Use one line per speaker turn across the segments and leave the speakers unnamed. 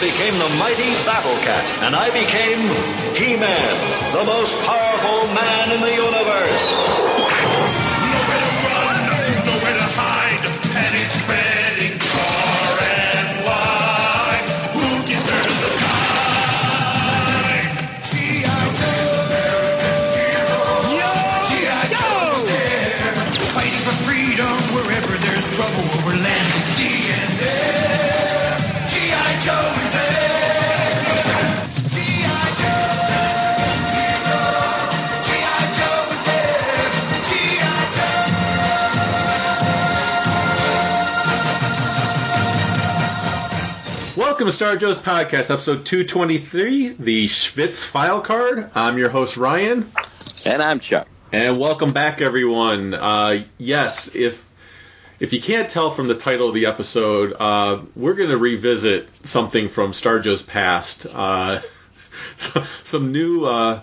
became the mighty Battle Cat, and I became He Man, the most powerful man in the universe.
Nowhere to run, nowhere to hide, and it's spreading far and wide. Who can turn the tide? G.I. Joe, G.I. Joe, fighting for freedom wherever there's trouble over land and sea and air. G.I. Joe is there. G.I. Joe. G.I. Joe is there. G.I. Joe.
Welcome to Star Joe's Podcast, episode 223, the Schwitz file card. I'm your host, Ryan,
And I'm Chuck.
and welcome back, everyone. Uh, yes, if if you can't tell from the title of the episode, uh, we're going to revisit something from Star Joe's past. Uh, so- some new uh,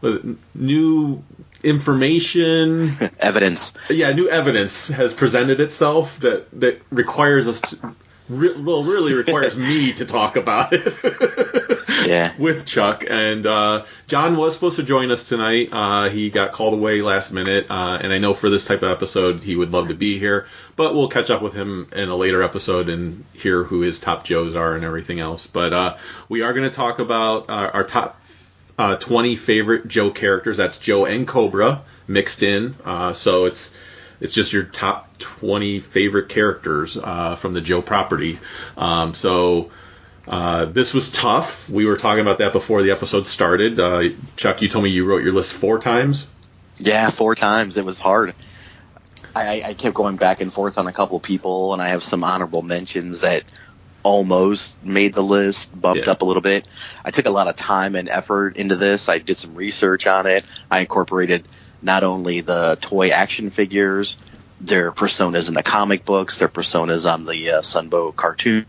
was it new information
Evidence.
yeah, new evidence has presented itself that that requires us to. Re- well, really requires me to talk about it
Yeah.
with Chuck and uh, John was supposed to join us tonight. Uh, he got called away last minute, uh, and I know for this type of episode he would love to be here, but we'll catch up with him in a later episode and hear who his top Joes are and everything else. But uh, we are going to talk about uh, our top uh, 20 favorite Joe characters. That's Joe and Cobra mixed in. Uh, so it's it's just your top 20 favorite characters uh, from the Joe property. Um, so uh, this was tough. We were talking about that before the episode started. Uh, Chuck, you told me you wrote your list four times.
Yeah, four times. It was hard. I, I- I kept going back and forth on a couple people, and I have some honorable mentions that almost made the list, bumped
Yeah.
up a little bit. I took a lot of time and effort into this. I did some research on it. I incorporated not only the toy action figures, their personas in the comic books, their personas on the uh, Sunbow cartoon,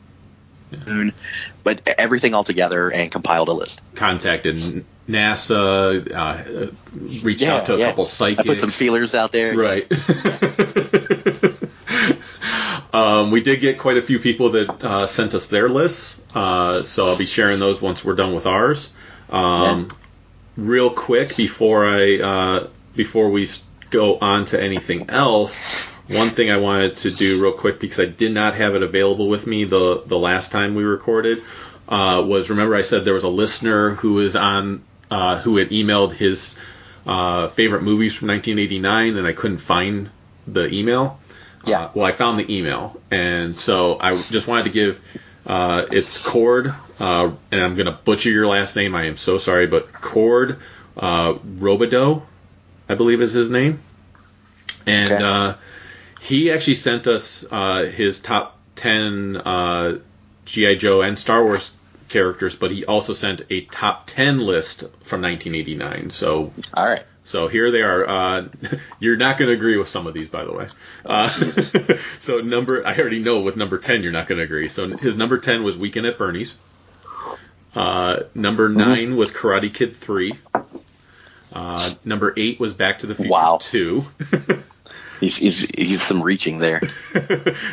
but everything all together and compiled a list.
Contacted NASA, uh, reached out to a couple psychics.
I put some feelers out there.
Right. um, we did get quite a few people that uh, sent us their lists, uh, so I'll be sharing those once we're done with ours. Um, Real quick before I uh, before we s- go on to anything else, one thing I wanted to do real quick because I did not have it available with me the the last time we recorded uh, was remember I said there was a listener who was on uh, who had emailed his uh, favorite movies from 1989, and I couldn't find the email.
Yeah.
Uh, well, I found the email, and so I just wanted to give uh, it's Cord, uh, and I'm going to butcher your last name. I am so sorry, but Cord uh, Robideau, I believe is his name, and
Okay.
uh, he actually sent us uh, his top ten uh, GI Joe and Star Wars characters, but he also sent a top ten list from 1989. So
All right.
so here they are. Uh, you're not going to agree with some of these, by the way. Uh, so number, I already know with number ten, you're not going to agree. So his number ten was Weekend at Bernie's. Uh, number
Mm-hmm.
nine was Karate Kid three. Uh, number eight was Back to the Future
Wow.
two.
He's, he's, he's some reaching there.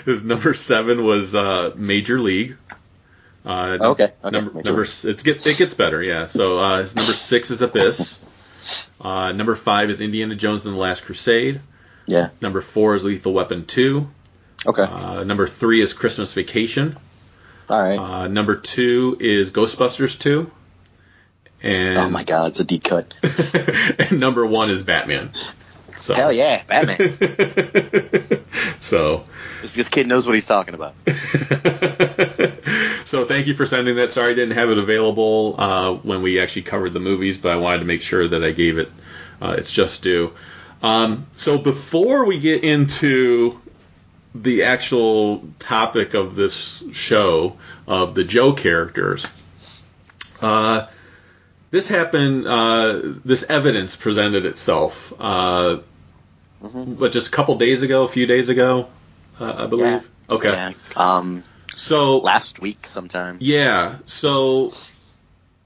his number seven was uh, Major League. Uh,
Oh, Okay, okay,
Number,
Major
number
League.
s- it's get it gets better, yeah. So uh, his number six is Abyss. Uh, number five is Indiana Jones and the Last Crusade.
Yeah.
Number four is Lethal Weapon 2.
Okay.
Uh, number three is Christmas Vacation.
All right.
Uh, number two is Ghostbusters 2. And,
oh my god, it's a deep cut.
and number one is Batman. So.
Hell yeah, Batman.
so,
this, this kid knows what he's talking about.
so thank you for sending that. Sorry I didn't have it available uh, when we actually covered the movies, but I wanted to make sure that I gave it uh, its just due. Um, so before we get into the actual topic of this show of the Joe characters, uh, this happened. Uh, this evidence presented itself, uh,
Mm-hmm.
but just a couple days ago, a few days ago, uh, I believe.
Yeah.
Okay.
Yeah. Um,
So
last week sometime.
yeah. So,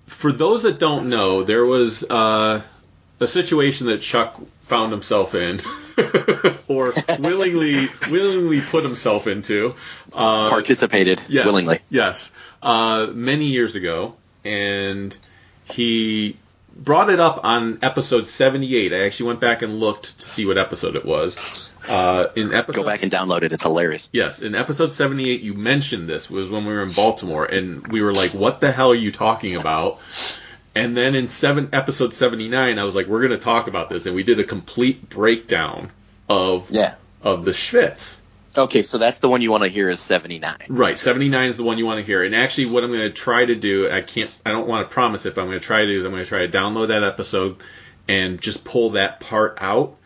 for those that don't know, there was uh, a situation that Chuck found himself in, or willingly willingly put himself into. Uh,
Participated
yes,
willingly.
Yes, uh, many years ago, and he brought it up on episode seventy-eight. I actually went back and looked to see what episode it was. Uh, in episode
Go back and download it. It's hilarious.
Yes, in episode 78, you mentioned this was when we were in Baltimore, and we were like, "What the hell are you talking about?" And then in seven episode 79, I was like, "We're going to talk about this," and we did a complete breakdown of
Yeah.
of the Schwitz.
Okay, so that's the one you want to hear is 79.
Right, 79 is the one you want to hear. And actually, what I'm going to try to do, I can't, I don't want to promise it, but I'm going to try to do is I'm going to try to download that episode and just pull that part out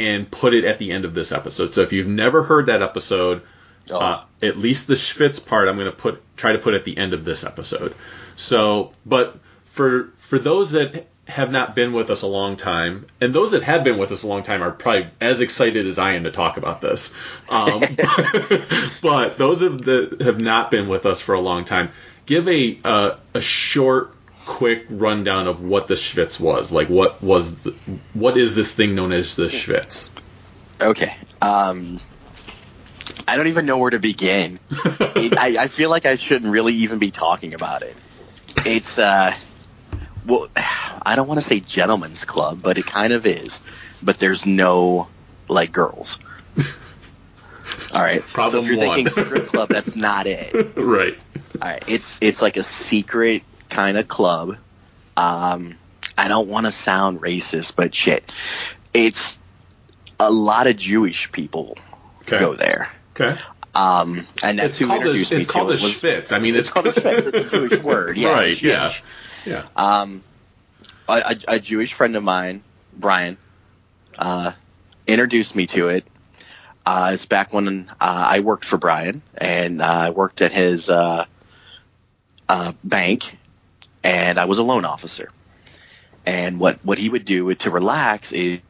and put it at the end of this episode. So if you've never heard that episode,
Oh.
uh, at least the Schwitz part, I'm going to put try to put at the end of this episode. So, but for for those that have not been with us a long time, and those that have been with us a long time are probably as excited as I am to talk about this. Um, but those of that have not been with us for a long time, give a uh, a short, quick rundown of what the Schwitz was. Like, what was the, what is this thing known as the Schwitz?
Oh, Okay. Um, I don't even know where to begin. it, I, I feel like I shouldn't really even be talking about it. It's uh, well, I don't want to say gentleman's club, but it kind of is. But there's no like girls. All right.
Problem
so if you're
one.
thinking strip club, that's not it. All
right.
right. It's it's like a secret kind of club. Um, I don't want to sound racist, but shit, it's a lot of Jewish people
Okay.
go there.
Okay.
Um, and that's
It's
who
called a,
introduced me
it's
to
called
it.
a
was-
Schwitz. I mean, it's,
called a Schwitz. It's a Jewish word. Yeah,
right.
it's
yeah. Uh,
Yiddish.
Yeah.
Um, a, a, a Jewish friend of mine, Brian, uh, introduced me to it. Uh, it's back when uh, I worked for Brian, and uh, I worked at his uh, uh, bank, and I was a loan officer. And what, what he would do to relax is,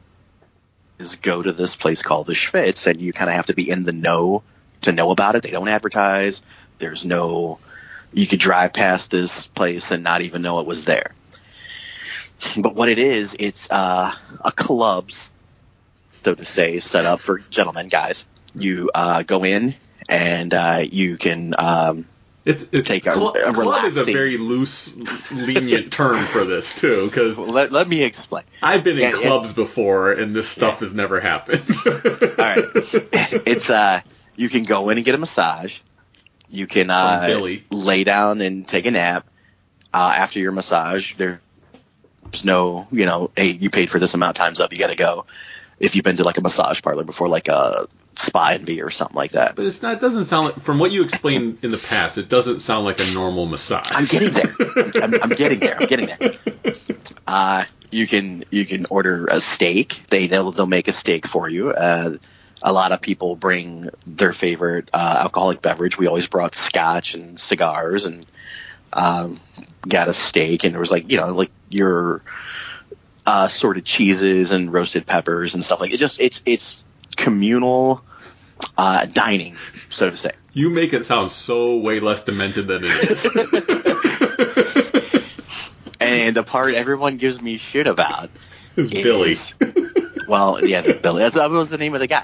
is go to this place called the Schwitz, and you kind of have to be in the know to know about it. They don't advertise. There's no you could drive past this place and not even know it was there. But what it is, it's uh, a club, so to say, set up for gentlemen, guys. You uh, go in and uh, you can. Um,
It's, it's
Take a-
club,
a
club is a
relaxing-
very loose, lenient term for this too, because
let, let me explain.
I've been in
Yeah, yeah.
clubs before and this stuff has never happened.
All right, it's uh, you can go in and get a massage. You can
From
uh,
Philly.
lay down and take a nap. Uh, after your massage, there- there's no, you know, hey, you paid for this amount, time's up, you got to go. If you've been to like a massage parlor before, like a spa envy or something like that.
But it's not. It doesn't sound like from what you explained in the past. It doesn't sound like a normal massage.
I'm getting there. I'm, I'm getting there. I'm getting there. Uh, you can you can order a steak. They they'll they'll make a steak for you. Uh, a lot of people bring their favorite uh, alcoholic beverage. We always brought scotch and cigars and um, got a steak. And there was like you know like your uh, sorted cheeses and roasted peppers and stuff like it. Just it's it's communal uh, dining, so to say.
You make it sound so way less demented than it is.
And the part everyone gives me shit about
It's
It
Billy.
is. Well, yeah, the Billy. That's that was the name of the guy.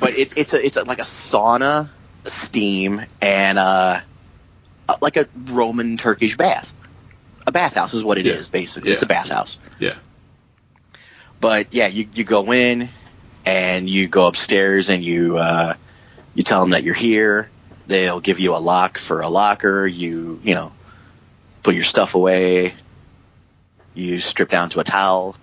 But it's it's a, it's a, like a sauna, a steam, and uh, uh, like a Roman Turkish bath. A bathhouse is what it is
Yeah.
basically. It's
Yeah.
a bathhouse.
Yeah.
But yeah, you you go in and you go upstairs and you uh, You tell them that you're here. They'll give you a lock for a locker. You you know put your stuff away. You strip down to a towel,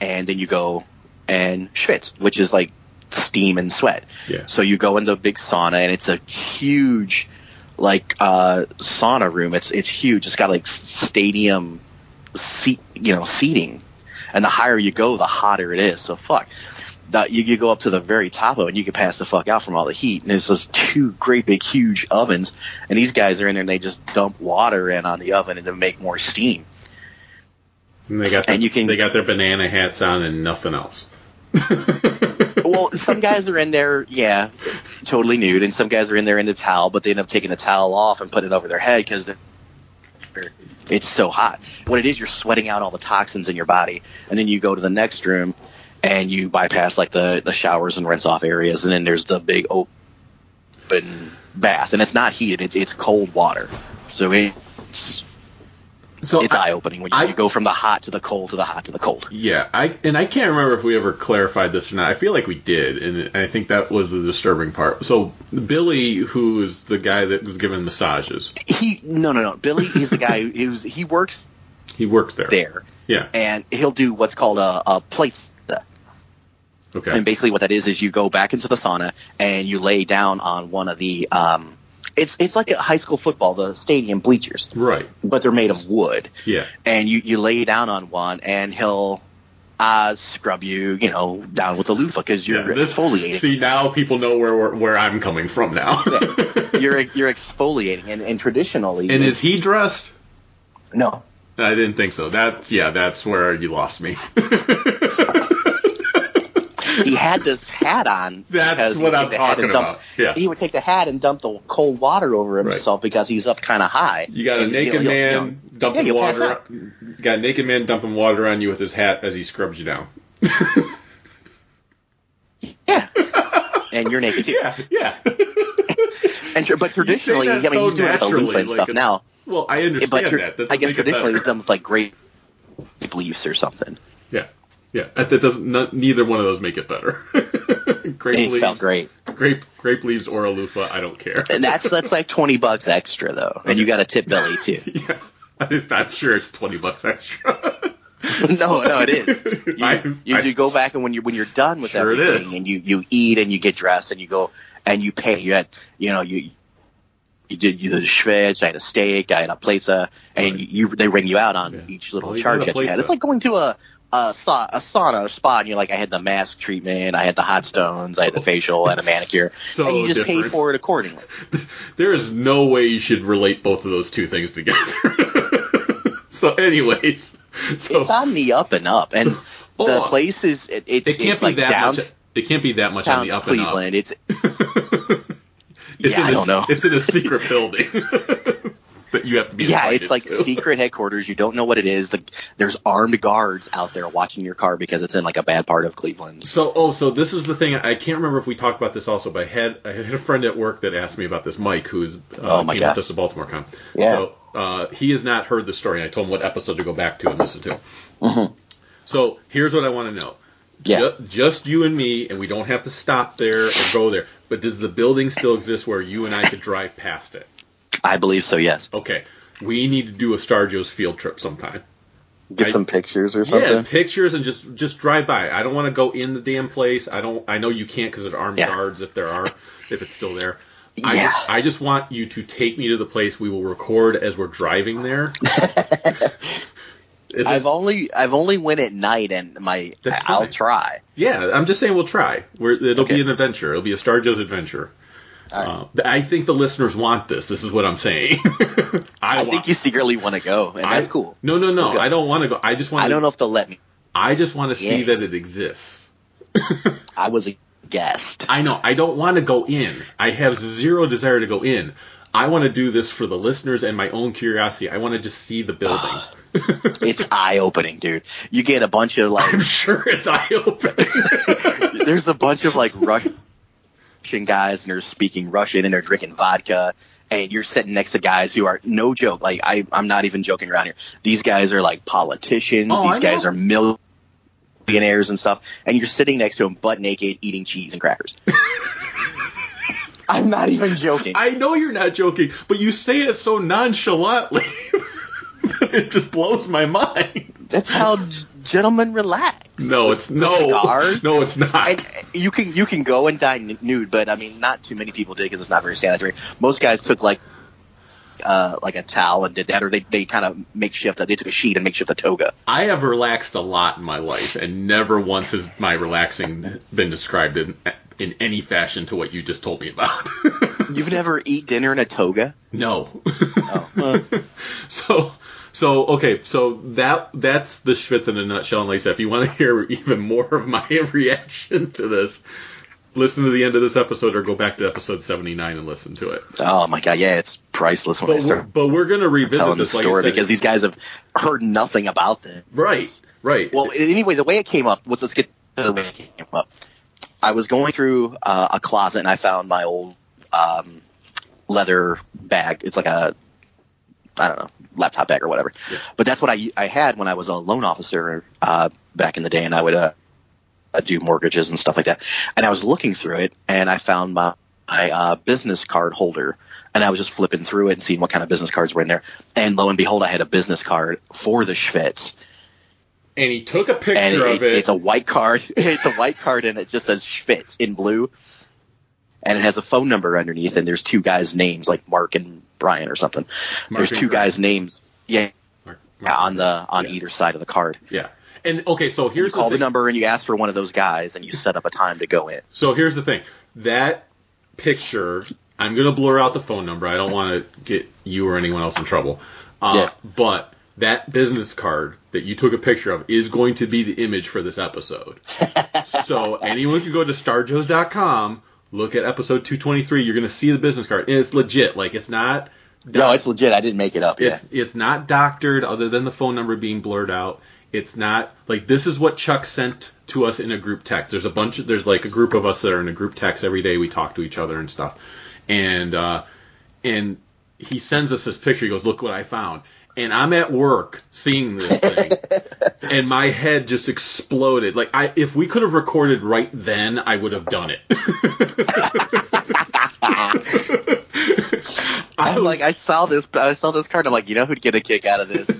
and then you go and schwitz, which is like steam and sweat.
Yeah.
So you go in the big sauna, and it's a huge, like, uh, sauna room. It's it's huge. It's got like s- stadium seat, you know, seating. And the higher you go, the hotter it is. So fuck. That you, you go up to the very top of it, and you can pass the fuck out from all the heat. And it's those two great big huge ovens, and these guys are in there, and they just dump water in on the oven and to make more steam.
And they got
And
their-
you can-
they got their banana hats on and nothing else.
well, some guys are in there, yeah, totally nude, and some guys are in there in the towel, but they end up taking the towel off and putting it over their head because it's so hot. What it is, you're sweating out all the toxins in your body, and then you go to the next room and you bypass like the the showers and rinse off areas, and then there's the big open bath, and it's not heated; it's it's cold water, so it's
So
it's
I-
eye opening when you,
I-
you go from the hot to the cold to the hot to the cold.
Yeah, I and I can't remember if we ever clarified this or not. I feel like we did, and I think that was the disturbing part. So Billy, who is the guy that was given massages,
He no no no Billy, he's the guy who who's, he works
he works there.
there.
Yeah.
and he'll do what's called a, a plate sauna.
Okay.
And basically, what that is is you go back into the sauna and you lay down on one of the. Um, it's it's like a high school football, the stadium bleachers,
right.
but they're made of wood,
Yeah.
and you you lay down on one, and he'll. Uh, scrub you, you know, down with the loofah because you're
yeah. This
exfoliating.
See now people know where where, where I'm coming from now.
You're you're exfoliating, and, and traditionally,
and is he dressed?
no,
I didn't think so. That's yeah. That's where you lost me.
he had this hat on.
That's
because he
what
would
I'm
take the hat
talking
and dump-
about. Yeah.
He would take the hat and dump the cold water over
Right.
himself because he's up kind of high.
You got a
And
naked
he'll- he'll-
man
he'll-
dumping
yeah, you'll pass
water.
out.
You got a naked man dumping water on you with his hat as he scrubs you down.
Yeah. and you're naked too.
Yeah, yeah.
And tr- but traditionally, I
that
mean,
so
he's doing it with the
naturally,
loofah and
like
stuff
it's-
now.
Well, I understand
But tr-
that. That's
I
what
guess
make it
traditionally it was
better.
done with like grape leaves or something.
Yeah, yeah. That, that doesn't. Not, neither one of those make it better. grape
And it
leaves,
felt great.
grape grape leaves or a loofah. I don't care.
And that's that's like twenty bucks extra though, and you got to tip Billy too.
yeah, I'm sure it's twenty bucks extra.
no, no, it is.
I-
You,
I-
you go back and when you when you're done with
Sure it is.
everything, and you you eat and you get dressed and you go and you pay. You had you know you you did you did schwitz, I had a steak, I had a plaza, and you, you they ring you out on
Yeah.
each little
Well, you
charge
got a
that you had.
plaza.
It's like going to a a, sa- a sauna or spa, and you're like, I had the mask treatment, I had the hot stones, I had the facial, and a manicure,
Oh, so
and you just pay
different.
for it accordingly.
There is no way you should relate both of those two things together. so, anyways, so
It's on the up and up, and
Oh,
the place is it, it's
it can't
it's
be
like
that
downtown
much. It can't be that much on the up
Cleveland.
and up.
It's
It's in
Yeah, I
a-
don't know.
It's in a secret building that you have to be.
Yeah,
invited
it's like
to.
secret headquarters. You don't know what it is. The, there's armed guards out there watching your car because it's in like a bad part of Cleveland.
So, oh, so this is the thing. I can't remember if we talked about this also, but I had I had a friend at work that asked me about this. Mike, who's uh,
Oh, my
came
God.
with us to Baltimore Con.
Yeah.
So uh, he has not heard the story, and I told him what episode to go back to and listen to. So here's what I want to know.
Mm-hmm. Yeah.
Ju- just you and me, and we don't have to stop there or go there. But does the building still exist where you and I could drive past it?
I believe so. Yes.
Okay. We need to do a Star Joe's field trip sometime.
Get
I-
some pictures or
Yeah,
something.
pictures and just just drive by. I don't want to go in the damn place. I don't. I know you can't because there's armed
Yeah.
guards if there are, if it's still there. I
Yeah.
just I just want you to take me to the place. We will record as we're driving there. Is
I've
this-
only I've only went at night, and my
That's
I'll
fine.
try.
yeah, I'm just saying we'll try. We're, it'll
Okay.
be an adventure. It'll be a Star Joe's adventure.
All right.
Uh, I think the listeners want this. This is what I'm saying. I,
I
want,
think you secretly want to go, and that's
I-
cool.
No, no, no.
Okay.
I don't want to go. I just want.
I don't know if they'll let me.
I just want to see
Yeah.
that it exists.
I was a guest.
I know. I don't want to go in. I have zero desire to go in. I want to do this for the listeners and my own curiosity. I want to just see the building.
It's eye opening, dude. You get a bunch of like
I'm sure it's eye opening.
there's a bunch of like Russian guys and they're speaking Russian and they're drinking vodka and you're sitting next to guys who are no joke. Like I, I'm not even joking around here. These guys are like politicians.
Oh,
These
I
guys
know.
are millionaires and stuff. And you're sitting next to them butt naked eating cheese and crackers. I'm not even joking.
I know you're not joking, but you say it so nonchalantly. it just blows my mind.
That's how gentlemen relax.
No, it's no,
Cigars?
no, it's not.
And you can you can go and dine nude, but I mean, not too many people did because it's not very sanitary. Most guys took like uh, like a towel and did that, or they they kind of makeshift. They took a sheet and makeshift a toga.
I have relaxed a lot in my life, and never once has my relaxing been described in in any fashion to what you just told me about.
You've never eat dinner in a toga?
no.
Oh, well,
So so okay, so that that's the Schwitz in a nutshell. And like I said, if you want to hear even more of my reaction to this, listen to the end of this episode or go back to episode seventy nine and listen to it.
oh my god, yeah, it's priceless when I
But we're,
start
but we're gonna revisit
telling this
this like I
story
said.
because these guys have heard nothing about this.
right, right.
Well, anyway, the way it came up was let's get to the way it came up. I was going through uh, a closet and I found my old um, leather bag. It's like a I don't know laptop bag or whatever.
Yeah.
But that's what I I had when I was a loan officer uh, back in the day, and I would uh, uh, do mortgages and stuff like that. And I was looking through it and I found my my uh, business card holder. And I was just flipping through it and seeing what kind of business cards were in there. And lo and behold, I had a business card for the Schwitz
and he took a picture
and
of
it-
it.
it's a white card. It's a white card, and it just says Schwitz in blue, and it has a phone number underneath, and there's two guys' names like Mark and Brian or something.
Mark
there's
and
two
Brian.
guys' names, yeah,
Mark- Mark-
on the on
Yeah.
either side of the card.
yeah. And okay, so
You
here's
call the
thing.
number and you ask for one of those guys, and you set up a time to go in.
So here's the thing. That picture, I'm going to blur out the phone number. I don't want to get you or anyone else in trouble. Uh,
Yeah.
But that business card that you took a picture of is going to be the image for this episode. so anyone can go to starjoes.com, look at episode 223. You're going to see the business card. And it's legit. Like, it's not.
No, it's legit. I didn't make it up. Yeah.
It's it's not doctored other than the phone number being blurred out. It's not like this is what Chuck sent to us in a group text. There's a bunch of there's like a group of us that are in a group text every day. We talk to each other and stuff. And uh and he sends us this picture. He goes, "Look what I found." And I'm at work seeing this thing, and my head just exploded. Like I, if we could have recorded right then, I would have done it. I
I'm
was-
like, I saw this. I saw this card. I'm like, you know who'd get a kick out of this?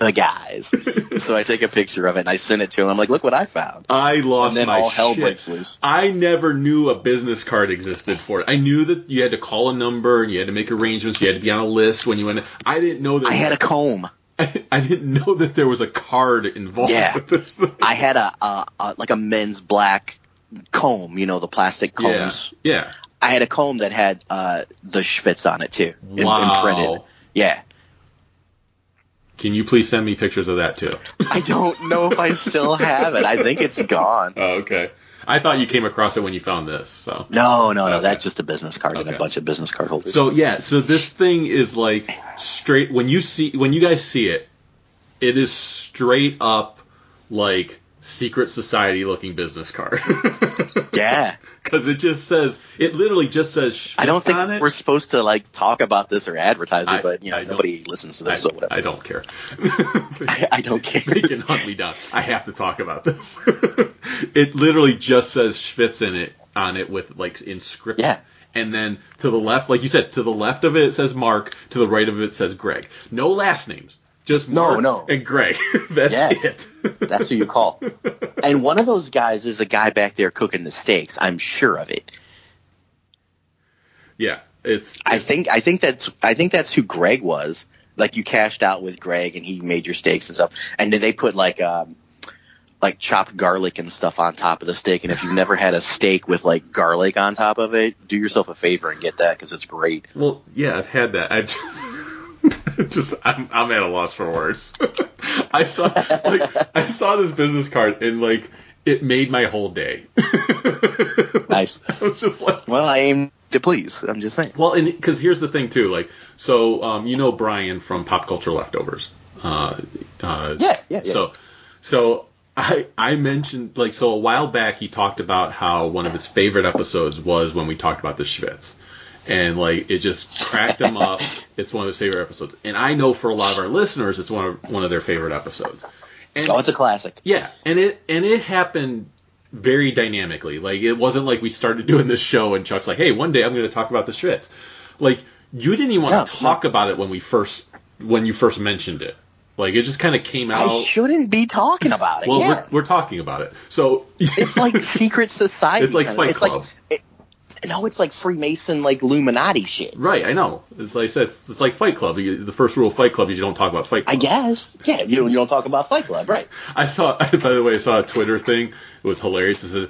the guys. so I take a picture of it and I send it to him. I'm like, look what I found.
I lost
And then
my
all hell
shit.
breaks loose.
I never knew a business card existed for it. I knew that you had to call a number and you had to make arrangements. You had to be on a list when you went. I didn't know that.
I had a comb.
I, I didn't know that there was a card involved
Yeah.
with this thing.
I had a, a, a like a men's black comb, you know, the plastic
yeah,
combs.
yeah.
I had a comb that had uh, the Schwitz on it too, im-
Wow.
imprinted. Yeah,
Can you please send me pictures of that too?
I don't know if I still have it. I think it's gone.
Oh, okay. I thought you came across it when you found this. So.
No, no, no.
Okay.
That's just a business card and
Okay.
a bunch of business card holders.
So yeah, so this thing is like straight when you see when you guys see it, it is straight up like secret society looking business card
yeah,
because it just says it literally just says Schmitz
I don't think
on it.
we're supposed to like talk about this or advertise it,
I-
but you know
I don't-
nobody listens to
I,
this, so whatever.
I don't care.
I, don't
they
care.
can hunt me down. I have to talk about this. it literally just says Schwitz in it on it with like in script.
Yeah.
And then to the left, like you said, to the left of it, it says Mark. To the right of it, it says Greg. No last names. Just
No,
Mark
no.
and Greg. That's
Yeah.
it.
That's who you call. And one of those guys is the guy back there cooking the steaks. I'm sure of it.
yeah. It's
I think I think that's I think that's who Greg was. Like you cashed out with Greg and he made your steaks and stuff. And then they put like um like chopped garlic and stuff on top of the steak. And if you've never had a steak with like garlic on top of it, do yourself a favor and get that because it's great.
well, yeah. I've had that. I've just. Just I'm, I'm at a loss for words. I saw like I saw this business card and like it made my whole day.
Nice.
I was just like,
Well, I aim to please. I'm just saying.
Well, and because here's the thing too, like, so um, you know Brian from Pop Culture Leftovers. Uh, uh,
Yeah, yeah, yeah.
So, so I I mentioned like so a while back he talked about how one of his favorite episodes was when we talked about the Schwitz, and like it just cracked him up. It's one of his favorite episodes, and I know for a lot of our listeners, it's one of one of their favorite episodes. And
Oh, it's a classic.
yeah, and it and it happened very dynamically. Like it wasn't like we started doing this show and Chuck's like, "Hey, one day I'm going to talk about the Schwitz." Like you didn't even want
No,
to talk about it when we first when you first mentioned it. Like it just kind of came out.
I shouldn't be talking about it.
well,
yeah.
we're, we're talking about it, so
it's like secret society.
It's like
kind of-
Fight
it's
Club.
Like, it, no, it's like Freemason, like Illuminati shit.
right. I know. It's like I said. It's like Fight Club. You- The first rule of Fight Club is you don't talk about Fight
I
Club.
guess. Yeah, you don't, you don't talk about Fight Club, right?
I saw. By the way, I saw a Twitter thing. It was hilarious. It says,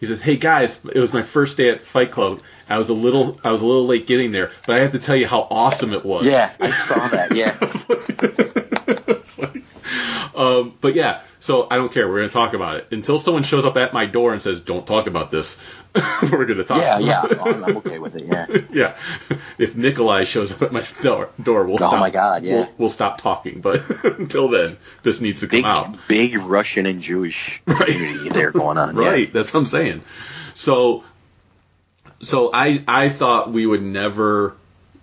he says, "Hey guys, it was my first day at Fight Club. I was a little, I was a little late getting there, but I have to tell you how awesome it was."
Yeah, I saw that. Yeah,
It's like- um, but yeah, so I don't care. We're gonna talk about it until someone shows up at my door and says, "Don't talk about this." We're gonna talk.
yeah,
about
yeah. Oh, I'm, I'm okay with it. Yeah.
it. yeah. If Nikolai shows up at my door, door we'll
Oh
stop.
my God, yeah.
We'll, we'll stop talking. But until then, this needs to come
Big,
out.
big Russian and Jewish community there going on. yeah.
Right. That's what I'm saying. So, so I I thought we would never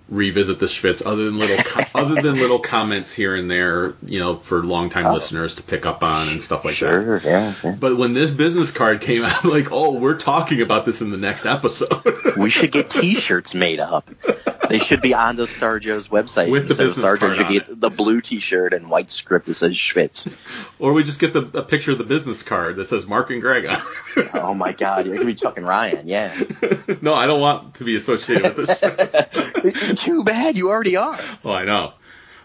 revisit the Schwitz other than little co- other than little comments here and there, you know, for longtime listeners to pick up on and stuff like that.
Uh, Sure. Yeah. yeah.
But when this business card came out, I'm like, oh, we're talking about this in the next episode.
We should get T-shirts made up. They should be on the Star Joe's website.
With the
so
business
Star Joe
card
should
on
get
it.
the blue T-shirt and white script that says Schwitz.
or we just get the a picture of the business card that says Mark and Greg on. it.
Oh my God, it could be Chuck and Ryan. Yeah.
no, I don't want to be associated with this.
Too bad you already are.
Oh, I know.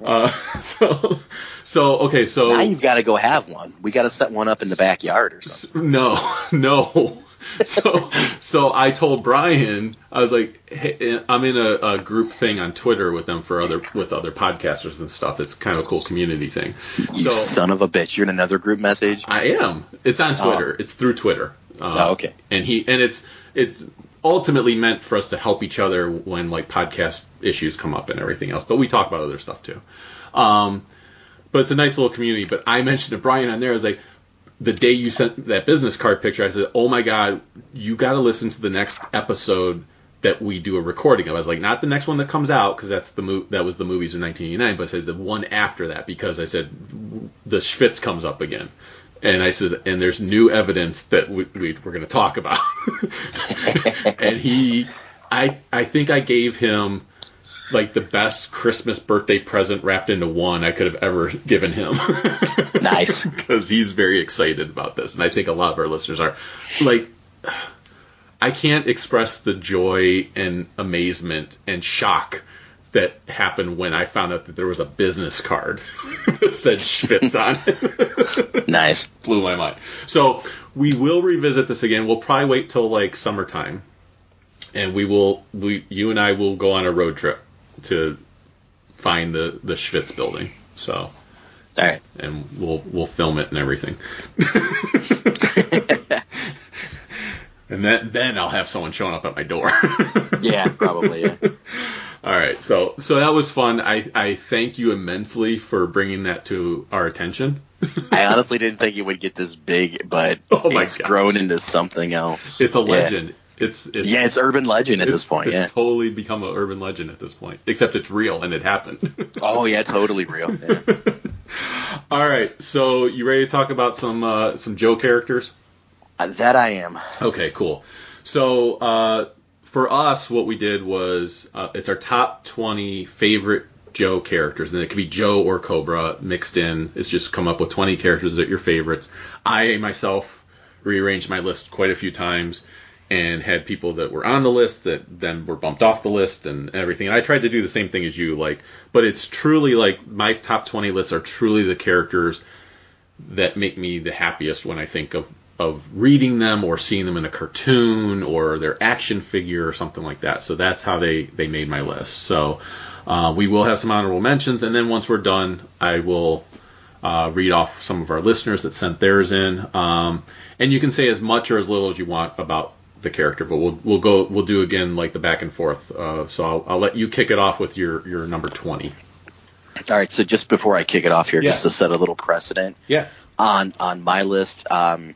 Uh, so, so okay, so
Now you've got to go have one. We got to set one up in the backyard or something.
No, no. So, so I told Brian, I was like, hey, I'm in a, a group thing on Twitter with them for other with other podcasters and stuff. It's kind of a cool community thing.
You
so
son of a bitch! You're in another group message.
I am. It's on Twitter. It's through Twitter. Uh,
Oh, okay.
And he and it's it's ultimately meant for us to help each other when like podcast issues come up and everything else. But we talk about other stuff too. Um, but it's a nice little community. But I mentioned to Brian on there, I was like, the day you sent that business card picture, I said, "Oh my god, you got to listen to the next episode that we do a recording of." I was like, "Not the next one that comes out because that's the mo- that was the movies in 1989, but I said the one after that because I said the Schwitz comes up again." And I says, and there's new evidence that we, we we're going to talk about. and he, I, I think I gave him like the best Christmas birthday present wrapped into one I could have ever given him.
Nice.
because he's very excited about this, and I think a lot of our listeners are. Like, I can't express the joy and amazement and shock that happened when I found out that there was a business card that said Schwitz on it.
Nice.
Blew my mind. So we will revisit this again. We'll probably wait till like summertime, and we will we you and I will go on a road trip to find the the Schwitz building. So
All right.
and we'll we'll film it and everything. and then then I'll have someone showing up at my door.
Yeah, probably. Yeah.
All right, so so that was fun. I I thank you immensely for bringing that to our attention.
I honestly didn't think it would get this big, but
Oh my
it's
God.
grown into something else.
It's a
Yeah.
legend. It's it's
Yeah, it's urban legend at this
it's-
point.
It's
Yeah.
totally become an urban legend at this point. Except it's real and it happened.
oh yeah, totally real. Yeah.
All right, so you ready to talk about some uh, some Joe characters?
Uh, that I am.
Okay, cool. So uh, for us, what we did was uh, it's our top 20 favorite Joe characters, and it could be Joe or Cobra mixed in. It's just come up with 20 characters that are your favorites. I myself rearranged my list quite a few times and had people that were on the list that then were bumped off the list and everything. And I tried to do the same thing as you, like, but it's truly like my top 20 lists are truly the characters that make me the happiest when I think of of reading them or seeing them in a cartoon or their action figure or something like that. So that's how they they made my list. So uh, we will have some honorable mentions, and then once we're done, I will uh, read off some of our listeners that sent theirs in, um, and you can say as much or as little as you want about the character. But we'll we'll go we'll do again like the back and forth. Uh, so I'll, I'll let you kick it off with your your number twenty.
All right. So just before I kick it off here,
Yeah.
just to set a little precedent
Yeah.
on on my list, um,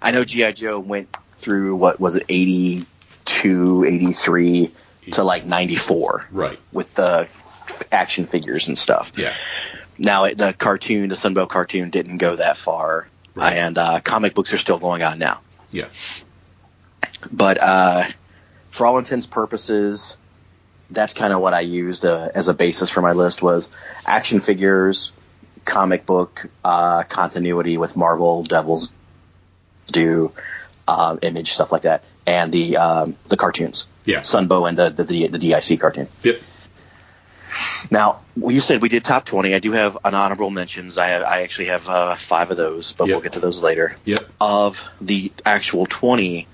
I know GI Joe went through what was it 82, 83 to like ninety four
Right.
with the action figures and stuff.
Yeah.
Now it- the cartoon, the Sunbelt cartoon, didn't go that far,
Right.
and uh, comic books are still going on now.
Yeah.
But uh, for all intents purposes, that's kind of what I used uh, as a basis for my list was action figures, comic book uh, continuity with Marvel, Devils Do, uh, Image stuff like that, and the um, the cartoons,
Yeah.
Sunbow and the the, the the DIC cartoon.
Yep.
Now you said we did top twenty. I do have an honorable mentions. I I actually have uh, five of those, but
Yep.
we'll get to those later.
Yep.
Of the actual twenty,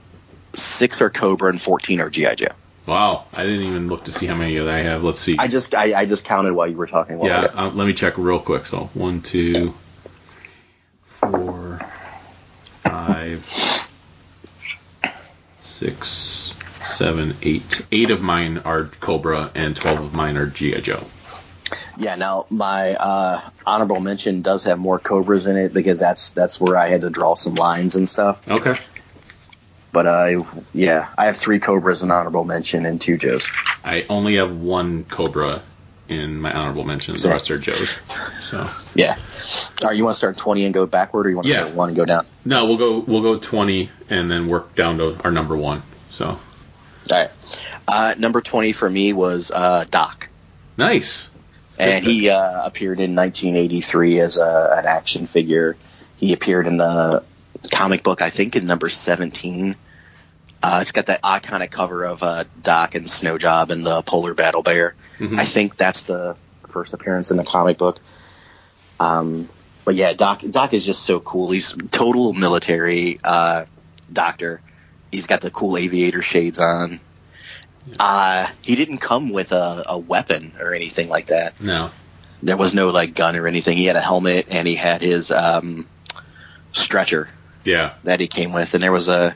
six are Cobra and fourteen are GI Joe.
Wow. I didn't even look to see how many that I have. Let's see.
I just I, I just counted while you were talking. While
yeah.
we-
Uh, let me check real quick. So one, two, four, five, six, seven, eight. Eight of mine are Cobra, and twelve of mine are GI Joe.
Yeah, now my uh, honorable mention does have more cobras in it because that's that's where I had to draw some lines and stuff.
Okay.
But I yeah, I have three cobras in honorable mention and two Joes.
I only have one Cobra in my honorable mentions. The rest are Joe's. So
Yeah. All right, you want to start twenty and go backward, or you want to
Yeah.
start one and go down?
no, we'll go we'll go twenty and then work down to our number one. So
All right. Uh, number twenty for me was uh, Doc,
nice.
and he uh, appeared in 1983 as a, an action figure. He appeared in the comic book, I think, in number 17. Uh, it's got that iconic cover of uh, Doc and Snowjob and the polar battle bear.
Mhm.
I think that's the first appearance in the comic book. Um, but yeah, Doc Doc is just so cool. He's total military uh, doctor. He's got the cool aviator shades on. Uh, he didn't come with a, a weapon or anything like that.
No.
There was no like gun or anything. He had a helmet and he had his um, stretcher
Yeah.
that he came with, and there was a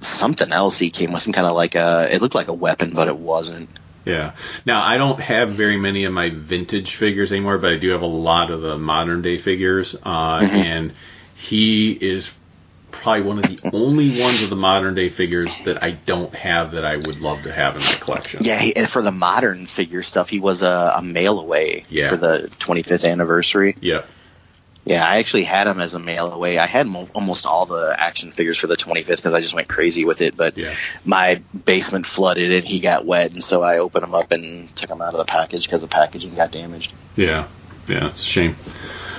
something else he came with. Some kind of like a it looked like a weapon, but it wasn't.
Yeah. Now I don't have very many of my vintage figures anymore, but I do have a lot of the modern day figures. Uh,
Mm-hmm.
And he is probably one of the only ones of the modern day figures that I don't have that I would love to have in my collection.
Yeah, he, and for the modern figure stuff, he was a, a mail away
Yeah.
for the 25th anniversary.
Yeah.
Yeah, I actually had him as a mail away. I had mo- almost all the action figures for the 25th because I just went crazy with it. But
Yeah.
my basement flooded and he got wet, and so I opened him up and took him out of the package because the packaging got damaged.
Yeah. Yeah. It's a shame.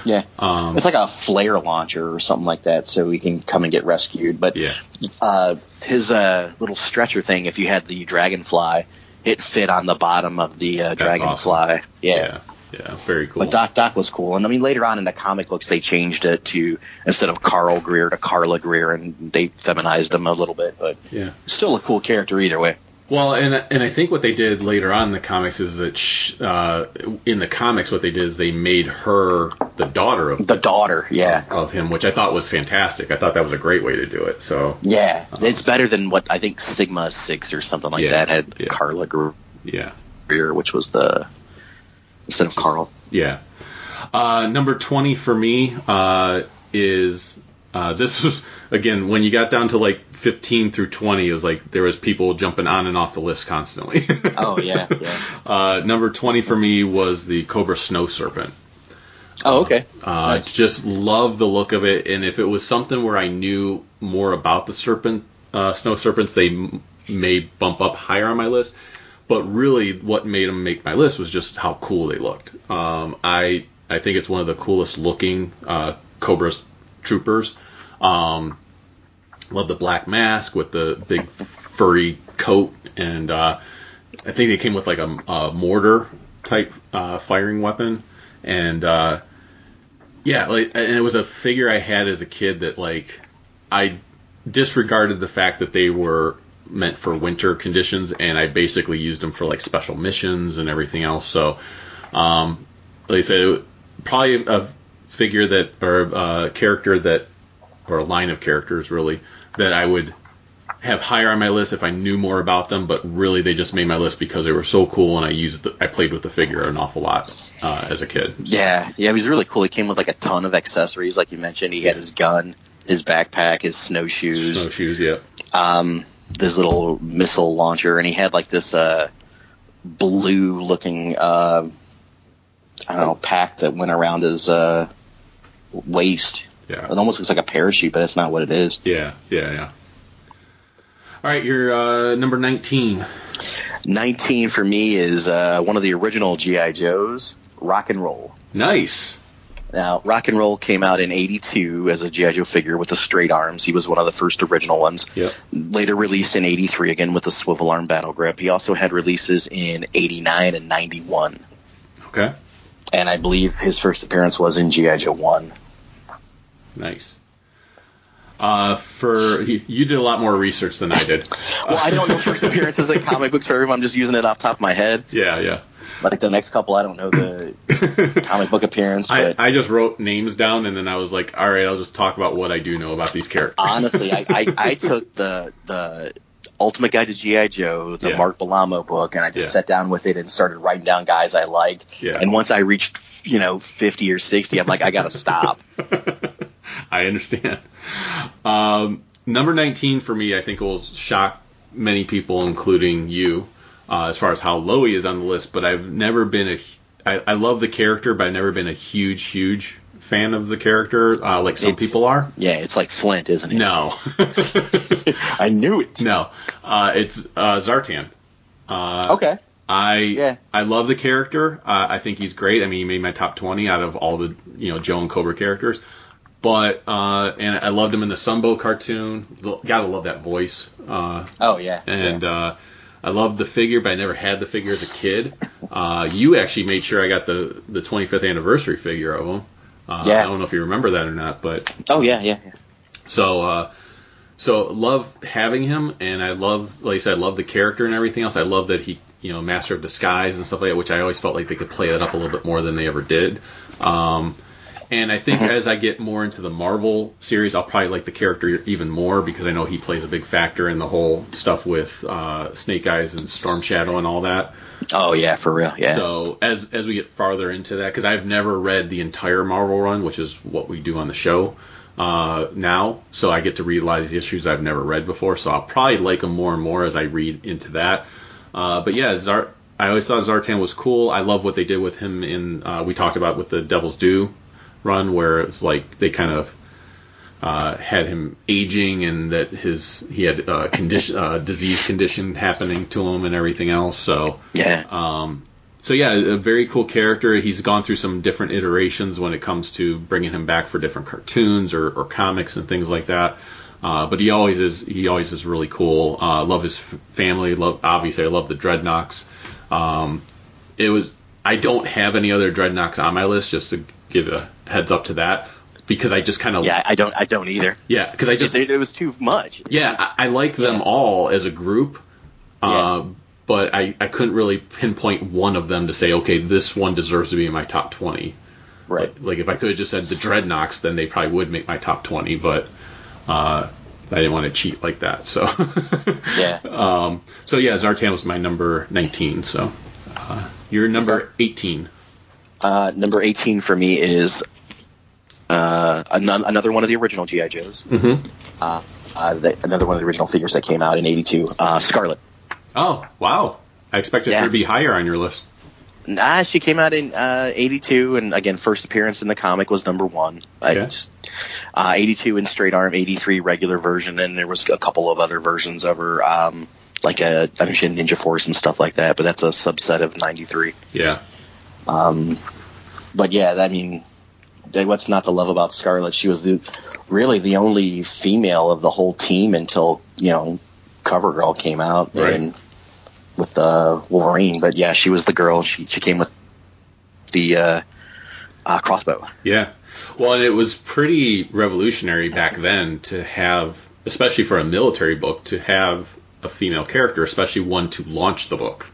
Yeah,
Um,
it's like a flare launcher or something like that, so he can come and get rescued. But
yeah.
uh, his uh, little stretcher thing, if you had the dragonfly, it fit on the bottom of the uh, dragonfly. yeah.
Yeah. Yeah. Very cool.
But Doc Doc was cool, and I mean later on in the comic books they changed it to instead of Carl Greer to Carla Greer, and they feminized him a little bit, but
yeah.
still a cool character either way.
Well, and and I think what they did later on in the comics is that sh- uh, in the comics what they did is they made her the daughter of
The daughter, yeah,
of him, which I thought was fantastic. I thought that was a great way to do it. So
yeah, it's better than what I think Sigma Six or something like
Uh-huh. Yeah,
that had
yeah.
Carla Greer,
yeah,
which was the instead of Carl.
yeah. Uh, number twenty for me uh, is uh, this was again when you got down to like fifteen through twenty, it was like there was people jumping on and off the list constantly.
Oh yeah, yeah.
uh, number twenty for me was the Cobra Snow Serpent.
Oh okay.
Uh,
Nice.
Just love the look of it, and if it was something where I knew more about the serpent, uh, snow serpents, they m- may bump up higher on my list. But really, what made them make my list was just how cool they looked. Um, I I think it's one of the coolest looking uh, Cobra troopers. Um, love the black mask with the big furry coat, and uh, I think they came with like a, a mortar type uh, firing weapon, and uh, yeah, like, and it was a figure I had as a kid that like I disregarded the fact that they were meant for winter conditions, and I basically used them for like special missions and everything else. So, um, like I said, it, probably a figure that or a character that or a line of characters really that I would have higher on my list if I knew more about them, but really they just made my list because they were so cool and I used the, I played with the figure an awful lot uh, as a kid.
Yeah, yeah, he was really cool. He came with like a ton of accessories, like you mentioned. He had his gun, his backpack, his snowshoes.
Snowshoes, yeah.
um, this little missile launcher, and he had like this uh, blue looking uh, I don't know pack that went around his uh, waist.
Yeah.
It almost looks like a parachute, but that's not what it is.
Yeah, yeah, yeah. All right, you're uh, number 19.
19 for me is uh, one of the original G.I. Joes, Rock and Roll.
Nice.
Now, Rock and Roll came out in 82 as a G.I. Joe figure with the straight arms. He was one of the first original ones.
Yep.
Later released in 83 again with the swivel arm battle grip. He also had releases in 89 and 91.
Okay.
And I believe his first appearance was in G.I. Joe 1.
Nice. Uh, for you, you did a lot more research than I did.
Well, I don't know first appearances in comic books for everyone. I'm just using it off the top of my head.
Yeah, yeah.
Like the next couple, I don't know the comic book appearance,
I,
but
I just wrote names down and then I was like, all right, I'll just talk about what I do know about these characters.
honestly, I, I, I took the the Ultimate Guide to GI Joe, the
Yeah.
Mark Balamo book, and I just
Yeah.
sat down with it and started writing down guys I liked.
Yeah.
And once I reached you know 50 or 60, I'm like, I gotta stop.
I understand. Um, number 19 for me, I think, will shock many people, including you, uh, as far as how low he is on the list. But I've never been a. I, I love the character, but I've never been a huge, huge fan of the character, uh, like some
It's-
people are.
yeah, it's like Flint, isn't it?
No,
I knew it.
no. Uh, it's uh, Zartan. Uh,
Okay.
I
Yeah.
I love the character. Uh, I think he's great. I mean, he made my top twenty out of all the you know Joe and Cobra characters. But uh, and I loved him in the Sumbo cartoon. Lo- Gotta love that voice. Uh,
Oh yeah.
and
yeah.
uh, I loved the figure, but I never had the figure as a kid. Uh, you actually made sure I got the the 25th anniversary figure of him. Uh,
Yeah.
I don't know if you remember that or not, but
oh yeah, yeah, yeah.
so, uh, so love having him, and I love, like I said, I love the character and everything else. I love that he, you know, master of disguise and stuff like that, which I always felt like they could play that up a little bit more than they ever did. Um, and I think as I get more into the Marvel series, I'll probably like the character even more because I know he plays a big factor in the whole stuff with uh, Snake Eyes and Storm Shadow and all that.
Oh yeah, for real. Yeah.
So as as we get farther into that, because I've never read the entire Marvel run, which is what we do on the show uh, now, so I get to read a lot of these issues I've never read before. So I'll probably like them more and more as I read into that. Uh, but yeah, Zart. I always thought Zartan was cool. I love what they did with him in. Uh, we talked about with the Devil's Due run, where it's like they kind of uh, had him aging and that his he had uh, condition uh, disease condition happening to him and everything else. So
yeah.
um, so yeah, a very cool character. He's gone through some different iterations when it comes to bringing him back for different cartoons or, or comics and things like that. Uh, but he always is he always is really cool. Uh, love his f- family. Love obviously I love the Dreadnoks. Um, it was I don't have any other Dreadnoks on my list just to give a heads up to that because I just kind of
yeah. I don't. I don't either.
yeah because I just
It, it was too much.
yeah, I, I like them all as a group, uh,
Yeah.
but I, I couldn't really pinpoint one of them to say, okay, this one deserves to be in my top 20.
Right.
Like, if I could have just said the Dreadnoks, then they probably would make my top 20, but uh, I didn't want to cheat like that. So,
Yeah.
um, so yeah, Zartan was my number 19. So, uh, you're number 18.
Uh, number 18 for me is uh, anon- another one of the original G.I. Joes.
Mhm.
Uh, uh, the, another one of the original figures that came out in 82. Uh, Scarlet.
Oh, wow. I expected
Yeah.
her to be higher on your list.
Nah, she came out in uh, 82, and again, first appearance in the comic was number one. I
Okay.
just, uh, 82 in straight arm, 83 regular version, and there was a couple of other versions of her, um, like a I mean, she had Ninja Force and stuff like that, but that's a subset of 93.
Yeah.
Um, but yeah, I mean, what's not to love about Scarlet? She was the, really the only female of the whole team until you know CoverGirl came out
Right.
and with uh, Wolverine. But yeah, she was the girl. She she came with the uh, uh, crossbow.
Yeah. Well, and it was pretty revolutionary back then to have, especially for a military book, to have a female character, especially one to launch the book.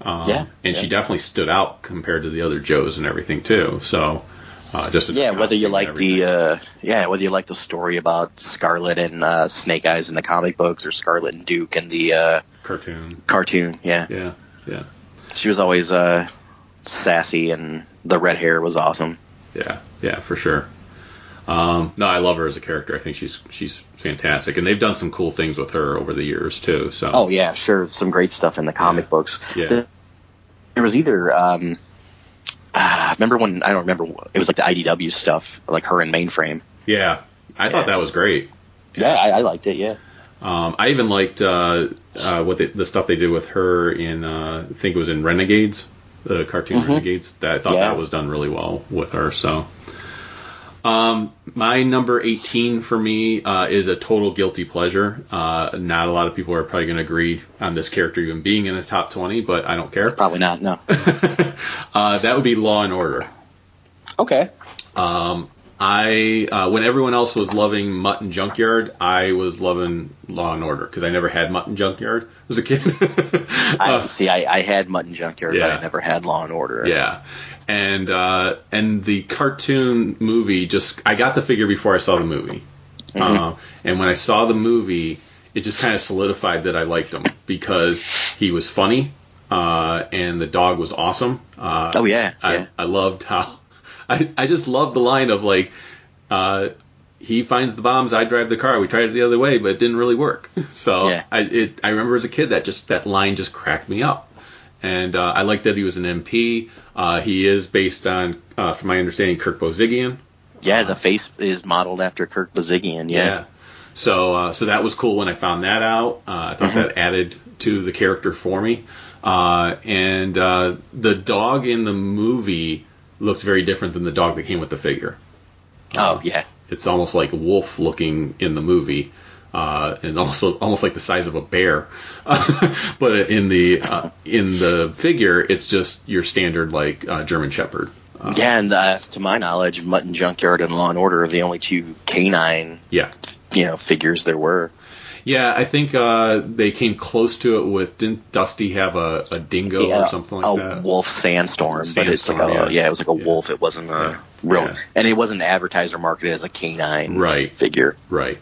Um,
Yeah,
And she
yeah.
definitely stood out compared to the other Joes and everything too. So, uh, just in
Yeah,
costume
whether you
and
like
everything.
the uh, yeah whether you like the story about Scarlet and uh, Snake Eyes in the comic books or Scarlet and Duke in the uh,
cartoon.
cartoon, yeah,
Yeah. Yeah.
she was always uh, sassy and the red hair was awesome.
Yeah, yeah, for sure. Um, no, I love her as a character. I think she's she's fantastic, and they've done some cool things with her over the years too. So,
Oh yeah, sure. Some great stuff in the comic
Yeah.
books.
Yeah.
The- there was either. Um, ah, remember when I don't remember. It was like the IDW stuff, like her and Mainframe.
Yeah, I thought that was great.
Yeah, I, I liked it. Yeah.
Um, I even liked uh, uh, what they, the stuff they did with her in uh, I think it was in Renegades, the cartoon Renegades. That I thought
Yeah.
that was done really well with her. So, um, my number eighteen for me uh, is a total guilty pleasure. Uh, not a lot of people are probably going to agree on this character even being in the top twenty, but I don't care.
Probably not. No.
Uh, that would be Law and Order.
Okay.
I uh, when everyone else was loving Mutt and Junkyard, I was loving Law and Order because I never had Mutt and Junkyard as a kid.
I,
Uh,
see, I, I had Mutton Junkyard, but
yeah.
I never had Law and Order.
yeah, and uh, and the cartoon movie just I got the figure before I saw the movie, uh, and when I saw the movie, it just kind of solidified that I liked him because he was funny uh, and the dog was awesome. Uh,
Oh yeah.
I,
yeah.
I loved how I, I just loved the line of like uh, he finds the bombs I drive the car we tried it the other way but it didn't really work so
Yeah.
I it, I remember as a kid that just that line just cracked me up and uh, I liked that he was an MP uh, he is based on uh, from my understanding Kirk Bozigian
yeah. The face is modeled after Kirk Bazigian. Yeah.
so uh, so that was cool when I found that out. Uh, I thought that added to the character for me. Uh, and uh, the dog in the movie looks very different than the dog that came with the figure.
Oh yeah.
It's almost like wolf looking in the movie, uh, and also almost like the size of a bear. but in the uh, in the figure, it's just your standard like uh, German Shepherd. Uh,
Yeah, and uh, to my knowledge, Mutton Junkyard and Law and Order are the only two canine,
yeah.
you know, figures there were.
Yeah, I think uh, they came close to it with didn't Dusty have a, a dingo
yeah,
or something like
a
that?
wolf sandstorm, but it's like a
Sandstorm,
yeah.
yeah.
it was like a
Yeah.
wolf. It wasn't a
Yeah.
real,
Yeah.
and it wasn't advertised or marketed as a canine
Right.
figure.
Right.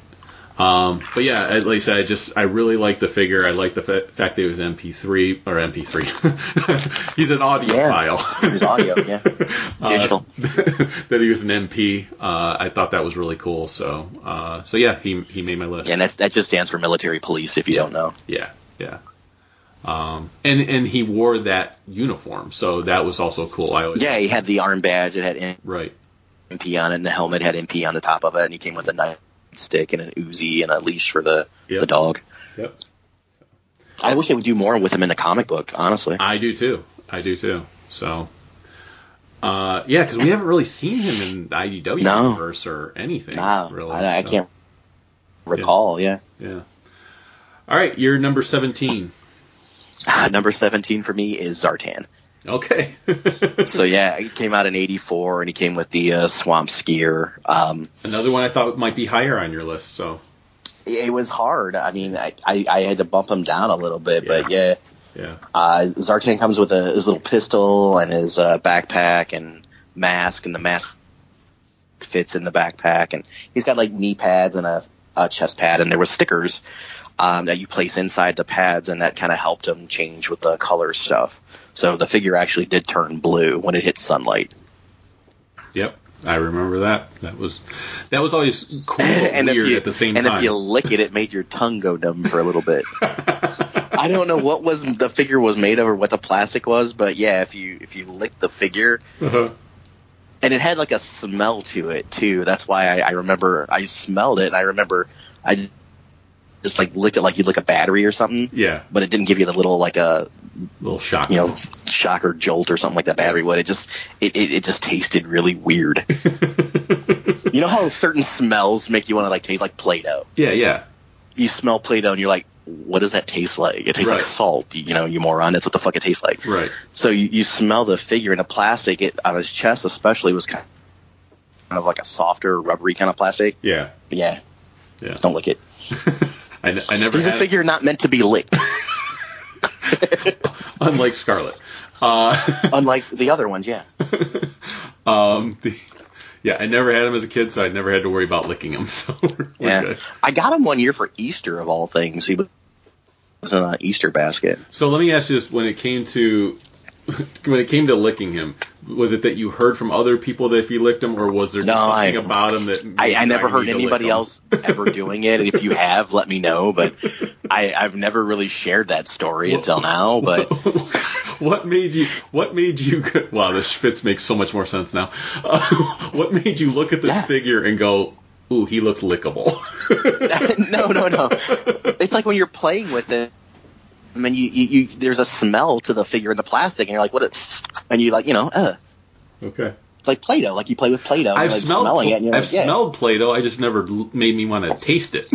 Um, but yeah, at least I just I really like the figure. I like the fa- fact that he was MP3 or MP3. He's an audio
Yeah. It
file.
was audio, yeah,
Uh,
digital.
that he was an MP. Uh, I thought that was really cool. So uh, so yeah, he he made my list.
and that's that just stands for military police. If you don't know,
Yeah, yeah. Um, and and he wore that uniform, so that was also cool. I always,
yeah, he had the arm badge. It had
right.
MP on it, and the helmet had MP on the top of it, and he came with a knife stick and an Uzi and a leash for the
Yep.
the dog.
Yep.
I wish they would do more with him in the comic book. Honestly,
I do too. I do too. So, uh, yeah, because we haven't really seen him in the IDW
No.
universe or anything.
nah,
really.
Ah, I, I
So,
can't recall. Yeah.
Yeah. All right, you're number seventeen.
Ah, number seventeen for me is Zartan.
Okay.
so yeah, he came out in '84, and he came with the uh, Swamp Skier. Um,
Another one I thought might be higher on your list. So,
it it was hard. I mean, I, I, I had to bump him down a little bit, but yeah,
yeah,
uh, Zartan comes with a, his little pistol and his uh, backpack and mask, and the mask fits in the backpack, and he's got like knee pads and a, a chest pad, and there were stickers um, that you place inside the pads, and that kind of helped him change with the color stuff. So the figure actually did turn blue when it hit sunlight.
yep. I remember that. That was that was always cool but
and if
weird
you-
at the same
and
time.
if you lick it, it made your tongue go numb for a little bit. I don't know what was the figure was made of or what the plastic was, but yeah, if you if you licked the figure,
Uh-huh.
and it had like a smell to it too. That's why I, I remember I smelled it, and I remember I just like licked it like you'd lick a battery or something.
Yeah,
But it didn't give you the little like a
little shock.
you know shock or jolt or something like that battery would. It just it, it, it just tasted really weird. you know how certain smells make you want to like taste like Play-Doh.
Yeah, yeah.
you smell Play-Doh and you're like, what does that taste like? It tastes
Right.
like salt, you know, you moron. That's what the fuck it tastes like.
Right.
So you, you smell the figure and the plastic it, on his chest, especially was kind of like a softer, rubbery kind of plastic.
Yeah.
But yeah,
Yeah.
don't lick it.
I, n- I never
He's a
had-
figure not meant to be licked,
unlike Scarlet. Uh,
unlike the other ones. Yeah,
Um, the, yeah, I never had him as a kid, so I never had to worry about licking him. So we're
yeah.
good.
I got him one year for Easter of all things. He was in an Easter basket.
So let me ask you this: when it came to when it came to licking him, was it that you heard from other people that if you licked him, or was there
No,
just something
I-
about him that
I, I never heard
need to lick
anybody
him?
else ever doing it. If you have, let me know. But I, I've never really shared that story until now. But
what made you? What made you? go- Wow, this Spitz makes so much more sense now. Uh, what made you look at this
Yeah.
figure and go, ooh, he looks lickable.
no, no, no. It's like when you're playing with it. I mean, you, you, you there's a smell to the figure in the plastic, and you're like, what? A, and you like, you know, uh,
okay.
it's like Play-Doh, like you play with Play-Doh.
I've
like
smelled
smelling it. And you're
I've
like, yeah.
smelled Play-Doh. I just never l- made me want to taste it.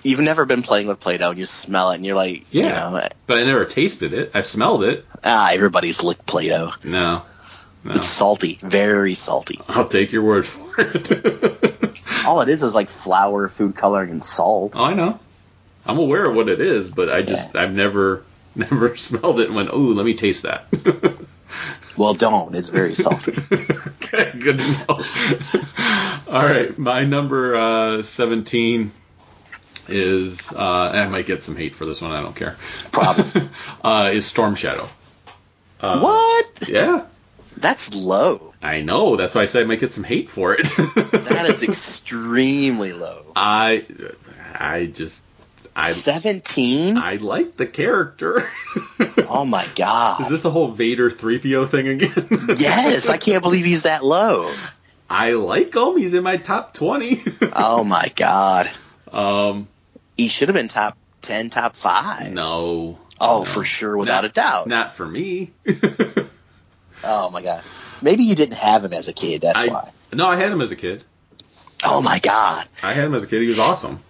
You've never been playing with Play-Doh, and you smell it, and you're like, you
yeah,
know,
but I never tasted it. I've smelled it.
ah, everybody's licked Play-Doh.
No, no.
It's salty, very salty.
I'll take your word for it.
All it is is like flour, food coloring, and salt.
oh, I know. I'm aware of what it is, but I just I've never never smelled it and went, "Ooh, let me taste that."
Well, don't. It's very salty.
okay, good to know. All right, my number uh, 17 is uh, I might get some hate for this one. I don't care.
Probably.
Uh, is Storm Shadow? Uh,
what?
Yeah,
That's low.
I know. That's why I said I might get some hate for it.
That is extremely low.
I I just I
Seventeen.
I like the character.
Oh my
Is
god.
this a whole Vader 3PO thing again?
Yes, I can't believe he's that low.
I like him. He's in my top 20.
Oh my god.
um,
He should have been top ten, top five.
no.
Oh,
No.
for sure, without
Not-
a doubt.
Not for me.
Oh my god. Maybe you didn't have him as a kid. That's
I-
why.
No, I had him as a kid.
Oh my god.
I had him as a kid. He was awesome.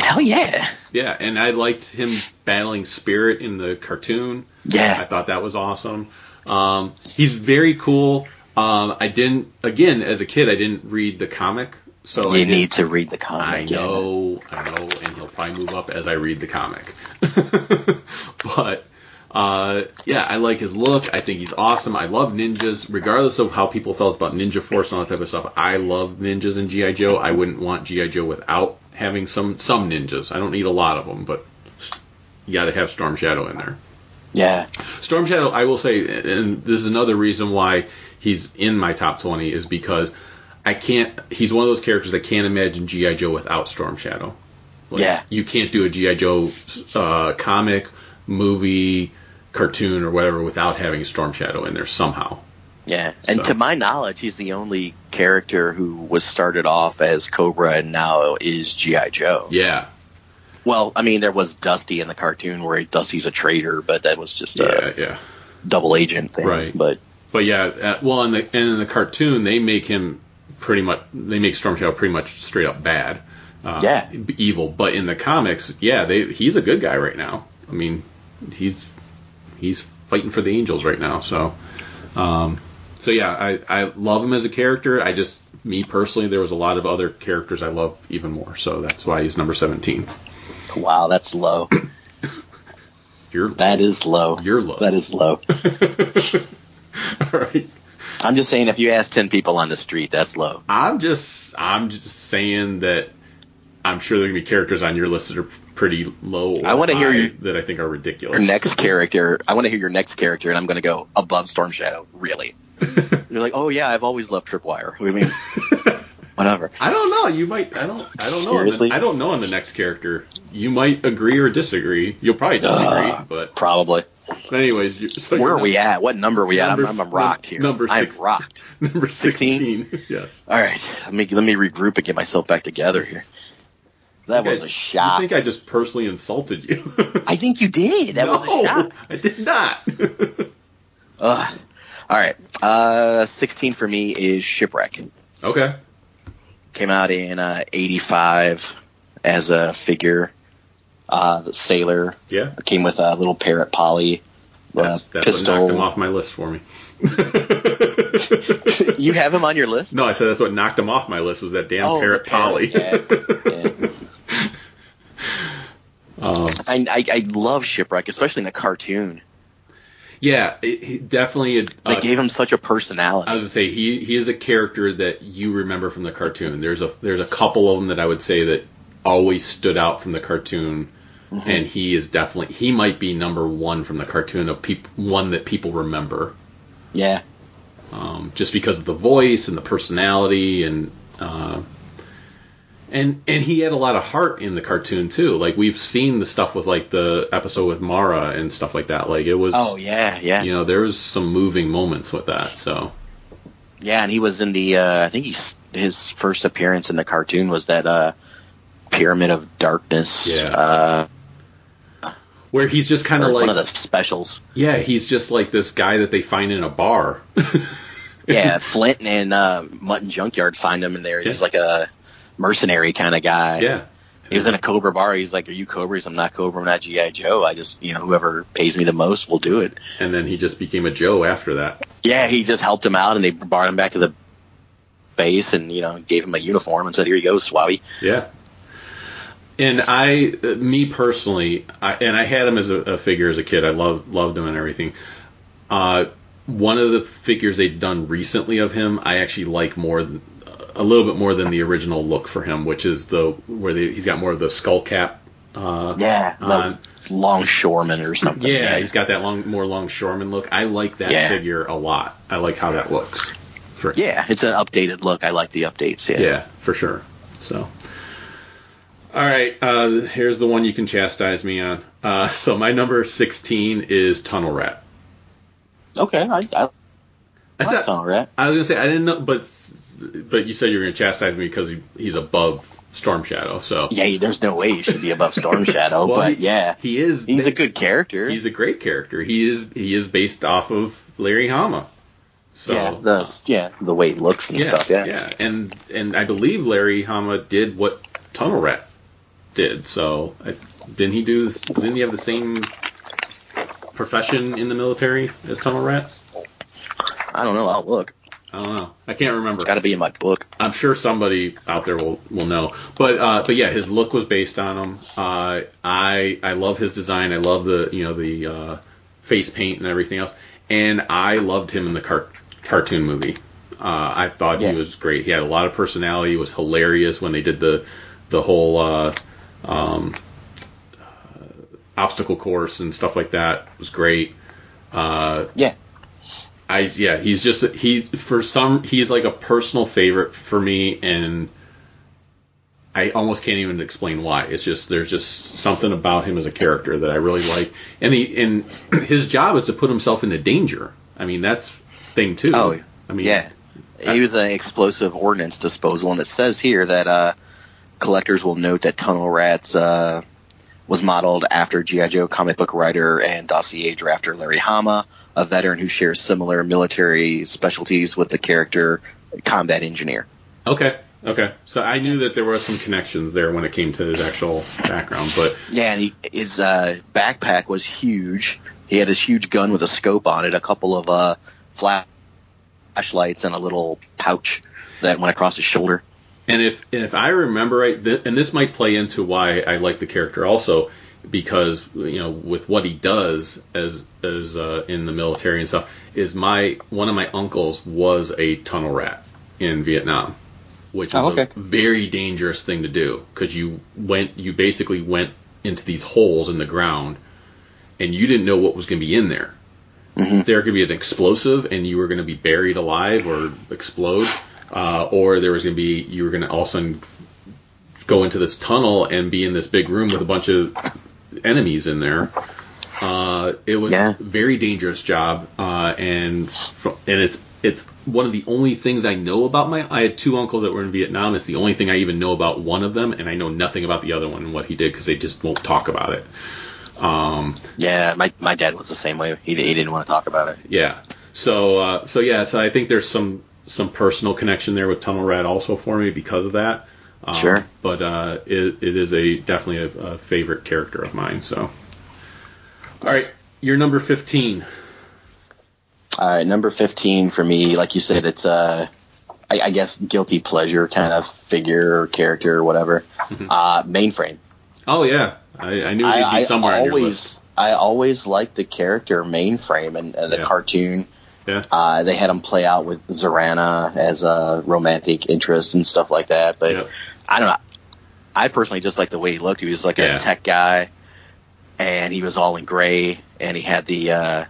Hell yeah.
Yeah, and I liked him battling Spirit in the cartoon. I
Yeah.
thought that was awesome. Um, he's very cool. Um, I didn't, again, as a kid, I didn't read the comic, so I
You
didn't-
need to read the
I
comic. yeah.
know, I know, and he'll probably move up as I read the comic. but uh, yeah, I like his look. I think he's awesome. I love ninjas, regardless of how people felt about Ninja Force and all that type of stuff. I love ninjas and GI Joe. I wouldn't want GI Joe without having some some ninjas. I don't need a lot of them, but you got to have Storm Shadow in there.
Yeah.
Storm Shadow, I will say, and this is another reason why he's in my top 20 is because I can't. He's one of those characters I can't imagine GI Joe without Storm Shadow.
Yeah.
You can't do a GI Joe uh, comic, movie, cartoon, or whatever without having Storm Shadow in there somehow.
Yeah, and
So-
to my knowledge, he's the only character who was started off as Cobra and now is GI Joe.
Yeah.
Well, I mean, there was Dusty in the cartoon where Dusty's a traitor, but that was just
Yeah.
a
Uh, Yeah.
double agent thing.
Right.
But
But yeah, uh, well, in the and in the cartoon, they make him pretty much they make Storm Shadow pretty much straight up bad, uh,
Yeah.
b- evil. But in the comics, yeah, they he's a good guy right now. I mean, he's he's fighting for the angels right now. So, um, so yeah, I I love him as a character. I just me personally, there was a lot of other characters I love even more. So that's why he's number seventeen.
wow, that's low.
You're
That is low.
You're low.
That is low.
all right.
I'm just saying, if you ask ten people on the street, that's low.
I'm just I'm just saying that I'm sure there are gonna be characters on your list that are pretty low. or
I wanna hear
high
you-
that I think are ridiculous.
Your next character, I want to hear your next character, and I'm going to go above Storm Shadow. Really? You're like, oh yeah, I've always loved Tripwire. I mean, whatever.
I don't know. You might. I don't. I don't know. on the-
Seriously?
I don't know on the next character. You might agree or disagree. You'll probably disagree.
Ugh.
but
Probably.
anyways, you, so
Where
you're
are we at? What number are we at? I'm,
Number s-
I'm, I'm rocked here.
number
I'm
six.
rocked.
Number
16?
sixteen. yes.
All right, let me let me regroup and get myself back together here. That was
Okay.
a shock.
I think I just personally insulted you.
I think you did. That
no,
was a shock.
I did not.
Ugh. All right, uh, 16 for me is Shipwreck.
okay.
Came out in uh, 85 as a figure, uh, the sailor.
Yeah.
Came with a little parrot Polly, uh,
That's, that's what knocked him
pistol.
off my list for me.
You have him on your list?
No, I said that's what knocked him off my list was that damn
Oh, the
parrot Polly.
Yeah, yeah.
Um,
I, I I love Shipwreck, especially in the cartoon.
yeah, it, he definitely. A,
They
uh,
gave him such a personality.
I was gonna say he he is a character that you remember from the cartoon. There's a there's a couple of them that I would say that always stood out from the cartoon,
Mm-hmm.
and he is definitely he might be number one from the cartoon of peop, one that people remember
yeah.
um, just because of the voice and the personality and uh, and and he had a lot of heart in the cartoon too. Like we've seen the stuff with like the episode with Mara and stuff like that. Like it was,
Oh yeah, yeah.
you know, there was some moving moments with that. So
Yeah, and he was in the. Uh, I think he's his first appearance in the cartoon was that uh, Pyramid of Darkness.
Yeah.
Uh,
Where he's just kind
or
of like
one of the specials.
yeah, he's just like this guy that they find in a bar.
Yeah, Flint and uh, Mutton Junkyard find him in there. He was
Yeah.
like a mercenary kind of guy.
yeah.
He was in a Cobra bar. He's like, "Are you Cobras? I'm not Cobra. I'm not GI Joe. I just, you know, whoever pays me the most will do it."
And then he just became a Joe after that.
Yeah, he just helped him out, and they brought him back to the base, and you know, gave him a uniform and said, "Here you go, Swabby."
Yeah. And I, uh, me personally, I, and I had him as a, a figure as a kid. I loved loved him and everything. Uh, one of the figures they'd done recently of him, I actually like more, than, a little bit more than the original look for him, which is the where they, he's got more of the skull cap. Uh,
Yeah, the
on.
longshoreman or something.
yeah, he's got that long, more longshoreman look. I like that
Yeah.
figure a lot. I like how that looks. For,
Yeah, it's an updated look. I like the updates. Yeah.
Yeah, for sure. So, all right, uh, here's the one you can chastise me on. Uh, so my number sixteen is Tunnel Rat.
Okay, I, I
I,
like
said,
Tunnel Rat.
I was gonna say I didn't know, but but you said you were gonna chastise me because he, he's above Storm Shadow. So
Yeah, there's no way he should be above Storm Shadow,
Well,
but
he-
yeah,
he is.
he's a good character.
He's a great character. He is he is based off of Larry Hama. So
yeah, the yeah the way he looks and stuff. Yeah.
and and I believe Larry Hama did what Tunnel Rat did. So I, didn't he do this? Didn't he have the same profession in the military as Tunnel Rat?
I don't know. I'll look.
I don't know. I can't remember.
Got to be in my book.
I'm sure somebody out there will, will know. But uh, but yeah, his look was based on him. Uh, I I love his design. I love the you know the uh, face paint and everything else. And I loved him in the car- cartoon movie. Uh, I thought
Yeah.
he was great. He had a lot of personality. He was hilarious when they did the the whole uh, um, uh, obstacle course and stuff like that. It was great. Uh,
Yeah,
I yeah, he's just he for some he's like a personal favorite for me, and I almost can't even explain why. It's just there's just something about him as a character that I really like, and he and his job is to put himself into danger. I mean that's thing too.
Oh,
I mean
yeah. He was an explosive ordnance disposal, and it says here that uh, collectors will note that Tunnel Rats uh, was modeled after GI Joe comic book writer and dossier drafter Larry Hama, a veteran who shares similar military specialties with the character combat engineer.
Okay. Okay. So I knew that there was some connections there when it came to his actual background, but
Yeah, and he, his uh, backpack was huge. He had this huge gun with a scope on it, a couple of uh, flashlights, and a little pouch that went across his shoulder.
And if if I remember right, th- and this might play into why I like the character also, because you know with what he does as as uh, in the military and stuff, is my one of my uncles was a tunnel rat in Vietnam, which
Oh,
is
okay.
a very dangerous thing to do because you went you basically went into these holes in the ground, and you didn't know what was going to be in there. There could be an explosive, and you were going to be buried alive or explode uh, or there was going to be you were going to all of a sudden go into this tunnel and be in this big room with a bunch of enemies in there. Uh, it was
Yeah.
a very dangerous job, uh, and fr- and it's it's one of the only things I know about my. I had two uncles that were in Vietnam. It's the only thing I even know about one of them, and I know nothing about the other one and what he did because they just won't talk about it. Um,
Yeah, my my dad was the same way. He, he didn't want to talk about it.
yeah. So uh, so yeah. So I think there's some some personal connection there with Tunnel Rat also for me because of that. Um,
Sure.
But uh, it, it is a definitely a, a favorite character of mine. So. All right, you're number fifteen.
All right, number fifteen for me, like you said, it's uh, I, I guess guilty pleasure kind of figure or character or whatever. Uh, mainframe.
Oh yeah, I, I knew he'd Mm-hmm. be
I, I
somewhere on your list.
always I always liked the character mainframe and, and the
Yeah.
cartoon.
Yeah.
Uh, they had him play out with Zorana as a romantic interest and stuff like that. But
Yep.
I don't know. I personally just like the way he looked. He was like
Yeah.
a tech guy, and he was all in gray, and he had the uh,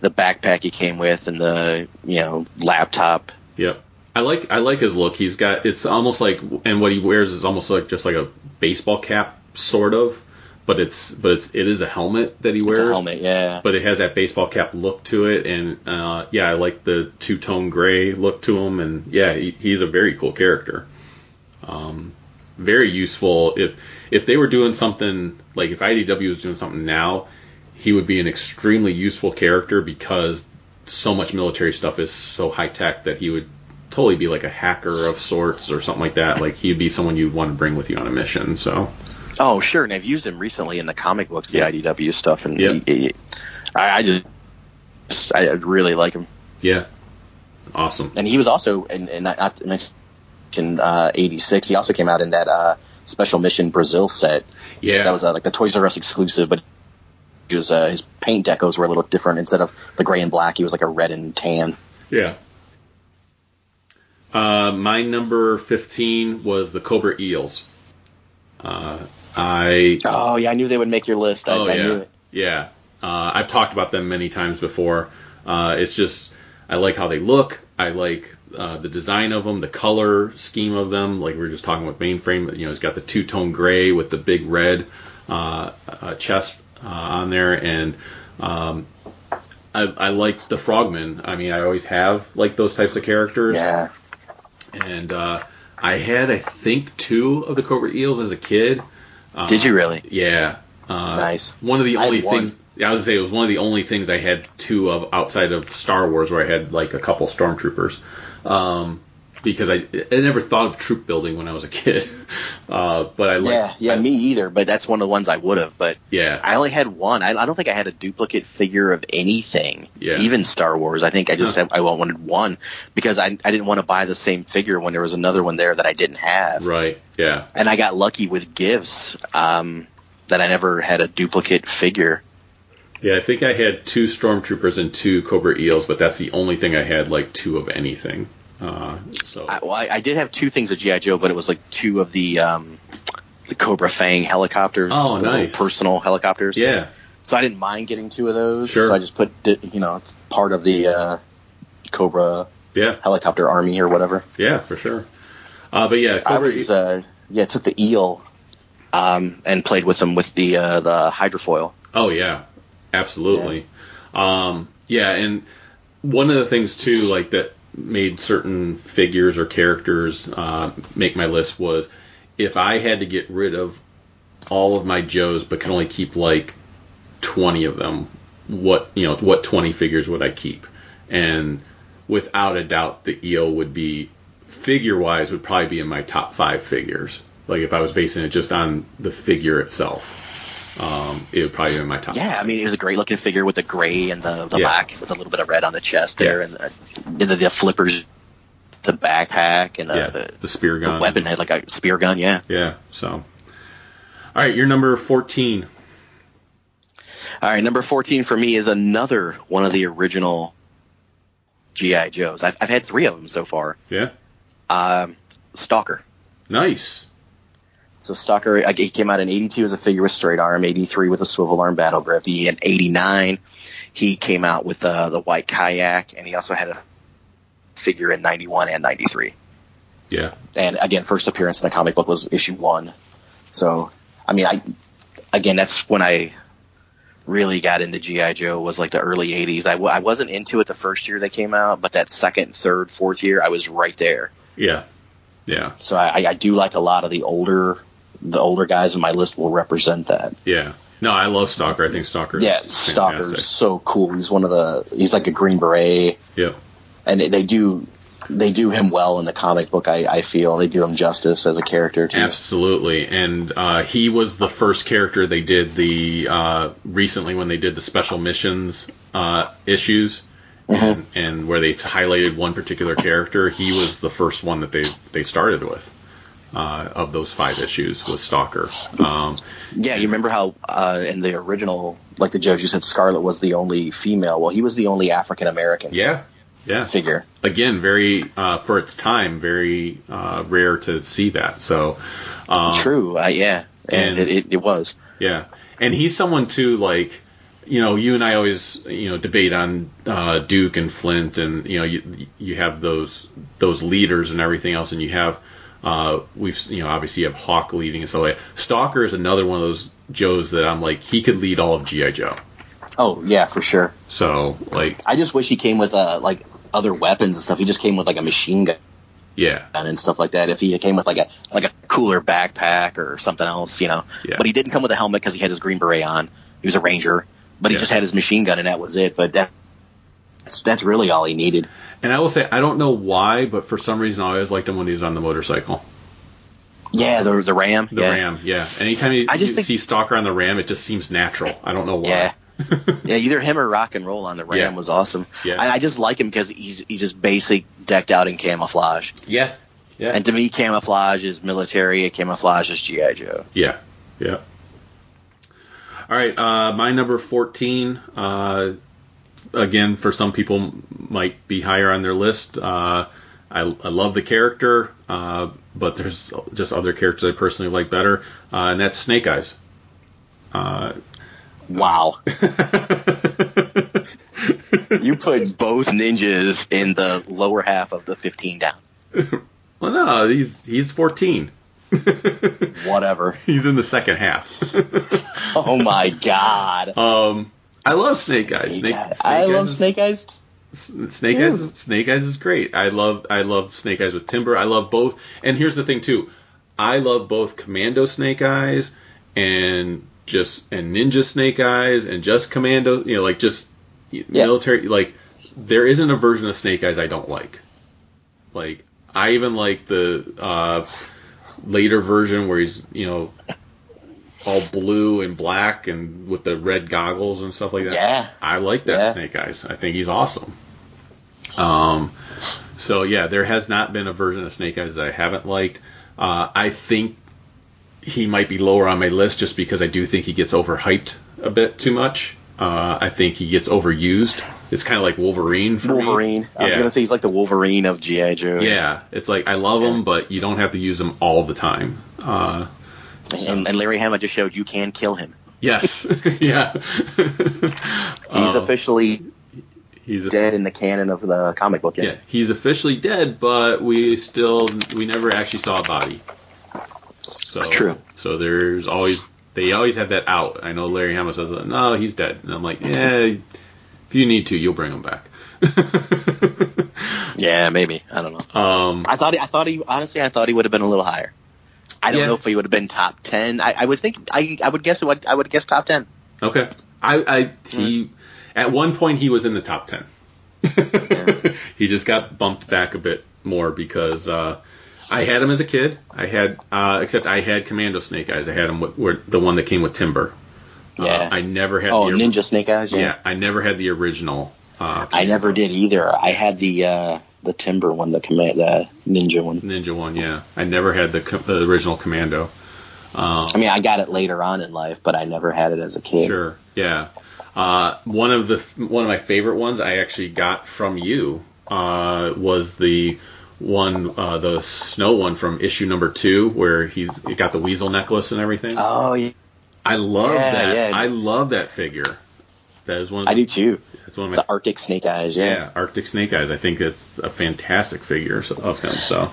the backpack he came with, and the you know laptop.
Yep. I like I like his look. He's got it's almost like and what he wears is almost like just like a baseball cap sort of. but it's but it's it is a helmet that he wears.
It's a helmet, yeah.
But it has that baseball cap look to it, and uh, yeah, I like the two tone gray look to him, and yeah, he, he's a very cool character. Um, very useful. If if they were doing something like if IDW was doing something now, he would be an extremely useful character because so much military stuff is so high tech that he would totally be like a hacker of sorts or something like that. Like he'd be someone you'd want to bring with you on a mission. So.
Oh sure, and I've used him recently in the comic books, the
Yeah.
IDW stuff, and
Yeah.
he, he- I I just I really like him.
Yeah. Awesome.
and he was also and, and not- not to mention uh, '86. He also came out in that uh, special mission Brazil set.
Yeah.
That was uh, like the Toys R Us exclusive, but he was, uh, his paint decos were a little different. Instead of the gray and black, he was like a red and tan.
Yeah. Uh, my number 15 was the Cobra Eels. Uh, I.
Oh yeah, I knew they would make your list. I,
oh,
I
yeah.
knew it.
Yeah. Uh, I've talked about them many times before. Uh, it's just, I like how they look. I like uh, the design of them, the color scheme of them. Like we were just talking with Mainframe, you know, it's got the two tone gray with the big red uh, uh, chest uh, on there. And um, I, I like the Frogmen. I mean, I always have like those types of characters
Yeah,
and uh, I had, I think, two of the Cobra Eels as a kid. Uh,
did you really?
Yeah, uh,
Nice.
One of the
I had
only
one.
things yeah, I was gonna say it was one of the only things I had two of outside of Star Wars, where I had like a couple stormtroopers, um, because I, I never thought of troop building when I was a kid. Uh, but I like
Yeah, yeah, me either. But that's one of the ones I would have. But
yeah
I only had one. I, I don't think I had a duplicate figure of anything,
Yeah.
even Star Wars. I think I just
Huh.
had, I wanted one because I, I didn't want to buy the same figure when there was another one there that I didn't have.
right yeah
And I got lucky with gifts um, that I never had a duplicate figure.
yeah I think I had two stormtroopers and two Cobra Eels, but that's the only thing I had like two of anything. Uh, so
I, well, I, I did have two things of GI Joe, but it was like two of the um, the Cobra Fang helicopters.
Oh,
the little
nice.
Personal helicopters.
yeah
So I didn't mind getting two of those.
Sure.
So I just put di- you know it's part of the uh, Cobra
yeah
helicopter army or whatever.
Yeah, for sure. Uh, but yeah,
I
Cobra,
was uh, yeah took the eel um, and played with them with the uh, the hydrofoil.
oh yeah, absolutely. Um, yeah, and one of the things too, like that made certain figures or characters uh, make my list was if I had to get rid of all of my Joes, but can only keep like twenty of them. What you know, what twenty figures would I keep? And without a doubt, the eel would be figure wise would probably be in my top five figures. Like if I was basing it just on the figure itself, um, it would probably be in my top.
Yeah, I mean it was a great looking figure with the gray and the, the
Yeah.
black with a little bit of red on the chest there
Yeah.
and uh, the, the, the flippers, the backpack and the,
yeah,
uh, the,
the spear
the
gun,
weapon had like a spear gun. Yeah.
Yeah. So, all right, you're number fourteen.
All right, number fourteen for me is another one of the original GI Joes. I've, I've had three of them so far.
Yeah.
Um, Stalker.
Nice.
So Stalker, like, he came out in 82 as a figure with straight arm, 83 with a swivel arm battle grip. He in 89, he came out with uh, the white kayak, and he also had a figure in 91 and 93.
Yeah.
And again, first appearance in a comic book was issue one. So, I mean, I again, that's when I really got into GI Joe was like the early 80s. I, w- I wasn't into it the first year they came out, but that second, third, fourth year, I was right there.
Yeah. Yeah.
So I, I do like a lot of the older the older guys in my list will represent that.
Yeah. No, I love Stalker. I think Stalker. is
Yeah, Stalker's
fantastic.
so cool. He's one of the he's like a Green Beret,
Yeah.
and they do they do him well in the comic book. I, I feel they do him justice as a character too.
Absolutely, and uh, he was the first character they did the uh, recently when they did the special missions uh, issues,
Mm-hmm.
and, and where they highlighted one particular character. He was the first one that they they started with uh, of those five issues was Stalker. Um,
Yeah, you remember how uh, in the original, like the judge, you said Scarlet was the only female. Well, he was the only African American
yeah, yeah.
figure.
Again, very uh, for its time, very uh, rare to see that. So. Um,
True, uh, yeah,
And-
and, it, it, it was.
Yeah, and he's someone too. Like, you know, you and I always you know debate on uh, Duke and Flint, and you know you you have those those leaders and everything else, and you have Uh, we've you know obviously you have Hawk leading and so like Stalker is another one of those Joes that I'm like he could lead all of GI Joe.
Oh yeah, for sure.
So like
I just wish he came with uh like other weapons and stuff. He just came with like a machine gun
yeah
and stuff like that. If he came with like a like a cooler backpack or something else, you know.
Yeah.
But he didn't come with a helmet because he had his green beret on. He was a ranger, but he
Yeah.
just had his machine gun and that was it. But that, that's that's really all he needed.
And I will say I don't know why, but for some reason I always liked him when he was on the motorcycle.
Yeah, the the ram.
The
yeah.
Ram, yeah. Anytime you,
I just
you
think-
see Stalker on the Ram, it just seems natural. I don't know why.
Yeah. yeah, either him or Rock and Roll on the Ram
Yeah.
was awesome.
Yeah.
And I just like him because he's he's just basic decked out in camouflage.
Yeah. Yeah.
And to me, camouflage is military. and Camouflage is GI Joe.
yeah. Yeah. All right. Uh, my number 14, uh, again, for some people m- might be higher on their list. Uh, I, I love the character, uh, but there's just other characters I personally like better, uh, and that's Snake Eyes. Uh,
Wow. You put both ninjas in the lower half of the 15 down.
well, no, he's he's 14.
Whatever.
He's in the second half.
Oh my god.
um, I love Snake Eyes. Snake, Snake
I
Eyes
love
is-
Snake Eyes.
S- Snake Eyes. is- Snake Eyes is great. I love I love Snake Eyes with Timber. I love both. And here's the thing too, I love both Commando Snake Eyes and just and Ninja Snake Eyes and just Commando. You know, like just military. Like there isn't a version of Snake Eyes I don't like. Like I even like the uh, later version where he's you know all blue and black and with the red goggles and stuff like that.
Yeah.
I like that
Yeah.
Snake Eyes. I think he's awesome. Um, so yeah, there has not been a version of Snake Eyes that I haven't liked. Uh, I think he might be lower on my list just because I do think he gets overhyped a bit too much. Uh, I think he gets overused. It's kind of like Wolverine. For me.
Wolverine. I was
Yeah.
gonna say he's like the Wolverine of GI Joe.
Yeah, it's like I love him, but you don't have to use him all the time. Uh,
And, and Larry Hama just showed you can kill him.
yes, yeah.
He's
Oh.
officially
he's a,
dead in the canon of the comic book.
yeah, he's officially dead, but we still we never actually saw a body. So
True.
So there's always they always have that out. I know Larry Hama says no, he's dead, and I'm like, yeah, if you need to, you'll bring him back.
Yeah, maybe. I don't know.
um,
I thought. I thought he. Honestly, I thought he would have been a little higher. I don't
Yeah.
know if he would have been top ten. I, I would think. I. I would guess. it would- I would guess top ten.
Okay. I, I he at one point he was in the top ten. he just got bumped back a bit more because uh, I had him as a kid. I had uh, except I had Commando Snake Eyes. I had him with, were the one that came with Timber.
Yeah.
Uh, I never had.
oh,
the, ori-
Ninja Snake Eyes.
Yeah, I never had the original. Uh,
I never did either. I had the uh, the timber one, the command, the ninja one.
Ninja one. Yeah, I never had the, co- the original Commando.
I mean, I got it later on in life, but I never had it as a kid.
Sure. Yeah. Uh, one of the one of my favorite ones I actually got from you uh, was the one uh, the snow one from issue number two where he's he got the weasel necklace and everything.
Oh, yeah,
I love
yeah,
that.
yeah.
I love that figure. That is one. Of
I do too.
That's one of my
The Arctic Snake Eyes. Yeah.
yeah Arctic Snake Eyes. I think it's a fantastic figure of him. So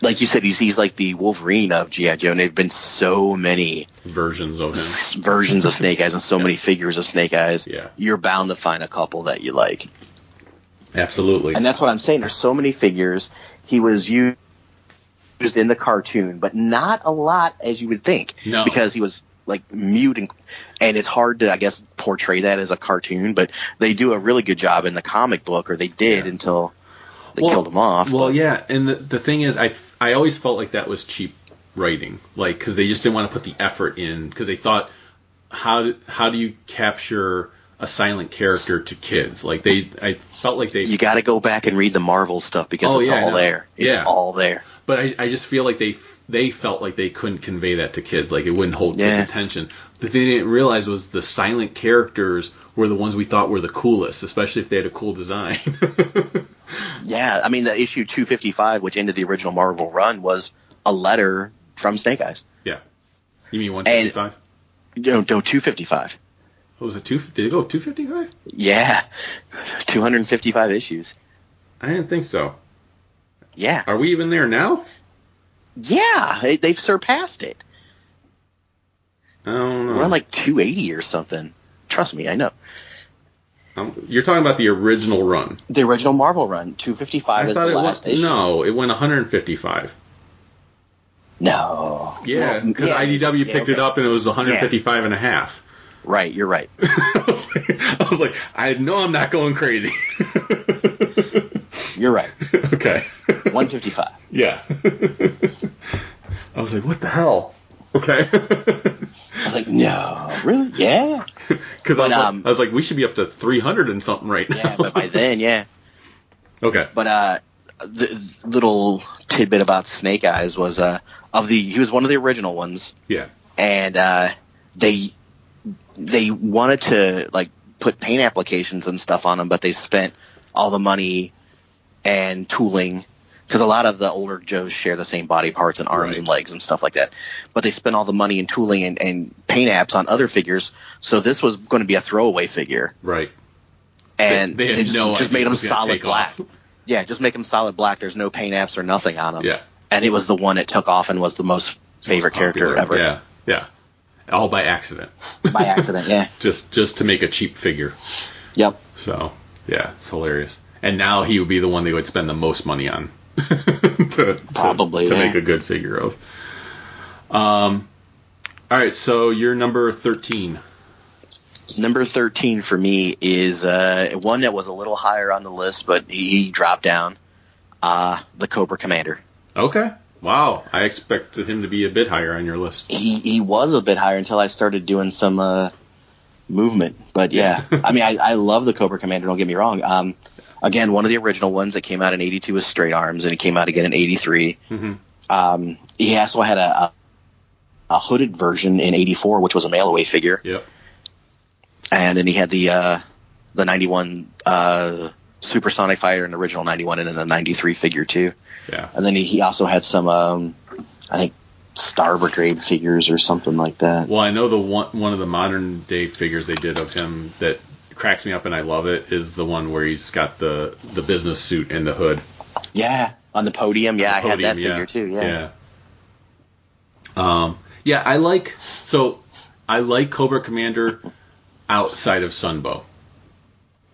like you said, he's he's like the Wolverine of GI Joe, and there've been so many
versions of him.
s- versions of Snake Eyes and so many figures of Snake Eyes.
Yeah.
you're bound to find a couple that you like.
Absolutely.
And that's what I'm saying. There's so many figures. He was u- used in the cartoon, but not a lot as you would think.
No.
Because he was like mute and and it's hard to I guess portray that as a cartoon, but they do a really good job in the comic book, or they did until they killed him off.
Well,
But-
yeah, and the, the thing is, I I always felt like that was cheap writing, like because they just didn't want to put the effort in because they thought how do, how do you capture a silent character to kids? Like they, I felt like they
you got to go back and read the Marvel stuff because
Oh,
it's
yeah, I
all
know.
there. It's
Yeah.
all there.
but I, I just feel like they they felt like they couldn't convey that to kids like it wouldn't hold
Yeah.
kids attention the thing they didn't realize was the silent characters were the ones we thought were the coolest especially if they had a cool design
Yeah, I mean the issue 255, which ended the original Marvel run, was a letter from Snake Eyes.
yeah you mean 155
No, no, 255.
what was it two did it go 255
Yeah, 255 issues.
i didn't think so
Yeah.
Are we even there now?
Yeah, they- they've surpassed it.
I don't know.
We're on like 280 or something. Trust me, I know.
Um, You're talking about the original run.
The original Marvel run, 255
I
is the
thought it
last
was
issue.
no. It went 155.
No.
Yeah,
Well,
because
yeah,
IDW
yeah,
picked it
okay.
up and it was 155 and a half.
Right, you're right.
I was like, I was like, I know I'm not going crazy.
You're right.
okay.
155.
yeah. I was like, what the hell? Okay.
I was like, no, really? Yeah.
Because I, was
But,
like-
um,
I was like, we should be up to 300 and something right now.
Yeah, but by then, yeah.
okay.
But uh, the the little tidbit about Snake Eyes was uh, of the he was one of the original ones,
Yeah.
and uh, they they wanted to like put paint applications and stuff on them, but they spent all the money and tooling because a lot of the older Joes share the same body parts and arms
Right.
and legs and stuff like that. But they spent all the money and tooling and, and paint apps on other figures, so this was going to be a throwaway figure
Right.
and
They-
they,
they had
just,
no
just
idea it
made them
was gonna
solid
take
black.
off.
Yeah, just make them solid black. There's no paint apps or nothing on them.
Yeah.
And it was the one that took off and was the most favorite character
Popular.
ever
Yeah. Yeah. All by accident.
by accident. Yeah.
just just to make a cheap figure.
Yep.
So yeah, it's hilarious. And now he would be the one they would spend the most money on to- to
Probably,
to,
yeah.
make a good figure of. Um, all right, so you're number thirteen.
Number 13 for me is uh, one that was a little higher on the list, but he dropped down. Uh, the Cobra Commander.
Okay. Wow, I expected him to be a bit higher on your list.
He he was a bit higher until I started doing some uh, movement. But yeah, I mean, I, I love the Cobra Commander. Don't get me wrong. Um, again, one of the original ones that came out in '82 was Straight Arms, and it came out again in '83.
Mhm.
Um, he also had a, a a hooded version in '84, which was a mail away figure,
Yep.
and then he had the uh, the '91 uh, Supersonic Fighter, an original '91, and then a '93 figure too.
Yeah.
And then he, he also had some, um, I think, Star Brigade figures or something like that.
Well, I know the one one of the modern day figures they did of him that cracks me up and I love it is the one where he's got the the business suit and the hood.
Yeah, on the podium. Yeah, I had that
podium,
figure too. Yeah.
Yeah. Um, yeah, I like so I like Cobra Commander outside of Sunbow.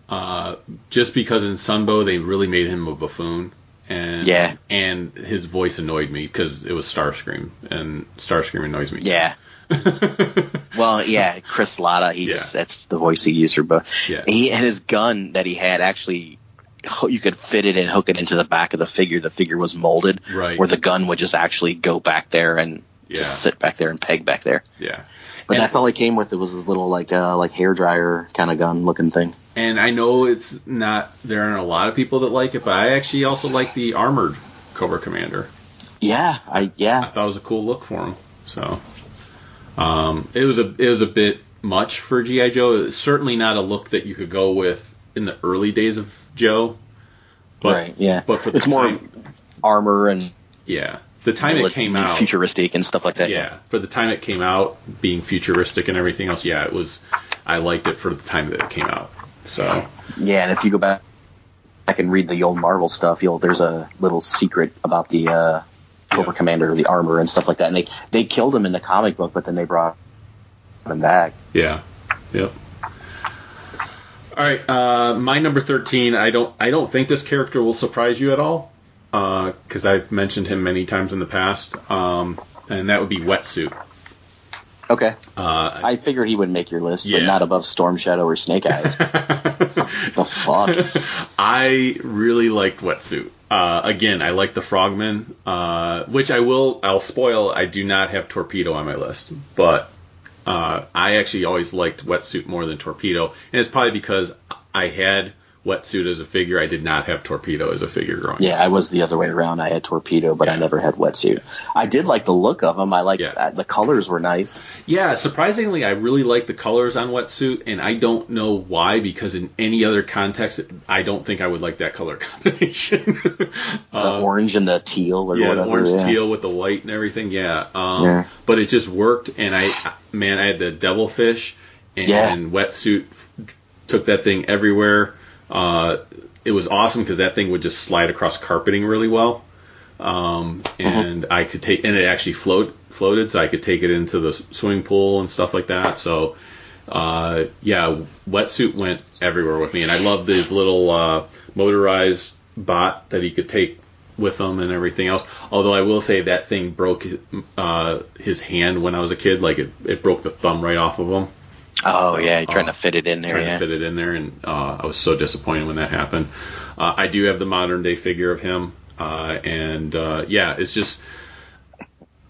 Uh, just because in Sunbow they really made him a buffoon, and
Yeah.
and his voice annoyed me because it was Starscream, and Starscream annoys me.
Yeah. well, yeah, Chris Latta. He
Yeah.
just that's the voice he used for both.
Yeah.
He and his gun that he had actually. ho- You could fit it and hook it into the back of the figure. The figure was molded,
Right.
where the gun would just actually go back there and
Yeah.
just sit back there and peg back there.
yeah.
But
And-
that's all he came with. It was this little like uh, like hair dryer kind of gun looking thing.
and I know it's not there aren't a lot of people that like it, but I actually also like the armored Cobra Commander.
Yeah, I yeah.
I thought it was a cool look for him. So um, it was a it was a bit much for GI Joe. It's certainly not a look that you could go with in the early days of Joe. But,
right. Yeah.
But for the
it's
time,
more armor and
yeah, the time it
like,
came out,
futuristic and stuff like that.
yeah, for the time it came out, being futuristic and everything else, yeah, it was. I liked it for the time that it came out. So
Yeah, and if you go back back and read the old Marvel stuff, you'll there's a little secret about the uh, Cobra
Yeah.
Commander, the armor and stuff like that. And they they killed him in the comic book, but then they brought him back.
Yeah. Yep. All right. Uh, my number thirteen. I don't. I don't think this character will surprise you at all, because I've mentioned him many times in the past. Um, and that would be wetsuit.
Okay,
Uh,
I figured he would make your list, but
Yeah.
not above Storm Shadow or Snake Eyes. the fuck?
I really liked wetsuit. Uh, again, I like the frogman, uh, which I will. I'll spoil. I do not have torpedo on my list, but uh, I actually always liked wetsuit more than torpedo, and it's probably because I had wetsuit as a figure. I did not have torpedo as a figure growing. up.
Yeah, I was the other way around. I had torpedo, but I never had wetsuit. I did like the look of him. I like
Yeah.
the colors were nice.
Yeah, surprisingly, I really like the colors on wetsuit, and I don't know why. Because in any other context, I don't think I would like that color combination.
The
Uh,
orange and the teal, or
yeah,
whatever.
the orange
yeah.
teal with the white and everything. Yeah. Um,
Yeah.
But it just worked, and I, man, I had the devilfish and
Yeah.
wetsuit. Took that thing everywhere. Uh, it was awesome because that thing would just slide across carpeting really well. um, and I could take and it actually float floated, so I could take it into the s- swimming pool and stuff like that. So uh, yeah, wetsuit went everywhere with me, and I loved his little uh, motorized bot that he could take with him and everything else. Although I will say that thing broke uh, his hand when I was a kid, like it, it broke the thumb right off of him
Oh yeah, you're trying
uh,
to fit it in there.
trying
yeah.
to fit it in there, and uh, I was so disappointed when that happened. Uh, I do have the modern day figure of him, uh, and uh, yeah, it's just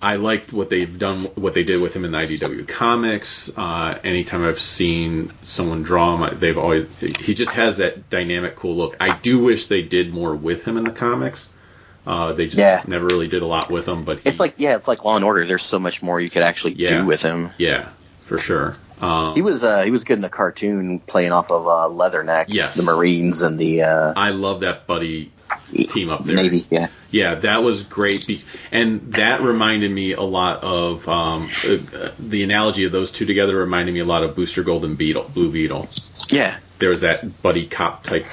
I liked what they've done, what they did with him in the IDW comics. Uh, anytime I've seen someone draw him, I- they've always he just has that dynamic, cool look. I do wish they did more with him in the comics. Uh, they just
Yeah.
never really did a lot with him, but he,
It's like yeah, it's like Law and Order. There's so much more you could actually
Yeah.
do with him.
yeah, for sure. Um,
He was uh, he was good in the cartoon, playing off of uh, Leatherneck,
Yes.
the Marines, and the uh,
I love that buddy team up there.
Navy. Yeah,
Yeah, that was great, be- and that reminded me a lot of um, uh, uh, the analogy of those two together. Reminded me a lot of Booster Gold and Beetle, Blue Beetle.
yeah.
There was that buddy cop type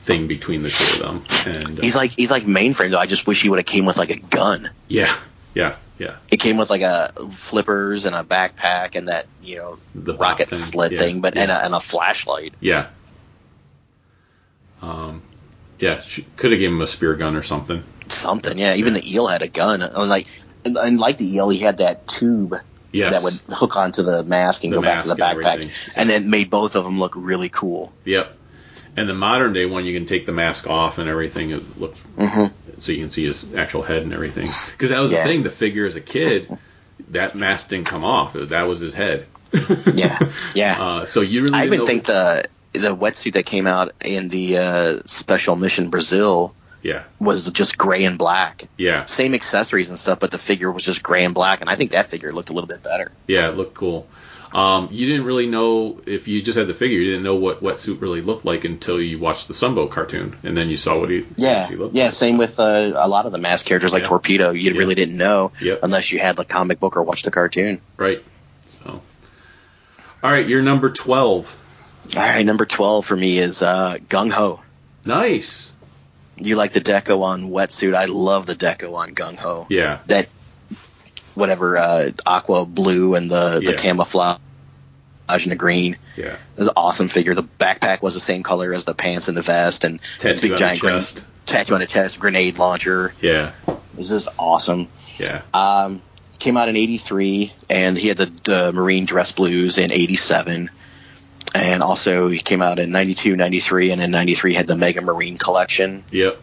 thing between the two of them, and uh,
He's like he's like mainframe though. I just wish he would have came with like a gun.
yeah, yeah, yeah,
It came with like a flippers and a backpack and that you know
The pop
rocket
thing,
sled
yeah,
thing, but and,
yeah.
a, and a flashlight.
yeah. Um, yeah, could have given him a spear gun or something.
something. Yeah, even the eel had a gun. And like, and, and like the eel, he had that tube
Yes.
that would hook onto the mask and
The
go back to the
mask and
backpack,
everything.
and then made both of them look really cool.
Yep. And the modern day one, you can take the mask off and everything. It looks so you can see his actual head and everything. Because that was
Mm-hmm. Yeah.
the thing. The figure as a kid, that mask didn't come off. That was his head.
Yeah, yeah.
Uh, so you really
I
didn't
even
know-
think the the wetsuit that came out in the uh, special mission Brazil
yeah,
was just gray and black.
yeah,
Same accessories and stuff, but the figure was just gray and black, and I think that figure looked a little bit better.
yeah. It looked cool. Um, you didn't really know if you just had the figure. You didn't know what wetsuit really looked like until you watched the Sunbow cartoon, and then you saw what he
Yeah,
actually looked
yeah.
like.
Same with uh, a lot of the mask characters, like
Yeah.
Torpedo. You
Yeah.
really didn't know
Yep.
unless you had the comic book or watched the cartoon.
right. So, all right, you're number twelve.
All right, number 12 for me is uh, Gung Ho.
Nice.
You like the deco on Wetsuit. I love the deco on Gung Ho.
Yeah.
That, whatever, uh, aqua blue and the, the
Yeah.
camouflage and the green.
Yeah.
It was an awesome figure. The backpack was the same color as the pants and the vest and
Tattoo on
big
the
giant green-
chest.
tattoo on the chest, grenade launcher.
Yeah,
It was just awesome.
yeah,
Um, came out in '83, and he had the, the Marine dress blues in '87, and also he came out in '92, '93, and in '93 had the Mega Marine collection.
yep.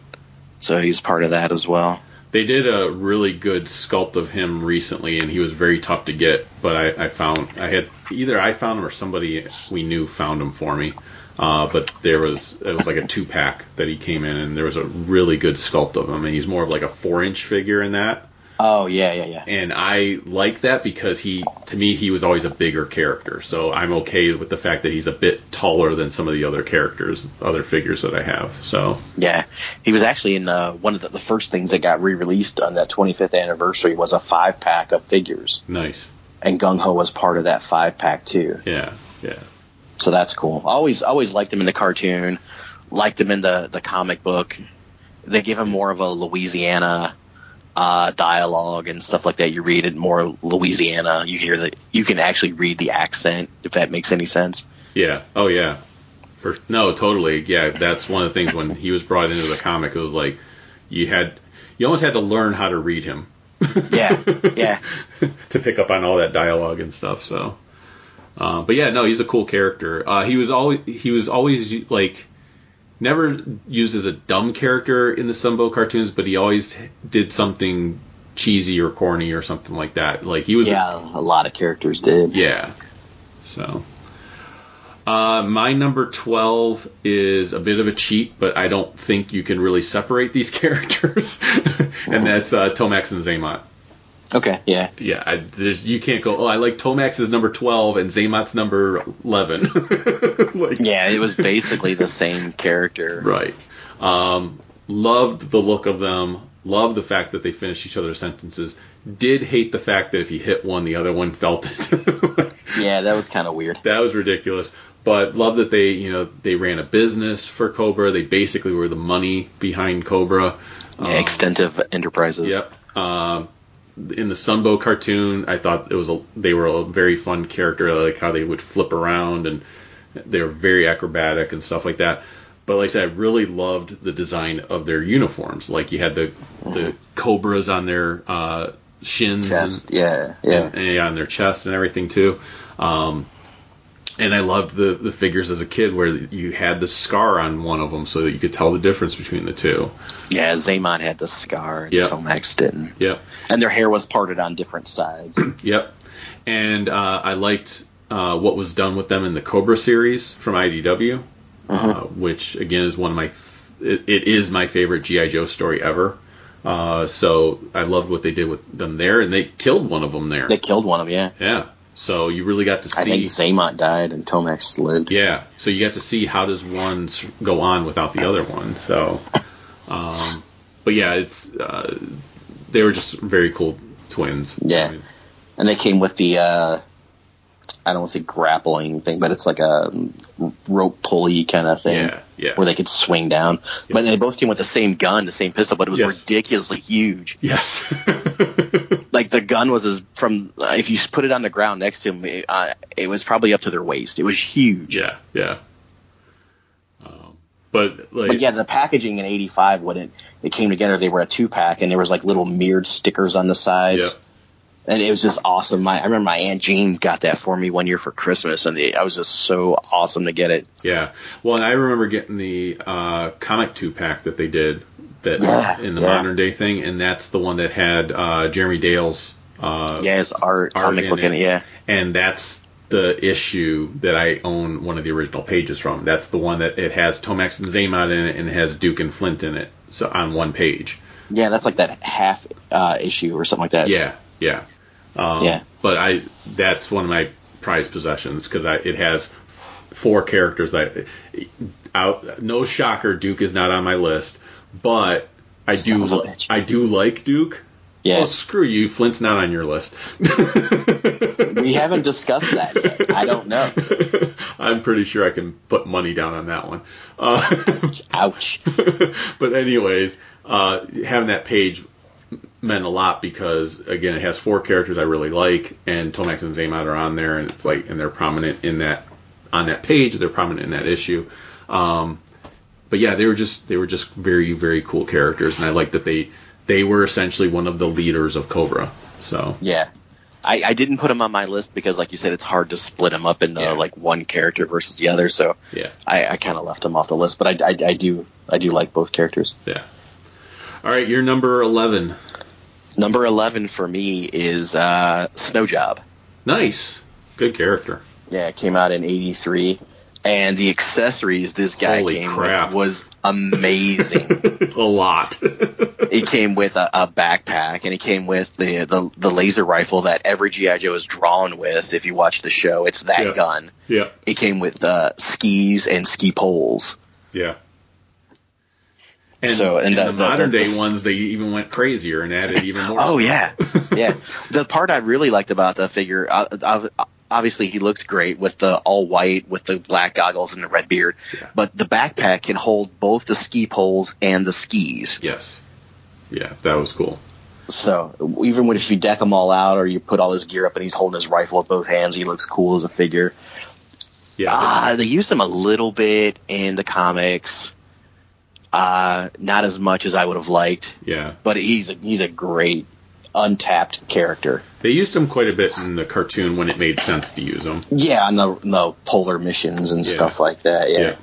So he's part of that as well.
They did a really good sculpt of him recently, and he was very tough to get. But I, I found I had either I found him or somebody we knew found him for me. Uh, but there was it was like a two pack that he came in, and there was a really good sculpt of him, and he's more of like a four inch figure in that.
Oh yeah, yeah, yeah.
and I like that because he, to me, he was always a bigger character. So I'm okay with the fact that he's a bit taller than some of the other characters, other figures that I have. So
Yeah, he was actually in uh, one of the, the first things that got re-released on that 25th anniversary was a five pack of figures,
nice,
and Gung Ho was part of that five pack too.
yeah, yeah.
So that's cool. Always, always liked him in the cartoon. Liked him in the the comic book. They give him more of a Louisiana uh, dialogue and stuff like that. You read it more Louisiana. You hear the you can actually read the accent if that makes any sense.
Yeah. Oh yeah. For no, totally. Yeah, that's one of the things when he was brought into the comic. It was like you had you almost had to learn how to read him
Yeah, yeah,
to pick up on all that dialogue and stuff. So, uh, but yeah, no, he's a cool character. Uh, he was always he was always like never used as a dumb character in the Sumbo cartoons, but he always did something cheesy or corny or something like that. Like he was
yeah. A lot of characters did.
yeah. So, uh, my number 12 is a bit of a cheat, but I don't think you can really separate these characters. and that's uh, Tomax and Zaymot.
Okay. Yeah.
Yeah, I, there's, you can't go, oh, I like Tomax's number 12 and Zaymot's number 11. like,
Yeah. It was basically the same character.
Right. Um, loved the look of them. Loved the fact that they finished each other's sentences. Did hate the fact that if you hit one, the other one felt it.
Yeah, that was kind of weird.
That was ridiculous. But love that they you know they ran a business for Cobra. They basically were the money behind Cobra.
Yeah, extensive enterprises.
um, Yep. Um, in the Sunbow cartoon, I thought it was a they were a very fun character, like how they would flip around and they were very acrobatic and stuff like that. But like I said, I really loved the design of their uniforms. Like you had the the cobras on their uh, shins
Chest.
and
Yeah, yeah.
and, and eh, on their chest and everything too. Um, and I loved the the figures as a kid where you had the scar on one of them so that you could tell the difference between the two.
Yeah, Zaymon had the scar and
Yeah.
Tomax didn't.
Yep.
And their hair was parted on different sides.
Yep. And uh, I liked uh, what was done with them in the Cobra series from IDW,
Uh-huh.
uh, which again is one of my f- it, it is my favorite GI Joe story ever. Uh, so I loved what they did with them there, and they killed one of them there.
they killed one of them, yeah.
yeah. So you really got to
I think
see.
Zaymont died and Tomax slid.
Yeah. So you got to see how does one s- go on without the other one. So, um, but yeah, it's uh, they were just very cool twins.
Yeah.
I mean,
And they came with the, uh, I don't want to say grappling thing, but it's like a rope pulley kind of thing.
Yeah, yeah.
Where they could swing down. But they both came with the same gun, the same pistol, but it was
Yes.
ridiculously huge.
yes.
Like the gun was as from, uh, if you put it on the ground next to him, it, uh, it was probably up to their waist. It was huge.
Yeah, yeah. Um, but like,
But yeah, the packaging in '85 when it, it came together, they were a two pack, and there was like little mirrored stickers on the
yeah,
sides, and it was just awesome. My I remember my aunt Jean got that for me one year for Christmas, and it, I was just so awesome to get it.
yeah. Well, and I remember getting the uh, comic two pack that they did that
Yeah,
in the
yeah.
modern day thing, and that's the one that had uh, Jeremy Dale's uh,
Yeah, it's art,
art
comic
in
book in
it.
it. Yeah,
and that's the issue that I own one of the original pages from. That's the one that it has Tomax and Zaymon in it, and it has Duke and Flint in it, so on one page.
yeah, that's like that half uh, issue or something like that.
Yeah, yeah.
yeah,
but I that's one of my prized possessions because it has four characters that out no shocker Duke is not on my list, but I
Son
do
of a
li-
bitch.
I do like Duke.
yeah.
Oh screw you, Flint's not on your list.
we haven't discussed that. yet. I don't know.
I'm pretty sure I can put money down on that one. Uh,
Ouch.
but anyways, uh, having that page meant a lot because again, it has four characters I really like, and Tomax and Zaymot are on there, and it's like, and they're prominent in that on that page. They're prominent in that issue. Um, but yeah, they were just they were just very very cool characters, and I like that they they were essentially one of the leaders of Cobra. So
Yeah. I, I didn't put them on my list because, like you said, it's hard to split them up into
Yeah.
like one character versus the other. So
yeah,
I, I kind of left them off the list, but I, I, I do I do like both characters.
yeah. All right, you're number eleven.
Number eleven for me is uh, Snow Job.
Nice, good character.
Yeah, it came out in '83, and the accessories this guy
Holy
came
crap.
with was amazing.
a lot.
it came with a, a backpack, and it came with the, the the laser rifle that every GI Joe is drawn with. If you watch the show, it's that
Yeah.
gun.
yeah,
It came with uh, skis and ski poles.
yeah. And,
So, and
and
the-
the,
the-
modern
the-
day
the-
ones, they even went crazier and added even more.
Oh yeah, yeah. the part I really liked about the figure, uh, uh, obviously he looks great with the all white, with the black goggles and the red beard. But the backpack can hold both the ski poles and the skis.
Yes. Yeah, that was cool.
So even when if you deck them all out, or you put all his gear up, and he's holding his rifle with both hands, he looks cool as a figure.
Yeah.
Uh, they used him a little bit in the comics. Uh, not as much as I would have liked,
yeah.
but he's a, he's a great untapped character.
They used them quite a bit in the cartoon when it made sense to use them.
Yeah, on the, the polar missions and
Yeah.
stuff like that. Yeah.
Yeah.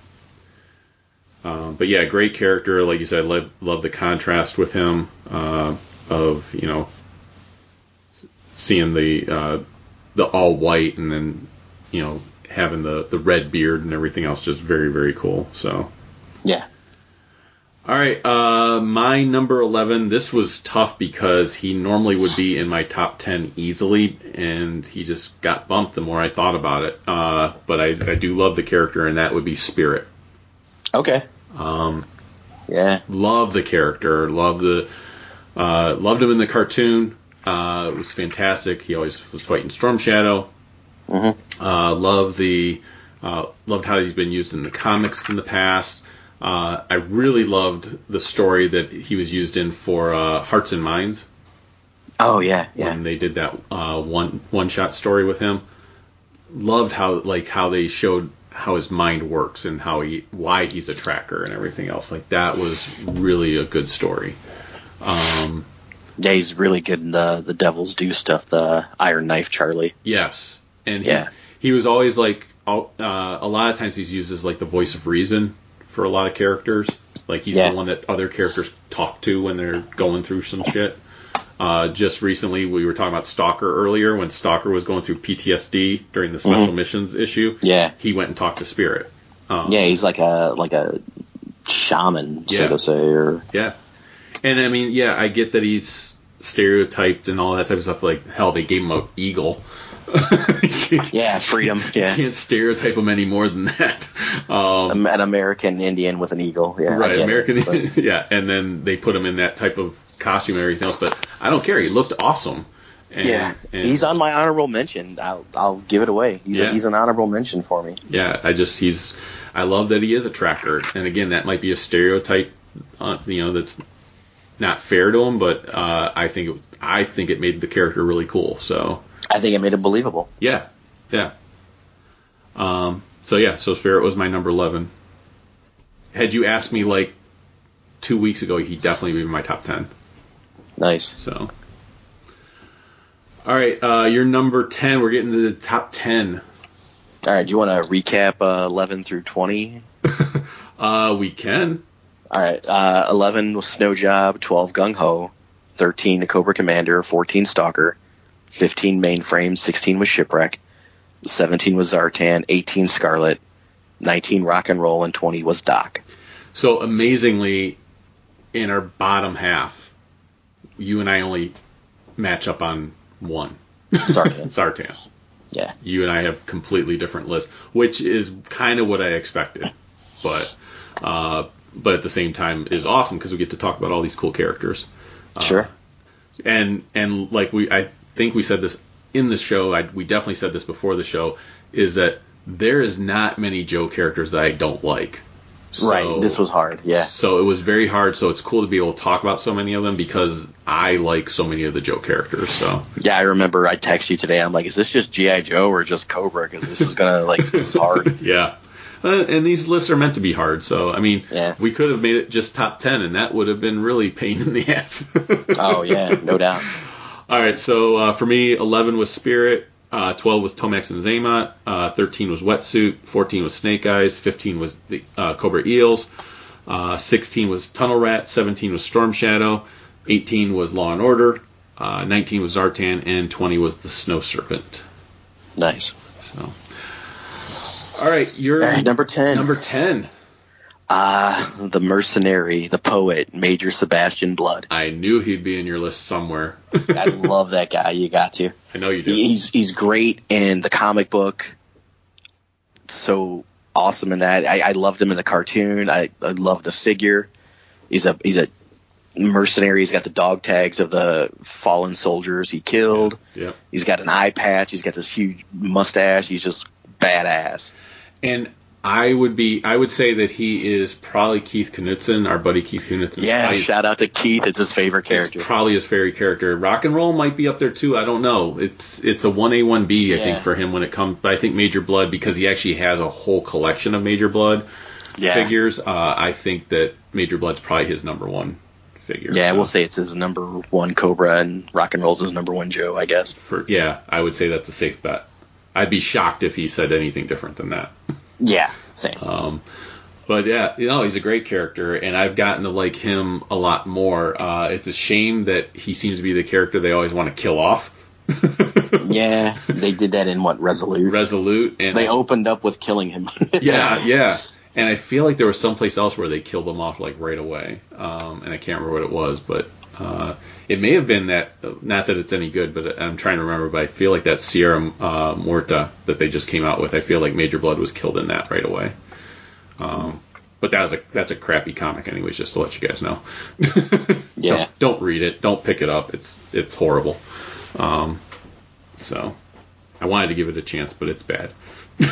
Um, but yeah, great character. Like you said, love, love the contrast with him uh, of you know s- seeing the uh, the all white and then you know having the the red beard and everything else. Just very very cool. So
yeah.
all right, uh, my number eleven. This was tough because he normally would be in my top ten easily, and he just got bumped the more I thought about it. Uh, but I, I do love the character, and that would be Spirit.
Okay. Um, yeah.
love the character. Love the uh, loved him in the cartoon. Uh, it was fantastic. He always was fighting Storm Shadow. Uh, love the Uh, loved how he's been used in the comics in the past. Uh, I really loved the story that he was used in for uh, Hearts and Minds
Oh yeah, yeah.
when they did that uh, one one shot story with him. Loved how like how they showed how his mind works and how he why he's a tracker and everything else. Like that was really a good story. Um,
yeah, he's really good in the the Devils Do stuff. The Iron Knife Charlie.
Yes, and he,
Yeah.
he was always like all- uh, a lot of times he's used as like the voice of reason for a lot of characters. Like he's
Yeah.
the one that other characters talk to when they're going through some shit. Uh, just recently, we were talking about Stalker earlier when Stalker was going through PTSD during the special missions issue.
Mm-hmm. Yeah.
he went and talked to Spirit.
Yeah, he's like a like a shaman, so
Yeah.
to say. Or
Yeah. And I mean, yeah, I get that he's stereotyped and all that type of stuff. Like, hell, they gave him a eagle. you
yeah, freedom. Yeah,
can't stereotype him any more than that. Um,
Um, an American Indian with an eagle. Yeah, I
right,
get it,
American.
but-
yeah, and then they put him in that type of costume and everything else. But I don't care. He looked awesome. And,
yeah,
and-
he's on my honorable mention. I'll I'll give it away. He's
Yeah.
a, he's an honorable mention for me.
Yeah, I just he's. I love that he is a tracker. And again, that might be a stereotype. Uh, you know, that's not fair to him. But uh, I think it, I think it made the character really cool. So.
I think it made it believable.
Yeah, yeah. Um, so yeah, so Spirit was my number eleven. Had you asked me like two weeks ago, he definitely would be my top ten.
Nice.
So, all right, uh, you're number ten. We're getting to the top ten.
All right, do you want to recap uh, eleven through twenty?
Uh, we can.
All right, uh, eleven was Snow Job, twelve Gung Ho, thirteen the Cobra Commander, fourteen Stalker, fifteen Mainframe, sixteen was Shipwreck, seventeen was Zartan, eighteen Scarlet, nineteen Rock and Roll, and twenty was Doc.
So amazingly, in our bottom half, you and I only match up on one.
Zartan.
Sartan.
yeah.
you and I have completely different lists, which is kind of what I expected, but uh, but at the same time is awesome because we get to talk about all these cool characters
Sure.
and and like we I think we said this in the show I, we definitely said this before the show is that there is not many Joe characters that I don't like So-
right. This was hard. Yeah.
so it was very hard so it's cool to be able to talk about so many of them because I like so many of the Joe characters so
Yeah, I remember I texted you today. I'm like, is this just GI Joe or just Cobra? Because this is gonna like this is hard.
Yeah. Uh, and these lists are meant to be hard, so I mean,
Yeah.
we could have made it just top ten, and that would have been really pain in the ass.
Oh yeah, no doubt.
All right, so uh, for me, eleven was Spirit, uh, twelve was Tomax and Zaymot, uh, thirteen was Wetsuit, fourteen was Snake Eyes, fifteen was the uh, Cobra Eels, uh, sixteen was Tunnel Rat, seventeen was Storm Shadow, eighteen was Law and Order, uh, nineteen was Zartan, and twenty was the Snow Serpent.
Nice.
So, all right, you're
All right, Uh, number ten.
number ten.
Ah, the mercenary, the poet, Major Sebastian Blood.
I knew he'd be in your list somewhere.
I love that guy. You got to.
I know you do.
He's he's great in the comic book. So awesome in that. I, I loved him in the cartoon. I, I love the figure. He's a he's a mercenary. He's got the dog tags of the fallen soldiers he killed.
Yep.
He's got an eye patch. He's got this huge mustache. He's just badass.
And I would be I would say that he is probably Keith Knudsen, our buddy Keith Knudsen.
Yeah,
I-
shout out to Keith. It's his favorite character.
It's probably his favorite character. Rock and roll might be up there too. I don't know. It's it's a one A one B I
Yeah.
think for him when it comes. But I think Major Blood because he actually has a whole collection of Major Blood
yeah.
figures. Uh, I think that Major Blood's probably his number one figure.
Yeah,
So
we'll say it's his number one Cobra and Rock and Roll's his number one Joe, I guess.
for yeah, I would say that's a safe bet. I'd be shocked if he said anything different than that.
Yeah, same.
Um, But yeah, you know, he's a great character, and I've gotten to like him a lot more. Uh, it's a shame that he seems to be the character they always want to kill off.
yeah, they did that in what Resolute.
Resolute and
they opened up with killing him.
yeah, yeah. And I feel like there was someplace else where they killed him off like right away, um, and I can't remember what it was, but uh, it may have been that. Not that it's any good, but I'm trying to remember. But I feel like that Sierra uh, Morta that they just came out with. I feel like Major Blood was killed in that right away. Um, but that was a that's a crappy comic, anyways. Just to let you guys know.
yeah,
Don't, don't read it. Don't pick it up. It's it's horrible. Um, so I wanted to give it a chance, but it's bad.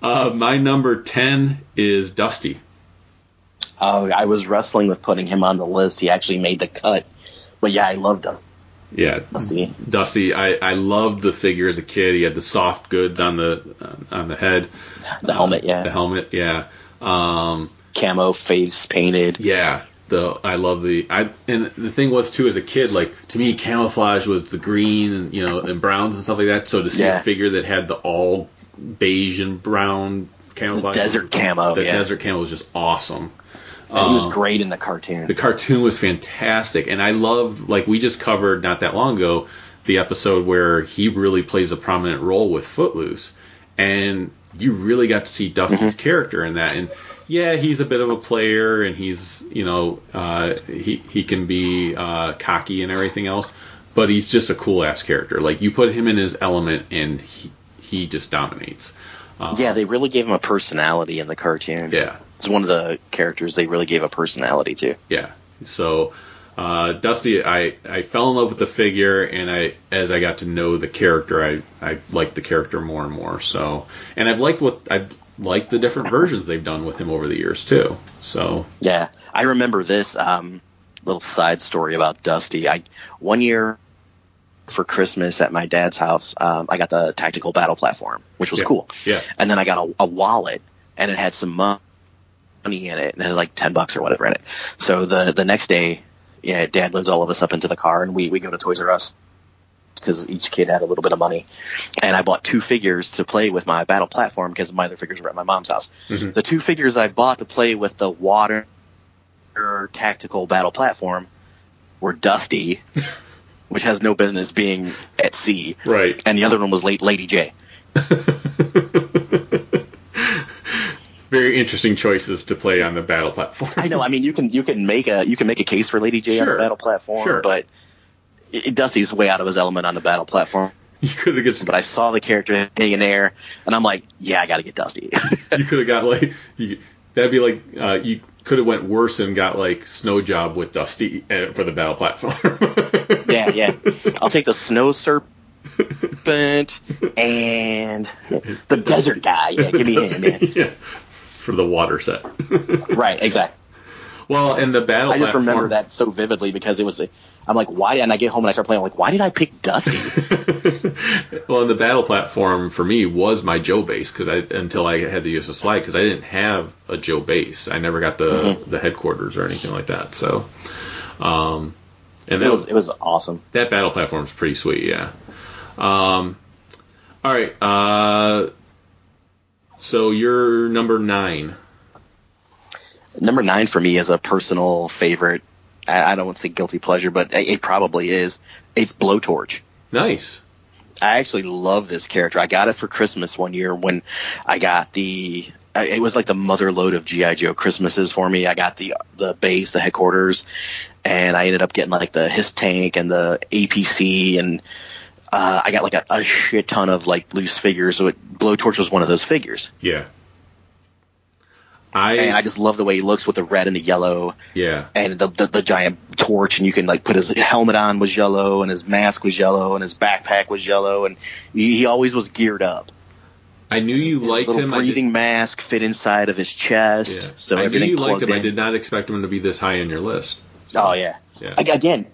Uh, my number 10 is Dusty.
Uh, I was wrestling with putting him on the list. He actually made the cut, but yeah, I loved him.
Yeah,
Dusty.
Dusty. I, I loved the figure as a kid. He had the soft goods on the on the head,
The helmet, yeah.
the helmet. Yeah, um,
Camo face painted.
yeah. The I love the I and the thing was too as a kid like to me camouflage was the green and you know and browns and stuff like that. So to see
Yeah.
a figure that had the all beige and brown camouflage,
desert camo,
the
yeah.
desert camo was just awesome.
And he was great in the cartoon.
Uh, the cartoon was fantastic and i loved like we just covered not that long ago the episode where he really plays a prominent role with footloose and you really got to see dusty's character in that and yeah he's a bit of a player and he's you know uh, he, he can be uh, cocky and everything else but he's just a cool ass character like you put him in his element and he, he just dominates
yeah, they really gave him a personality in the cartoon.
yeah
It's one of the characters they really gave a personality to.
yeah. So uh, Dusty, I, I fell in love with the figure, and I as I got to know the character, I I liked the character more and more. So, and I've liked what I've liked the different versions they've done with him over the years too. So
Yeah, I remember this um, little side story about Dusty. I one year for Christmas at my dad's house, um, I got the tactical battle platform, which was
Yeah.
cool.
Yeah.
and then I got a, a wallet, and it had some mo- money in it, and it had like ten bucks or whatever in it. So the the next day, yeah, Dad loads all of us up into the car, and we we go to Toys R Us because each kid had a little bit of money. And I bought two figures to play with my battle platform because my other figures were at my mom's house.
Mm-hmm.
The two figures I bought to play with the water tactical battle platform were Dusty, which has no business being at sea,
right,
and the other one was late Lady J.
very interesting choices to play on the battle platform.
I know. I mean, you can you can make a you can make a case for Lady J on
Sure.
the battle platform,
Sure.
but it, Dusty's way out of his element on the battle platform.
you could have
But I saw the character millionaire, and I'm like, yeah, I got to get Dusty.
you could have got like you, that'd be like uh, you could have went worse and got like snow job with Dusty uh, for the battle platform.
yeah, yeah. I'll take the snow serpent and the desert guy. Yeah, give me him, man.
yeah, for the water set.
Right, exactly.
well, and the battle.
I just
platform-
remember that so vividly because it was. a- I'm like, why? And I get home and I start playing. I'm like, why did I pick Dusty?
Well, and the battle platform for me was my Joe base because I until I had to use this flag because I didn't have a Joe base. I never got the
Mm-hmm.
the headquarters or anything like that. So, um, and
it
that
was it was awesome.
that battle platform's pretty sweet, yeah. Um, all right, uh, so you're number nine.
Number nine for me is a personal favorite. I, I don't want to say guilty pleasure, but it, it probably is. It's Blowtorch.
Nice.
I actually love this character. I got it for Christmas one year when I got the. I- It was like the mother load of GI Joe Christmases for me. I got the the base, the headquarters, and I ended up getting like the his tank and the APC, and uh, I got like a, a shit ton of like loose figures. So it, Blowtorch was one of those figures,
Yeah. I,
and I just love the way he looks with the red and the yellow.
yeah
and the, the the giant torch, and you can like put his helmet on was yellow, and his mask was yellow, and his backpack was yellow, and he, he always was geared up.
I knew you
His
liked
little
him. I did-
breathing mask fit inside of his chest,
yeah.
so
I knew
everything
you liked
plugged
him.
in.
I did not expect him to be this high on your list.
Oh yeah.
Yeah.
Ag- Again,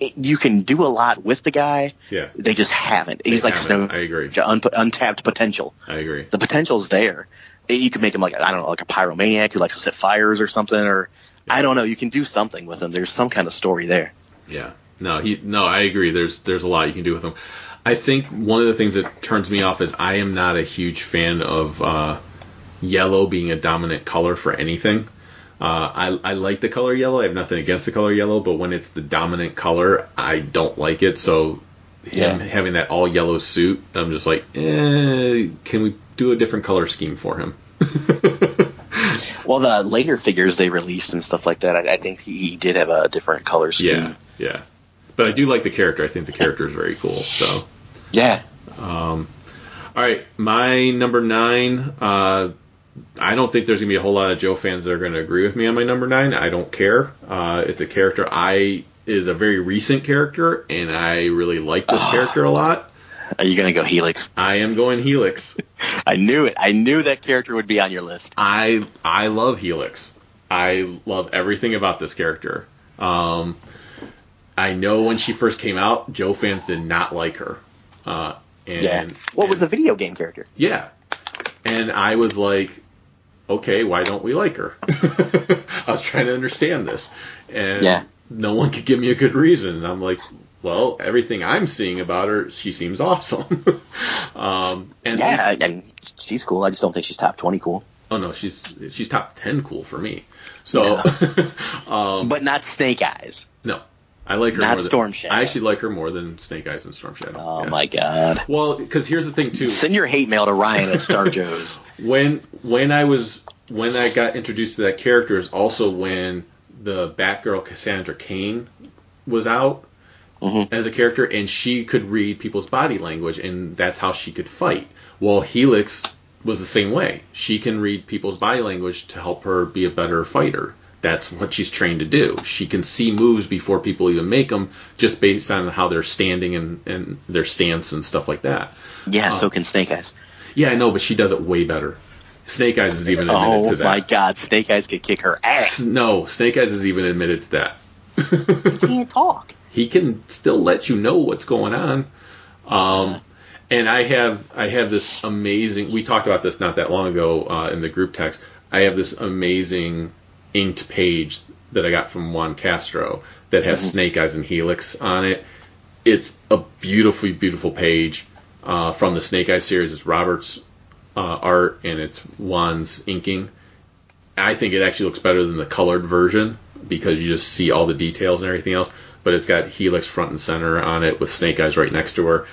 it, you can do a lot with the guy.
Yeah.
They just haven't. He's like
haven't.
snow.
I agree.
Un- untapped potential.
I agree.
The potential's there. Eh, You can make him like I don't know, like a pyromaniac who likes to set fires or something, or I don't know. You can do something with him. There's some kind of story there.
Yeah. No, he no, I agree. There's there's a lot you can do with him. I think one of the things that turns me off is I am not a huge fan of uh, yellow being a dominant color for anything. Uh, I, I like the color yellow. I have nothing against the color yellow, but when it's the dominant color, I don't like it. So him
Yeah.
having that all yellow suit, I'm just like, eh, can we do a different color scheme for him?
Well, the later figures they released and stuff like that, I, I think he did have a different color scheme.
yeah, yeah. But I do like the character. I think the character is very cool. So.
Yeah.
All right, my number nine. Uh, I don't think there's gonna be a whole lot of Joe fans that are gonna agree with me on my number nine. I don't care. Uh, it's a character I is a very recent character, and I really like this character a lot.
Are you going to go Helix?
I am going Helix.
I knew it. I knew that character would be on your list.
I I love Helix. I love everything about this character. Um, I know when she first came out, Joe fans did not like her. Uh, and,
yeah. What
and-
was a video game character?
Yeah. And I was like, okay, why don't we like her? I was trying to understand this. And
Yeah.
no one could give me a good reason. And I'm like, well, everything I'm seeing about her, she seems awesome. um, and
Yeah, I, I, she's cool. I just don't think she's top twenty cool.
oh no, she's she's top ten cool for me. So um,
But not Snake Eyes.
no, I like her.
Not
more than-
Storm Shadow.
I actually like her more than Snake Eyes and Storm Shadow.
Oh
Yeah.
my god.
Well, because here's the thing too.
Send your hate mail to Ryan at Star Joe's.
when when I was when I got introduced to that character is also when the Batgirl Cassandra Kane was out as a character, and she could read people's body language, and that's how she could fight. Well, Helix was the same way. She can read people's body language to help her be a better fighter. That's what she's trained to do. She can see moves before people even make them, just based on how they're standing and, and their stance and stuff like that.
Yeah,
Um,
so can Snake Eyes.
Yeah, I know, but she does it way better. Snake Eyes is even admitted
Oh
to
my
that.
god, Snake Eyes could kick her
S-
ass.
No, Snake Eyes is even admitted to that.
Can't talk.
He can still let you know what's going on. Um, and I have I have this amazing. We talked about this not that long ago uh, in the group text. I have this amazing inked page that I got from Juan Castro that has Snake Eyes and Helix on it. It's a beautifully beautiful page uh, from the Snake Eyes series. It's Robert's uh, art and it's Juan's inking. I think it actually looks better than the colored version because you just see all the details and everything else. But it's got Helix front and center on it with Snake Eyes right next to her.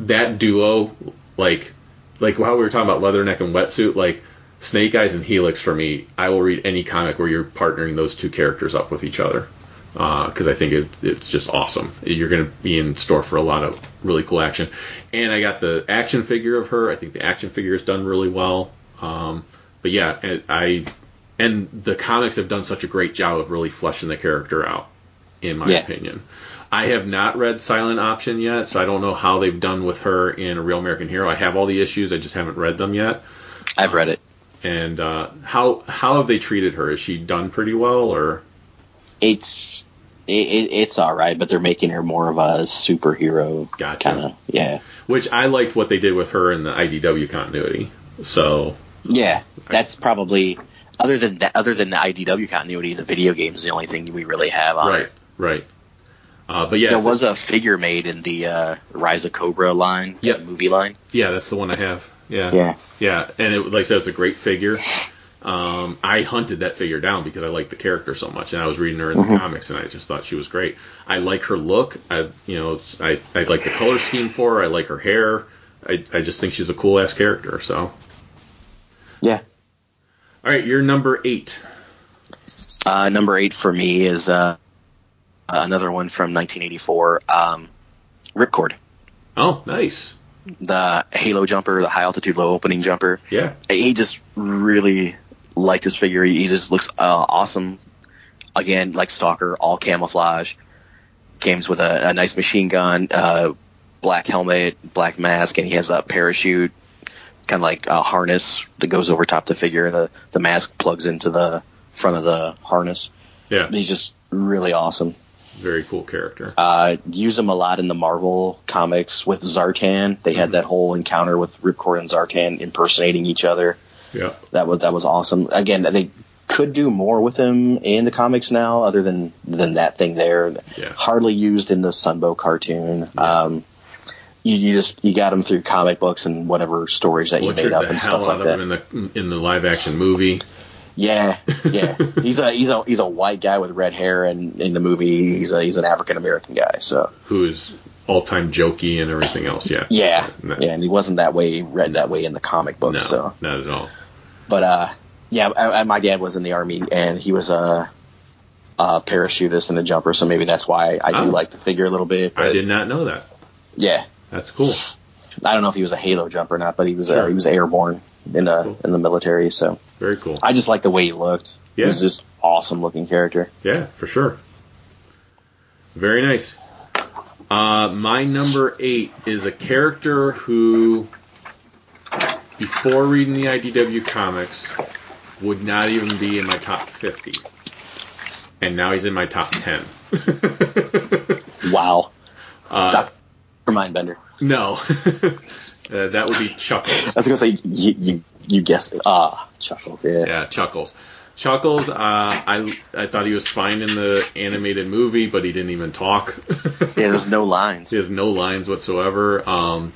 That duo, like, like how we were talking about Leatherneck and Wetsuit, like Snake Eyes and Helix for me, I will read any comic where you're partnering those two characters up with each other because I think it, it's just awesome. You're going to be in store for a lot of really cool action. And I got the action figure of her. I think the action figure is done really well. Um, but yeah, and I and the comics have done such a great job of really fleshing the character out, in my
Yeah.
opinion. I have not read Silent Option yet, so I don't know how they've done with her in A Real American Hero. I have all the issues, I just haven't read them yet.
I've read it.
And uh, how how have they treated her? Is she done pretty well, or
It's it, it, it's all right, but they're making her more of a superhero
Gotcha. Oh,
kind of. Yeah,
which I liked what they did with her in the IDW continuity. So
yeah. That's probably other than that. Other than the IDW continuity, the video game is the only thing we really have on. it.
right, right. Uh, but yeah,
There
it's-
was a figure made in the uh, Rise of Cobra line,
Yep.
movie line.
yeah, that's the one I have. Yeah,
Yeah.
yeah. And it, like I said, it's a great figure. Um, I hunted that figure down because I liked the character so much, and I was reading her in the
Mm-hmm.
comics, and I just thought she was great. I like her look. I, you know, it's- I, I like the color scheme for her. I like her hair. I, I just think she's a cool ass character. So, all
Yeah.
right, you're number eight.
Uh, number eight for me is uh, another one from 1984, um, Ripcord,
Oh, nice.
the Halo jumper, the high altitude, low opening jumper.
Yeah,
He just really liked this figure. He he just looks uh, awesome. Again, like Stalker, all camouflage. Games with a, a nice machine gun, uh, black helmet, black mask, and he has a parachute, kind of like a harness that goes over top the figure. The the mask plugs into the front of the harness.
yeah.
He's just really awesome.
Very cool character.
Uh, used him a lot in the Marvel comics with Zartan. They had that whole encounter with Ripcord and Zartan impersonating each other.
Yeah.
That was that was awesome. Again, they could do more with him in the comics now, other than than that thing there.
Yeah.
Hardly used in the Sunbow cartoon. Um, you, you just you got him through comic books and whatever stories that you
butchered
made up
the
and stuff
hell
like
out of
that.
him in the in the live action movie.
Yeah, yeah. he's a he's a he's a white guy with red hair, and in the movie he's a he's an African American guy. So
who is all time jokey and everything else. Yeah.
Yeah,
No.
yeah, and he wasn't that way read that way in the comic book.
No,
So,
not at all.
but uh, yeah, I, I, my dad was in the army and he was a, a parachutist and a jumper, so maybe that's why I do
Oh.
like the figure a little bit.
I
but
did not know that.
Yeah,
That's cool.
I don't know if he was a Halo jumper or not, but he was uh,
Sure.
he was airborne in the
Cool.
in the military. So
Very cool.
I just like the way he looked. He
Yeah.
was just awesome looking character.
yeah, for sure. Very nice. Uh, my number eight is a character who, before reading the IDW comics, would not even be in my top 50. And now he's in my top 10.
Wow.
Uh,
Doctor Mindbender.
no. Uh, that would be Chuckles.
I was gonna say you you, you guessed it. Ah, chuckles. Yeah.
Yeah, Chuckles. Chuckles, uh, I I thought he was fine in the animated movie, but he didn't even talk.
Yeah, There's no lines.
He has no lines whatsoever. Um,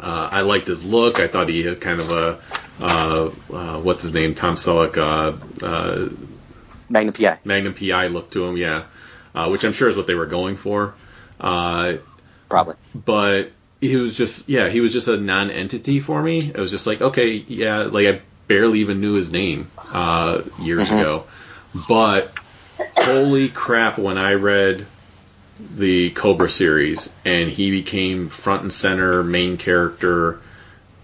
uh, I liked his look. I thought he had kind of a uh, uh, what's his name, Tom Selleck, uh, uh,
Magnum PI.
Magnum PI look to him. Yeah, uh, which I'm sure is what they were going for. Uh,
Probably.
but he was just yeah he was just a non-entity for me it was just like okay yeah like i barely even knew his name uh, years ago but holy crap when i read the cobra series and he became front and center main character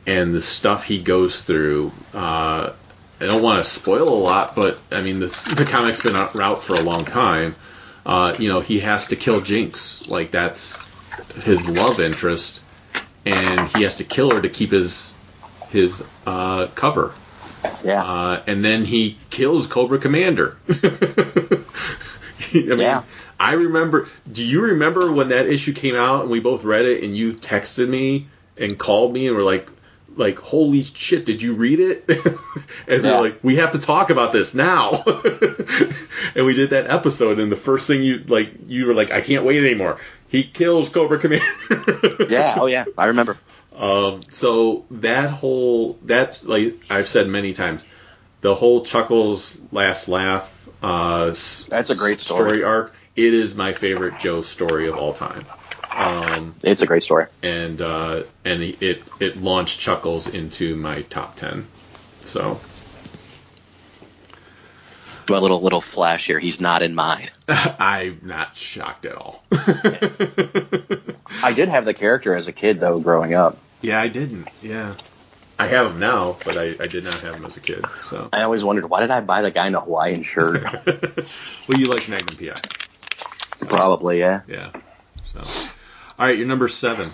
and the stuff he goes through uh, i don't want to spoil a lot but i mean this, the comic's been out, out for a long time uh, you know he has to kill jinx like that's his love interest, and he has to kill her to keep his his uh, cover.
Yeah.
Uh, and then he kills Cobra Commander. I mean,
Yeah.
I remember. Do you remember when that issue came out and we both read it and you texted me and called me and were like, like, holy shit, did you read it? and we
Yeah.
we're like, we have to talk about this now. and we did that episode, and the first thing you like, you were like, I can't wait anymore. He kills Cobra Commander.
yeah. Oh yeah. I remember.
Um, so that whole that's like I've said many times, the whole Chuckles last laugh. Uh, s-
That's a great story.
arc. It is my favorite Joe story of all time, um,
It's a great story.
and uh, and it it launched Chuckles into my top ten. So
Do a little little flash here. He's not in mine.
I'm not shocked at all.
I did have the character as a kid though, growing up.
yeah, I didn't. Yeah, I have him now, but I, I did not have him as a kid. So
I always wondered why did I buy the guy in a Hawaiian shirt?
well, you like Magnum PI.
Probably. Yeah.
Yeah. So, all right, you're number seven.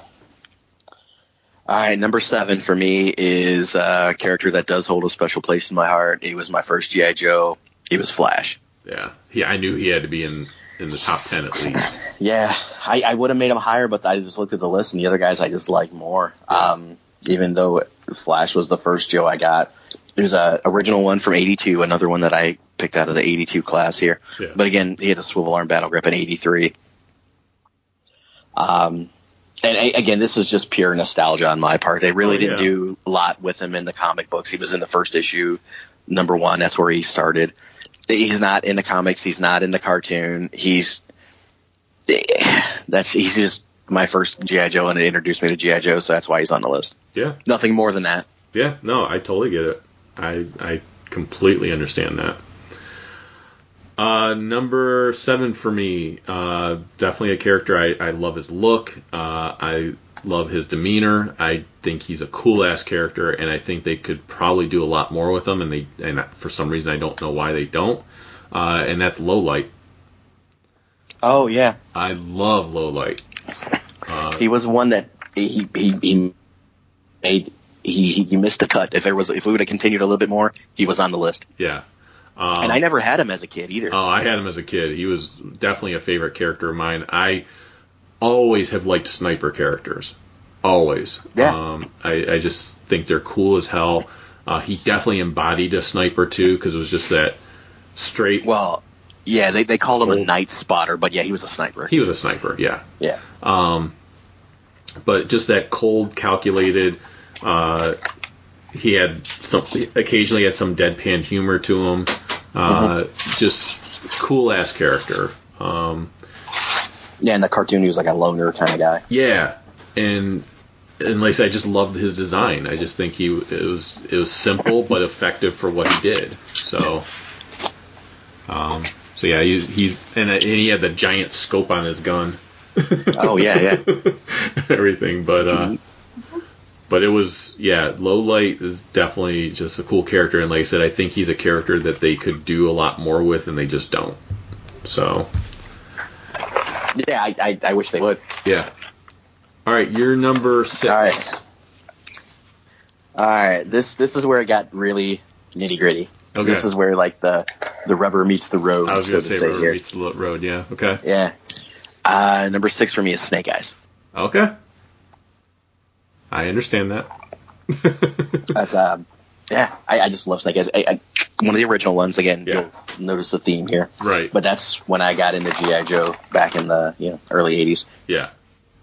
All right, number seven for me is a character that does hold a special place in my heart. It was my first GI Joe. It was Flash.
Yeah, he, I knew he had to be in in the top ten at least.
Yeah, I, I would have made him higher, but I just looked at the list and the other guys I just like more. Um, even though Flash was the first Joe I got, there's a original one from '82, another one that I picked out of the '82 class here.
Yeah.
But again, he had a swivel arm battle grip in '83. Um, and a- again, this is just pure nostalgia on my part. They really
Oh,
didn't
yeah.
do a lot with him in the comic books. He was in the first issue, number one. That's where he started. He's not in the comics. He's not in the cartoon. He's that's he's just my first GI Joe, and it introduced me to GI Joe, so that's why he's on the list.
Yeah,
Nothing more than that.
yeah. No, I totally get it. I I completely understand that. Uh, number seven for me, uh, definitely a character. I, I love his look. Uh, I love his demeanor. I think he's a cool ass character, and I think they could probably do a lot more with him. And they and for some reason I don't know why they don't. Uh, and that's Lowlight.
Oh yeah,
I love Lowlight.
he was one that he he, he made he, he- he missed the cut. If there was if we would have continued a little bit more, he was on the list.
Yeah.
and I never had him as a kid either.
Oh, I had him as a kid. He was definitely a favorite character of mine. I always have liked sniper characters. Always.
Yeah.
Um, I, I just think they're cool as hell. Uh, he definitely embodied a sniper too, because it was just that straight.
well, yeah, they they called him a night spotter, but yeah, he was a sniper.
he was a sniper. Yeah.
yeah,
but just that cold, calculated. Uh, he had some occasionally had some deadpan humor to him. Uh,
Mm-hmm.
Just cool ass character. Um,
yeah. In the cartoon, he was like a loner kind of guy.
yeah, and and like I said, I just loved his design. I just think he it was it was simple but effective for what he did. So. Um, so yeah, he's, he's and, and he had the giant scope on his gun.
Oh yeah, yeah.
everything. But uh, but it was yeah. Low light is definitely just a cool character, and like I said, I think he's a character that they could do a lot more with, and they just don't. So
Yeah, I, I, I wish they would.
Yeah. All right, you're number six.
All right. All right, this this is where it got really nitty gritty.
Okay.
This is where like the the rubber meets the road,
I was
so
gonna
to
say
say
road
here.
meets the lo- road. Yeah. Okay.
Yeah. Uh, number six for me is Snake Eyes.
Okay. I understand that.
That's um, yeah, I, I just love Snake Eyes. I, I, one of the original ones again.
Yeah.
You'll notice the theme here,
right.
but that's when I got into GI Joe back in the you know early '80s.
yeah.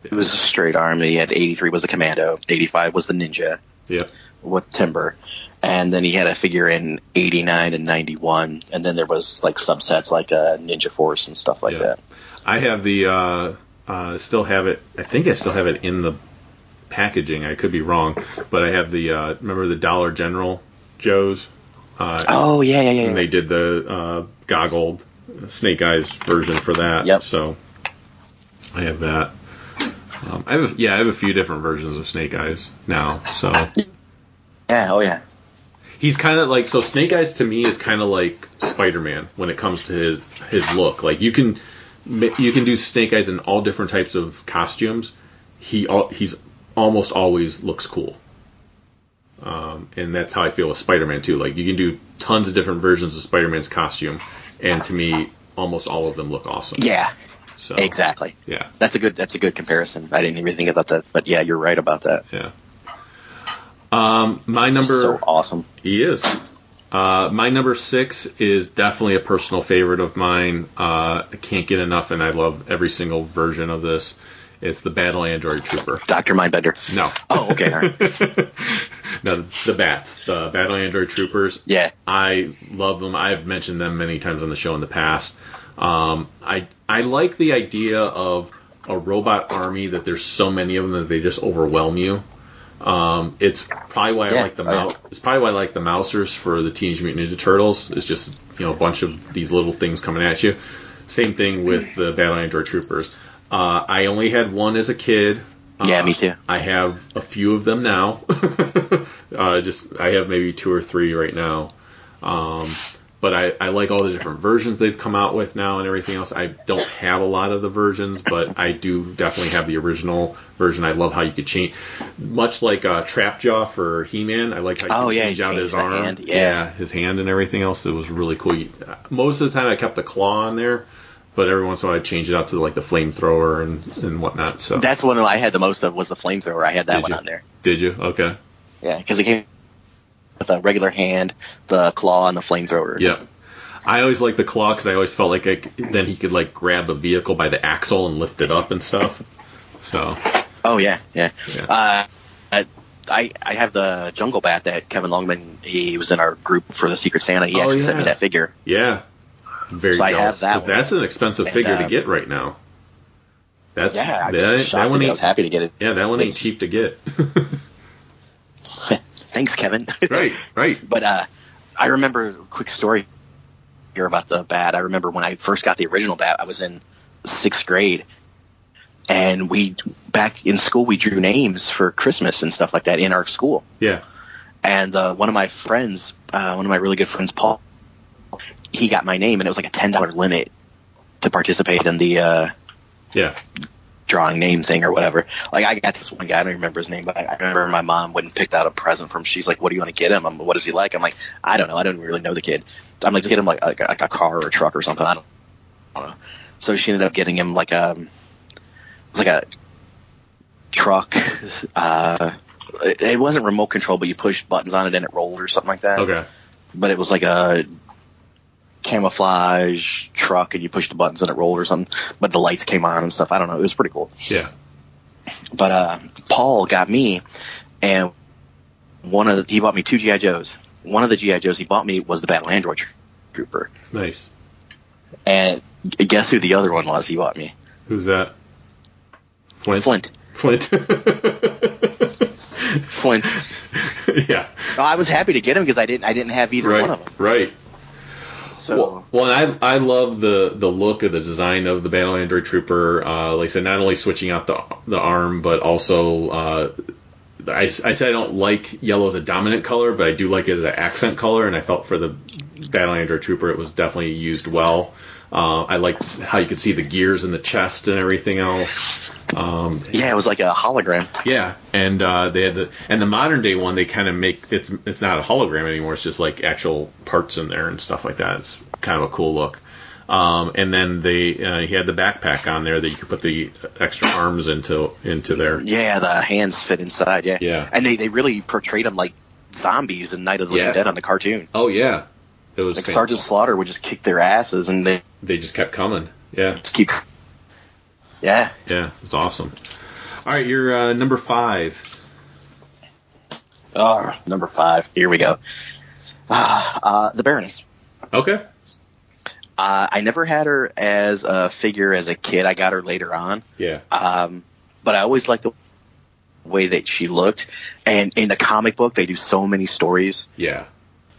It was a straight arm. He had '83 was the commando, '85 was the ninja
Yeah.
with Timber, and then he had a figure in '89 and '91, and then there was like subsets like uh, Ninja Force and stuff like
Yeah.
that.
I have the uh, uh, still have it. I think I still have it in the packaging. I could be wrong, but I have the uh, remember the Dollar General Joe's. Uh,
Oh yeah, yeah, yeah.
and
yeah.
they did the uh, goggled snake eyes version for that.
Yep.
So I have that. Um, I have a, yeah, I have a few different versions of Snake Eyes now. So
yeah, oh yeah.
he's kind of like so Snake Eyes to me is kind of like Spider Man when it comes to his his look. Like you can ma- you can do Snake Eyes in all different types of costumes. He al- he's almost always looks cool. Um, and that's how I feel with Spider Man too. Like you can do tons of different versions of Spider Man's costume, and to me, almost all of them look awesome.
Yeah,
So,
exactly.
Yeah.
That's a good. That's a good comparison. I didn't even think about that, but yeah, you're right about that.
Yeah. Um, my
It's
number
so awesome.
He is. Uh, my number six is definitely a personal favorite of mine. Uh, I can't get enough, and I love every single version of this. It's the Battle Android Trooper.
Doctor Mindbender.
No,
Oh, okay. All right.
no, the bats, the Battle Android Troopers.
Yeah,
I love them. I've mentioned them many times on the show in the past. Um, I I like the idea of a robot army that there's so many of them that they just overwhelm you. Um, it's probably why I
Yeah,
like the
oh, yeah.
mou- it's probably why I like the Mousers for the Teenage Mutant Ninja Turtles. It's just you know a bunch of these little things coming at you. Same thing with the Battle Android Troopers. Uh, I only had one as a kid.
Yeah,
Uh,
me too.
I have a few of them now. uh, just I have maybe two or three right now. Um, but I, I like all the different versions they've come out with now and everything else. I don't have a lot of the versions, but I do definitely have the original version. I love how you could change, much like uh, Trapjaw for He-Man. I like how you
Oh,
could
yeah,
change
you
out
change
his
the
arm,
hand, yeah.
his hand and everything else. It was really cool. You- Most of the time, I kept the claw on there, but every once in a while, I change it out to like the flamethrower and and whatnot. So
that's one that I had the most of was the flamethrower. I had that
Did
one
you?
on there.
did you? Okay.
Yeah, because it came with a regular hand, the claw, and the flamethrower.
Yeah. I always liked the claw because I always felt like I, c- then he could like grab a vehicle by the axle and lift it up and stuff. So
Oh yeah, yeah.
Yeah.
Uh, I- I I have the jungle bat that Kevin Longman. He was in our group for the Secret Santa. He
Oh,
actually sent
yeah.
me that figure.
yeah, I'm very
So I
jealous
have that
'cause
one.
that's an expensive
And,
figure to
um,
get right now. That's
Yeah, I
that,
was
that
shocked.
one
that I
ain't
was happy to get it.
yeah that one ain't
It's-
cheap to get.
Thanks, Kevin.
right, right.
But uh, I remember a quick story here about the bat. I remember when I first got the original bat, I was in sixth grade, and we back in school we drew names for Christmas and stuff like that in our school.
Yeah,
And uh, one of my friends, uh, one of my really good friends, Paul, he got my name, and it was like a ten dollar limit to participate in the uh,
yeah,
drawing name thing or whatever. Like I got this one guy, I don't remember his name, but I I remember my mom wouldn't pick out a present from. She's like, "What do you want to get him? I'm, what does he like?" I'm like, "I don't know. I don't really know the kid." I'm like, "Just get him like like, like a car or a truck or something." I don't, I don't know. So she ended up getting him like a it was like a truck. Uh, it, it wasn't remote control, but you pushed buttons on it and it rolled or something like that
okay,
but it was like a camouflage truck and you pushed the buttons and it rolled or something but the lights came on and stuff i don't know it was pretty cool
yeah,
but uh paul got me and one of the, he bought me two gi joes one of the gi joes he bought me was the battle android trooper
nice.
and guess who the other one was he bought me
Who's that? Flint.
flint
Flint.
flint
yeah.
no, i was happy to get him because i didn't i didn't have either one
Right.
of them
Right.
so
Well, well and I I love the the look of the design of the Battle Android Trooper. Uh, like I said, not only switching out the the arm, but also uh, I I said I don't like yellow as a dominant color, but I do like it as an accent color. And I felt for the Battlelander Trooper, it was definitely used well. Uh, I liked how you could see the gears in the chest and everything else. Um,
Yeah, it was like a hologram.
yeah, and uh, they had the and the modern day one. They kind of make it's it's not a hologram anymore. It's just like actual parts in there and stuff like that. It's kind of a cool look. Um, and then they uh, he had the backpack on there that you could put the extra arms into into there.
Yeah, the hands fit inside. Yeah,
Yeah.
And they, they really portrayed them like zombies in Night of the
Yeah.
Living Dead on the cartoon.
Oh yeah, it was
Like
fan-
Sergeant Slaughter would just kick their asses, and they
They just kept coming. Yeah,
just keep. Yeah,
yeah, it's awesome. All right, you're uh, number five.
Oh, number five. Here we go. Ah, uh, the Baroness.
Okay.
Uh, I never had her as a figure as a kid. I got her later on,
Yeah.
um, but I always liked the way that she looked. And in the comic book, they do so many stories
Yeah.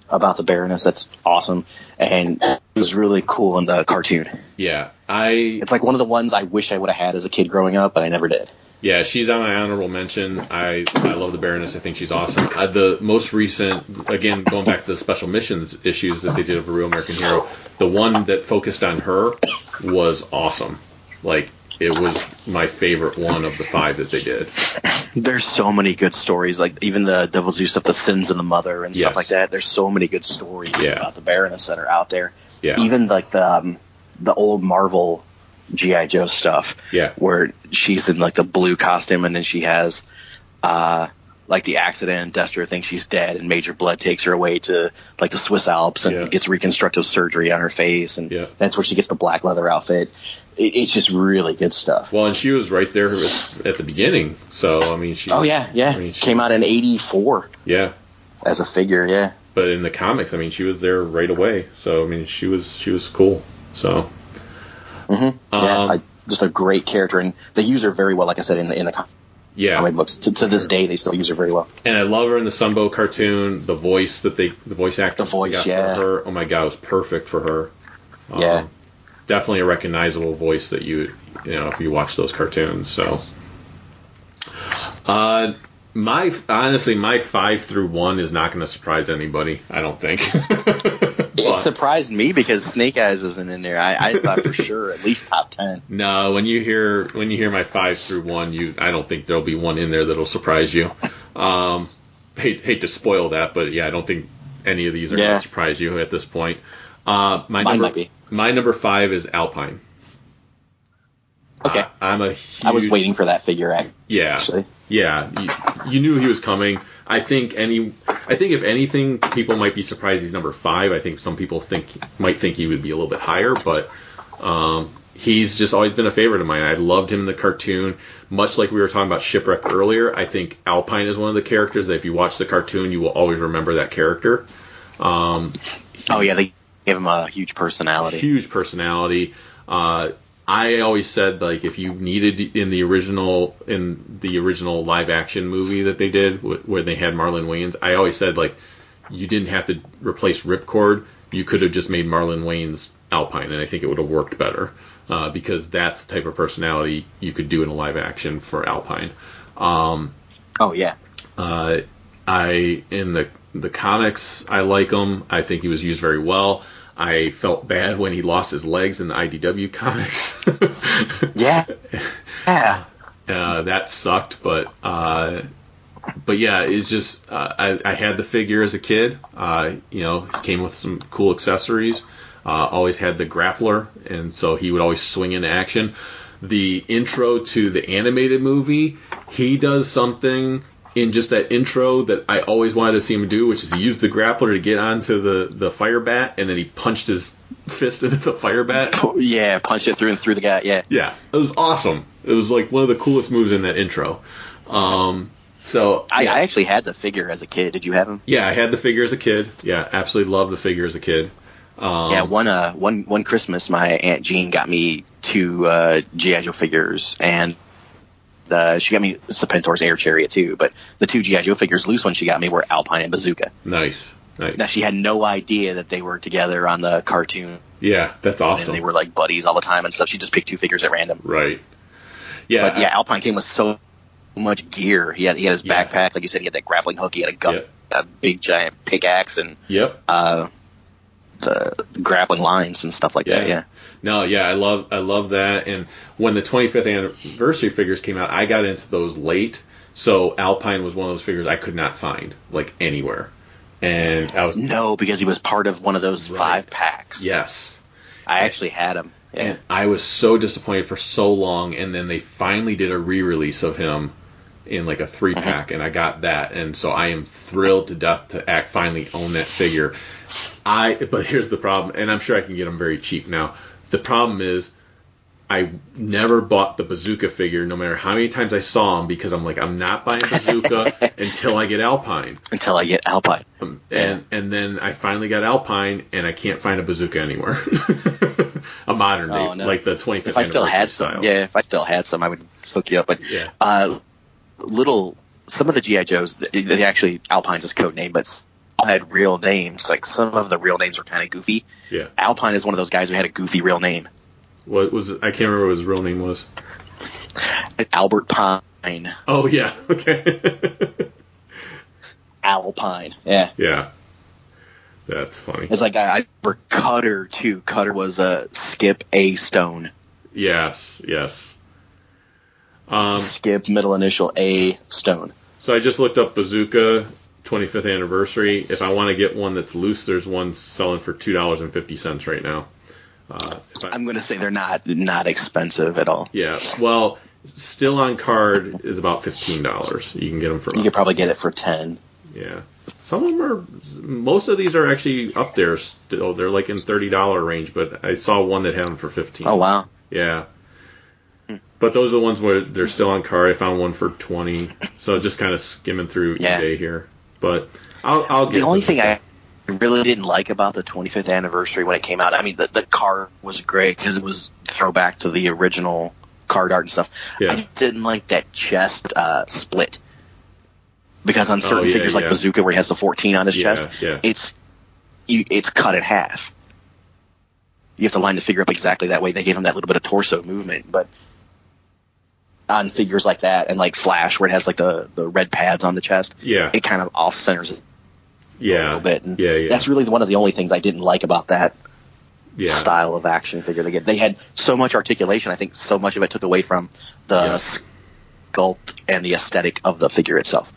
about the Baroness. That's awesome, and it was really cool in the cartoon.
Yeah. I
It's like one of the ones I wish I would have had as a kid growing up, but I never did.
Yeah, she's on my honorable mention. I, I love the Baroness. I think she's awesome. Uh, the most recent, again, going back to the special missions issues that they did of a Real American Hero, the one that focused on her was awesome. Like, it was my favorite one of the five that they did.
There's so many good stories, like even the Devil's Use of the Sins and the Mother and
Yes.
stuff like that. There's so many good stories
Yeah.
about the Baroness that are out there.
Yeah.
Even like the um, the old Marvel GI Joe stuff,
Yeah.
where she's in like the blue costume and then she has uh, like the accident. Dester thinks she's dead, and Major Blood takes her away to like the Swiss Alps and
Yeah.
gets reconstructive surgery on her face, and
Yeah.
that's where she gets the black leather outfit. It, it's just really good stuff.
Well, and she was right there with- at the beginning. So, I mean, she.
Oh yeah, yeah.
I mean, she-
Came out in '84
Yeah.
as a figure. Yeah,
But in the comics, I mean, she was there right away. So, I mean, she was she was cool. So,
Mm-hmm. yeah.
Um,
I, just a great character, and they use her very well. Like I said in the in the comic
yeah.
books, to, to this day they still use her very well.
and I love her in the Sunbow cartoon. The voice that they, the voice actor,
The voice,
they got
yeah.
for her. Oh my god, it was perfect for her. Um,
Yeah.
definitely a recognizable voice that you, you know, if you watch those cartoons. So, uh, my honestly, my five through one is not going to surprise anybody. I don't think.
It
But-
surprised me because Snake Eyes isn't in there. I, I thought for sure at least top ten.
No, when you hear when you hear my five through one, you I don't think there'll be one in there that'll surprise you. Um, hate hate to spoil that, but yeah, I don't think any of these are
Yeah.
gonna surprise you at this point. Uh, my
Mine
number
might be.
my number five is Alpine.
Okay.
Uh, I'm a huge,
I was waiting for that figure act.
Yeah,
Actually,
yeah, you, you knew he was coming. I think any, I think if anything, people might be surprised he's number five. I think some people think might think he would be a little bit higher, but um, he's just always been a favorite of mine. I loved him in the cartoon, much like we were talking about shipwreck earlier. I think Alpine is one of the characters that if you watch the cartoon, you will always remember that character. Um,
oh yeah, they gave him a huge personality.
huge personality. Uh, I always said like if you needed in the original in the original live action movie that they did wh- where they had Marlon Wayans, I always said like you didn't have to replace Ripcord. You could have just made Marlon Wayans Alpine, and I think it would have worked better uh, because that's the type of personality you could do in a live action for Alpine. Um,
Oh yeah,
uh, I in the the comics, I like him. I think he was used very well. I felt bad when he lost his legs in the IDW comics.
yeah, yeah.
uh, that sucked, but uh, but yeah, it's just uh, I, I had the figure as a kid. Uh, you know, came with some cool accessories. Uh, always had the grappler, and so he would always swing into action. The intro to the animated movie, he does something in just that intro that I always wanted to see him do, which is he used the grappler to get onto the the fire bat, and then he punched his fist into the fire bat.
Yeah, punch it through and through the guy. Yeah,
Yeah, it was awesome. It was like one of the coolest moves in that intro. Um, so
I,
yeah.
I actually had the figure as a kid. Did you have him?
yeah, I had the figure as a kid. Yeah, absolutely loved the figure as a kid. Um,
yeah, one uh, one one Christmas, my aunt Jean got me two uh, GI Joe figures, and uh, she got me Serpentor's Air Chariot too. But the two GI Joe figures, loose ones, she got me were Alpine and Bazooka.
nice, nice.
Now she had no idea that they were together on the cartoon,
Yeah, that's
and they
awesome.
were like buddies all the time and stuff. She just picked two figures at random.
Right. Yeah.
But yeah, Alpine came with so much gear. He had he had his
Yeah.
backpack, like you said, he had that grappling hook, he had a gun,
Yep.
a big giant pickaxe, and
Yep.
uh, the grappling lines and stuff like that. Yeah.
No, yeah, I love I love that. And when the 25th anniversary figures came out, I got into those late. So Alpine was one of those figures I could not find like anywhere, and I was
No, because he was part of one of those
Right.
five packs.
yes,
I actually had him. Yeah.
and I was so disappointed for so long, and then they finally did a re-release of him in like a three pack, and I got that, and so I am thrilled to death to act finally own that figure. I but here's the problem, and I'm sure I can get them very cheap now. The problem is. I never bought the bazooka figure, no matter how many times I saw him, because I'm like, I'm not buying bazooka until I get Alpine.
Until I get Alpine.
and and then I finally got Alpine, and I can't find a bazooka anywhere. a modern
Oh,
day,
no.
like the 25th.
if I still had
anniversary
some,
style.
yeah, if I still had some, I would hook you up. But
Yeah.
uh, little, some of the GI Joes, they they actually Alpine's his code name, but some had real names. Like some of the real names were kind of goofy.
yeah.
Alpine is one of those guys who had a goofy real name,
What was I can't remember what his real name was.
Albert Pine,
Oh yeah, okay,
Alpine. Yeah,
yeah, that's funny.
it's like I, I remember Cutter too. Cutter was a Skip A Stone,
Yes, yes. Um,
Skip middle initial A Stone.
so I just looked up Bazooka 25th anniversary. If I want to get one that's loose, there's one selling for two dollars and fifty cents right now. Uh, if I-
I'm gonna say they're not not expensive at all.
Yeah. Well, still on card is about fifteen dollars. You can get them for
You could probably get it for ten.
yeah. Some of them are. Most of these are actually up there still. They're like in thirty dollar range, but I saw one that had them for fifteen.
Oh Hmm. wow.
Yeah. But those are the ones where they're still on card. I found one for twenty. So just kind of skimming through
Yeah.
eBay here, but I'll, I'll get
the only
them.
thing I really didn't like about the 25th anniversary when it came out, I mean, the, the card was great because it was throwback to the original card art and stuff.
Yeah.
I just didn't like that chest uh, split because on certain
Oh, yeah,
figures like
yeah.
Bazooka, where he has the 14 on his
Yeah,
chest,
yeah.
it's you, it's cut in half. You have to line the figure up exactly that way. They gave him that little bit of torso movement, but on figures like that and like Flash, where it has like the, the red pads on the chest,
Yeah.
it kind of off centers it
yeah.
a little bit. And
yeah. Yeah.
That's really one of the only things I didn't like about that
yeah.
style of action figure. They, get, they had so much articulation. I think so much of it took away from the
Yeah.
sculpt and the aesthetic of the figure itself.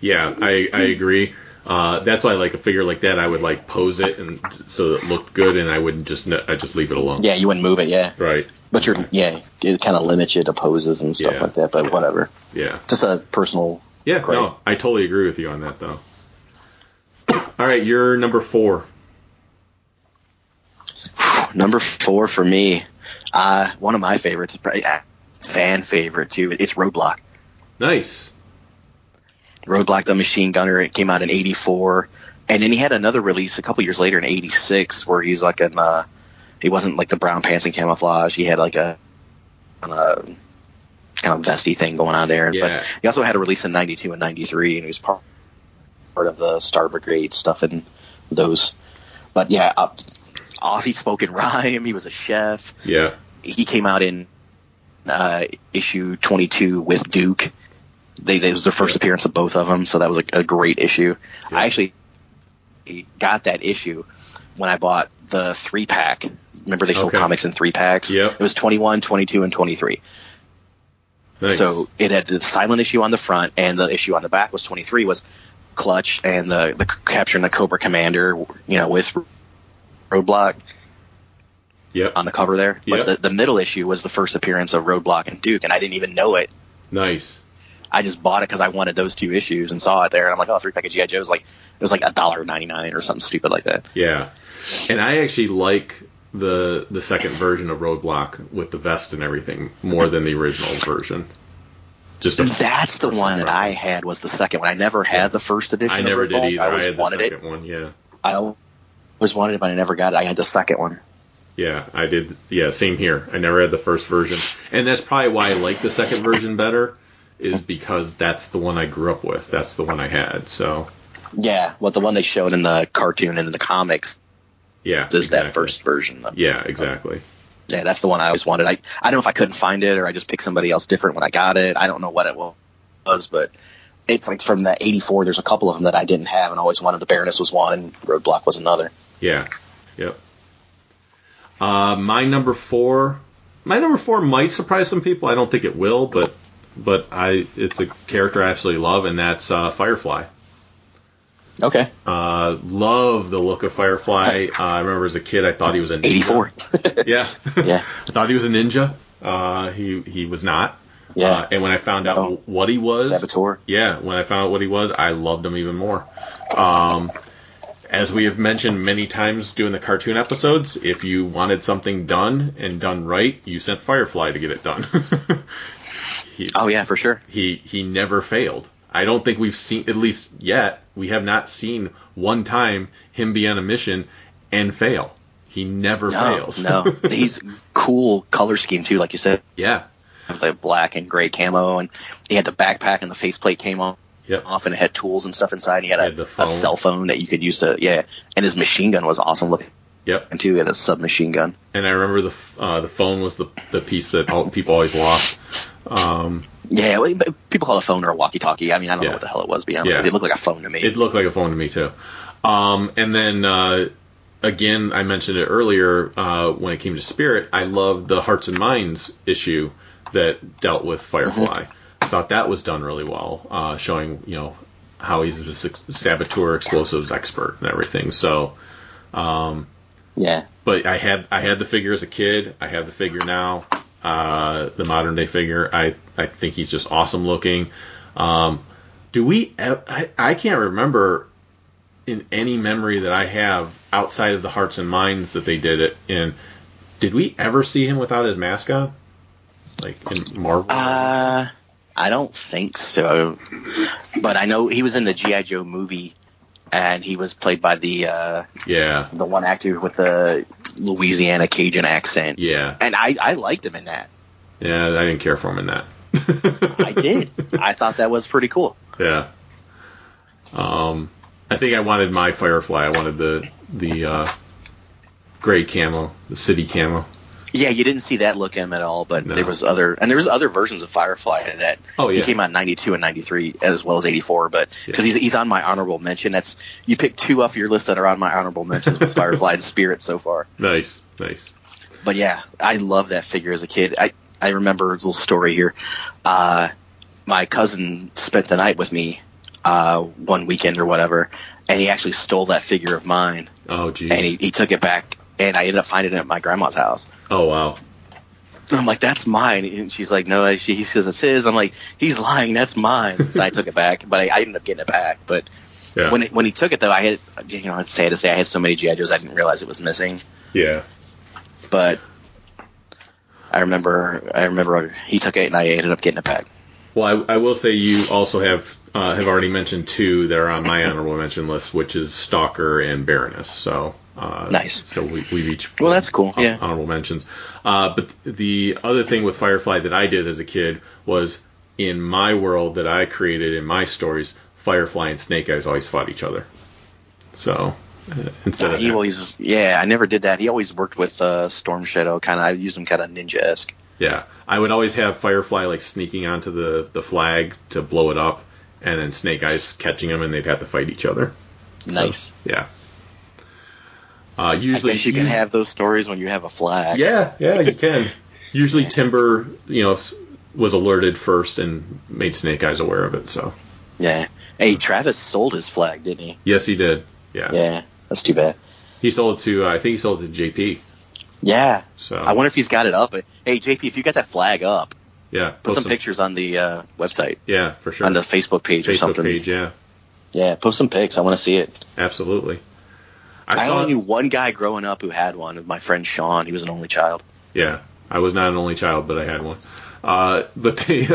Yeah, I, I agree. Uh, that's why like a figure like that, I would like pose it and so that it looked good, and I wouldn't just I just leave it alone.
Yeah, you wouldn't move it. Yeah,
Right.
but you're yeah, it kind of limits you to poses and stuff
Yeah.
like that. But whatever,
Yeah.
just a personal.
Yeah.
Great.
No, I totally agree with you on that though. All right, you're number four.
Number four for me, uh, one of my favorites, probably, uh, fan favorite too. It's Roadblock.
Nice.
Roadblock the Machine Gunner. It came out in '84, and then he had another release a couple years later in '86 where he's like in uh, he wasn't like the brown pants and camouflage. He had like a, on a kind of vesty thing going on there.
Yeah.
But he also had a release in '92 and '93, and he was part part of the Star Brigade stuff and those. But yeah, uh, Aussie spoke in rhyme. He was a chef.
Yeah.
He came out in uh, issue 22 with Duke. They, they it was the first
Yeah.
appearance of both of them, so that was a, a great issue. I actually got that issue when I bought the three pack. Remember they sold
Okay.
comics in three packs.
Yep.
It was 21, 22, and 23.
Nice.
So it had the silent issue on the front, and the issue on the back was 23 was clutch and the the capturing the Cobra Commander, you know, with Roadblock
yep.
on the cover there.
Yeah.
But the, the middle issue was the first appearance of Roadblock and Duke, and I didn't even know it.
Nice.
I just bought it because I wanted those two issues and saw it there, and I'm like, oh, three pack of GI Joes, like it was like a dollar ninety nine or something stupid like that.
Yeah. And I actually like the the second version of Roadblock with the vest and everything more than the original version. Just a,
That's the one that I had was the second one. I never had the first edition.
I
of
never did
Roadblock.
either.
I
I,
always
had the
wanted
second
it.
one. Yeah.
I always wanted it, but I never got it. I had the second one.
Yeah, I did. Yeah, same here. I never had the first version, and that's probably why I like the second version better, is because that's the one I grew up with. That's the one I had. So
Yeah, well, the one they showed in the cartoon and in the comics
yeah,
is
exactly.
that first version. Of,
Yeah, exactly.
yeah, that's the one I always wanted. I I don't know if I couldn't find it or I just picked somebody else different when I got it. I don't know what it was, but it's like from the '84. There's a couple of them that I didn't have and always wanted. The Baroness was one, and Roadblock was another.
Yeah, Yep. Uh, my number four, my number four might surprise some people. I don't think it will, but but I it's a character I absolutely love, and that's uh, Firefly.
Okay.
Uh, love the look of Firefly. Uh, I remember as a kid, I thought he was a ninja.
84.
Yeah,
yeah.
I thought he was a ninja. Uh, he he was not.
Yeah.
Uh, and when I found out
No.
what he was,
Saboteur.
yeah, when I found out what he was, I loved him even more. Um, as we have mentioned many times during the cartoon episodes, if you wanted something done and done right, you sent Firefly to get it done.
Oh, yeah, for sure.
he he never failed. I don't think we've seen, at least yet, we have not seen one time him be on a mission and fail. He never
No,
fails.
Oh, no. He's cool color scheme, too, like you said.
yeah.
With the black and gray camo, and he had the backpack, and the faceplate came off.
Yep.
off and it had tools and stuff inside. He had,
Had
a,
the phone.
a cell phone that you could use to yeah, and his machine gun was awesome looking
Yep.
too. He had a submachine gun.
And I remember the f- uh, the phone was the the piece that all, people always lost. Um,
Yeah, well, but people call it a phone or a walkie-talkie. I mean, I don't
Yeah.
know what the hell it was. To be honest,
Yeah.
with you. it looked like a phone to me.
It looked like a phone to me too. Um, and then uh, again, I mentioned it earlier uh, when it came to Spirit. I loved the Hearts and Minds issue that dealt with Firefly. I thought that was done really well, uh, showing you know how he's this ex- saboteur explosives expert and everything. So,
yeah,
but I had I had the figure as a kid. I have the figure now. Uh, the modern day figure. I I think he's just awesome looking. Um, do we? ev- I, I can't remember in any memory that I have outside of the Hearts and Minds that they did it in. Did we ever see him without his mask on? Like in Marvel?
uh, I don't think so. But I know he was in the GI Joe movie, and he was played by the uh,
yeah,
the one actor with the Louisiana Cajun accent.
yeah,
And I, I liked him in that.
yeah. I didn't care for him in that.
I did. I thought that was pretty cool.
Yeah. Um, I think I wanted my Firefly. I wanted the the uh, gray camo, the city camo.
Yeah, you didn't see that look in him at all, but
No.
there was other and there was other versions of Firefly that
Oh, yeah.
he came out in '92 and '93 as well as '84, but because he's he's on my honorable mention. That's you picked two off your list that are on my honorable mentions with Firefly and Spirit so far.
Nice, nice.
But yeah, I love that figure as a kid. I I remember a little story here. Uh, my cousin spent the night with me uh, one weekend or whatever, and he actually stole that figure of mine
Oh, geez.
and he, he took it back, and I ended up finding it at my grandma's house.
oh, wow.
I'm like, that's mine. And she's like, no, she, he says it's his. I'm like, he's lying. That's mine. So I took it back, but I, I ended up getting it back. But
Yeah.
when it, when he took it though, I had you know it's sad to say I had so many GI Joes I didn't realize it was missing.
yeah.
But I remember I remember he took it and I ended up getting it back.
Well, I, I will say you also have uh, have already mentioned two that are on my honorable mention list, which is Stalker and Baroness. So uh,
Nice.
So we we each
Well, that's cool.
hon-
Yeah.
honorable mentions. Uh, but the other thing with Firefly that I did as a kid was in my world that I created in my stories, Firefly and Snake Eyes always fought each other. So uh, instead of
he always yeah I never did that. He always worked with uh, Storm Shadow kind of. I used him kind of ninja esque.
yeah, I would always have Firefly like sneaking onto the the flag to blow it up, and then Snake Eyes catching them, and they'd have to fight each other.
Nice.
Yeah. Uh,
I
usually
guess you can
us-
have those stories when you have a flag.
Yeah, yeah, you can. Usually Timber, you know, s- was alerted first and made Snake Eyes aware of it. So
Yeah. Hey, Travis sold his flag, didn't he?
yes, he did. Yeah,
Yeah, that's too bad.
he sold it to. Uh, I think he sold it to JP.
Yeah.
So
I wonder if he's got it up. Hey, JP, if you got that flag up,
yeah,
put
post
some pictures on the uh, website,
Yeah, for sure.
on the Facebook page or
Facebook
something.
page. Yeah,
Yeah, post some pics. I want to see it.
absolutely.
I,
saw.
only knew one guy growing up who had one. My friend Sean. He was an only child.
Yeah, I was not an only child, but I had one. Uh, but they,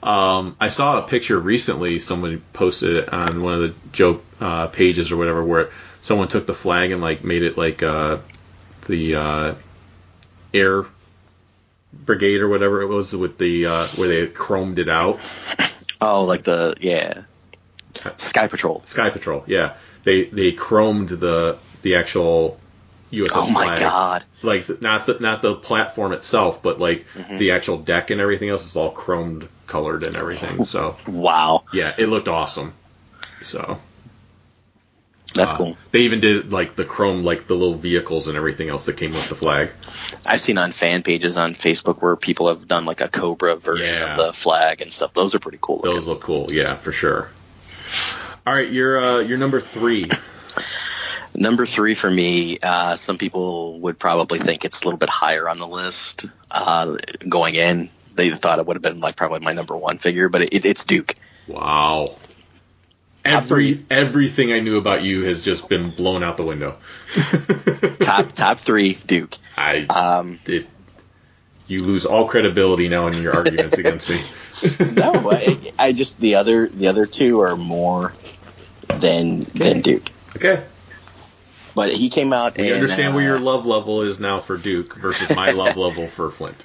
um, I saw a picture recently. Someone posted it on one of the joke uh, pages or whatever, where someone took the flag and like made it like uh, the uh, air brigade or whatever it was with the uh, where they chromed it out.
Oh, like the yeah, Sky Patrol.
Sky Patrol, yeah. They they chromed the the actual USS
Oh my
flag.
God.
Like th- not the not the platform itself, but like
Mm-hmm.
the actual deck and everything else is all chromed colored
Oh.
and everything. So
Wow.
yeah, it looked awesome. So
That's
Uh,
cool.
They even did like the chrome, like the little vehicles and everything else that came with the flag.
I've seen on fan pages on Facebook where people have done like a Cobra version
Yeah.
of the flag and stuff. Those are pretty cool. looking.
Those look cool, yeah, for sure. All right, you're uh, you're number three.
Number three for me, uh, some people would probably think it's a little bit higher on the list uh, going in. They thought it would have been like probably my number one figure, but it, it's Duke.
Wow. Every everything I knew about you has just been blown out the window.
Top top three, Duke.
I
Um,
it, you lose all credibility now in your arguments against me.
no, I, I just the other the other two are more than than Duke.
Okay,
But he came out.
you
and,
understand where
uh,
your love level is now for Duke versus my love level for Flint.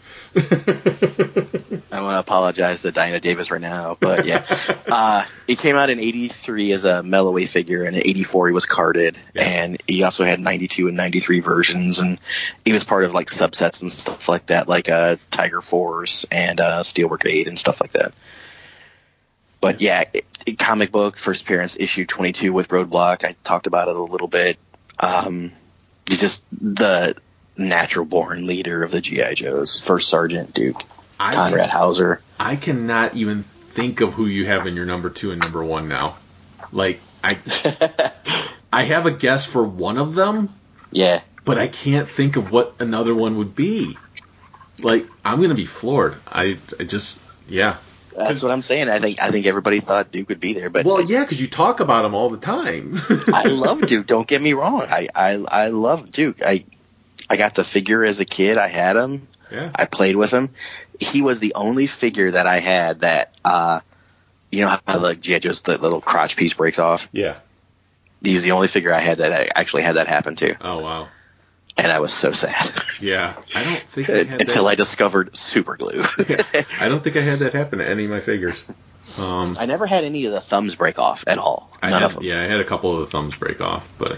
I want to apologize to Diana Davis right now, but yeah, uh, he came out in '83 as a mellowweight figure, and in '84 he was carded,
Yeah.
and he also had '92 and '93 versions, and he was part of like subsets and stuff like that, like uh, Tiger Force and uh, Steel Brigade and stuff like that. But yeah, it, it- comic book first appearance issue 22 with Roadblock. I talked about it a little bit. Um, he's just the natural born leader of the GI Joes, first sergeant Duke.
I-
Conrad Hauser.
I cannot even think of who you have in your number two and number one now. Like I, I have a guess for one of them,
Yeah.
but I can't think of what another one would be. Like I'm gonna be floored. I, I just yeah.
That's what I'm saying. I think I think everybody thought Duke would be there, but
Well, yeah, because you talk about them all the time.
I love Duke. Don't get me wrong. I, I I love Duke. I I got the figure as a kid. I had him.
yeah.
I played with him. He was the only figure that I had that uh, you know how the GI Joe's the little crotch piece breaks off.
Yeah.
He was the only figure I had that I actually had that happen to,
Oh wow.
and I was so sad
Yeah. I don't think I had
Uh, until
that.
I discovered super glue.
I don't think I had that happen to any of my figures. Um,
I never had any of the thumbs break off at all.
I
None
had,
of them.
yeah, I had a couple of the thumbs break off, but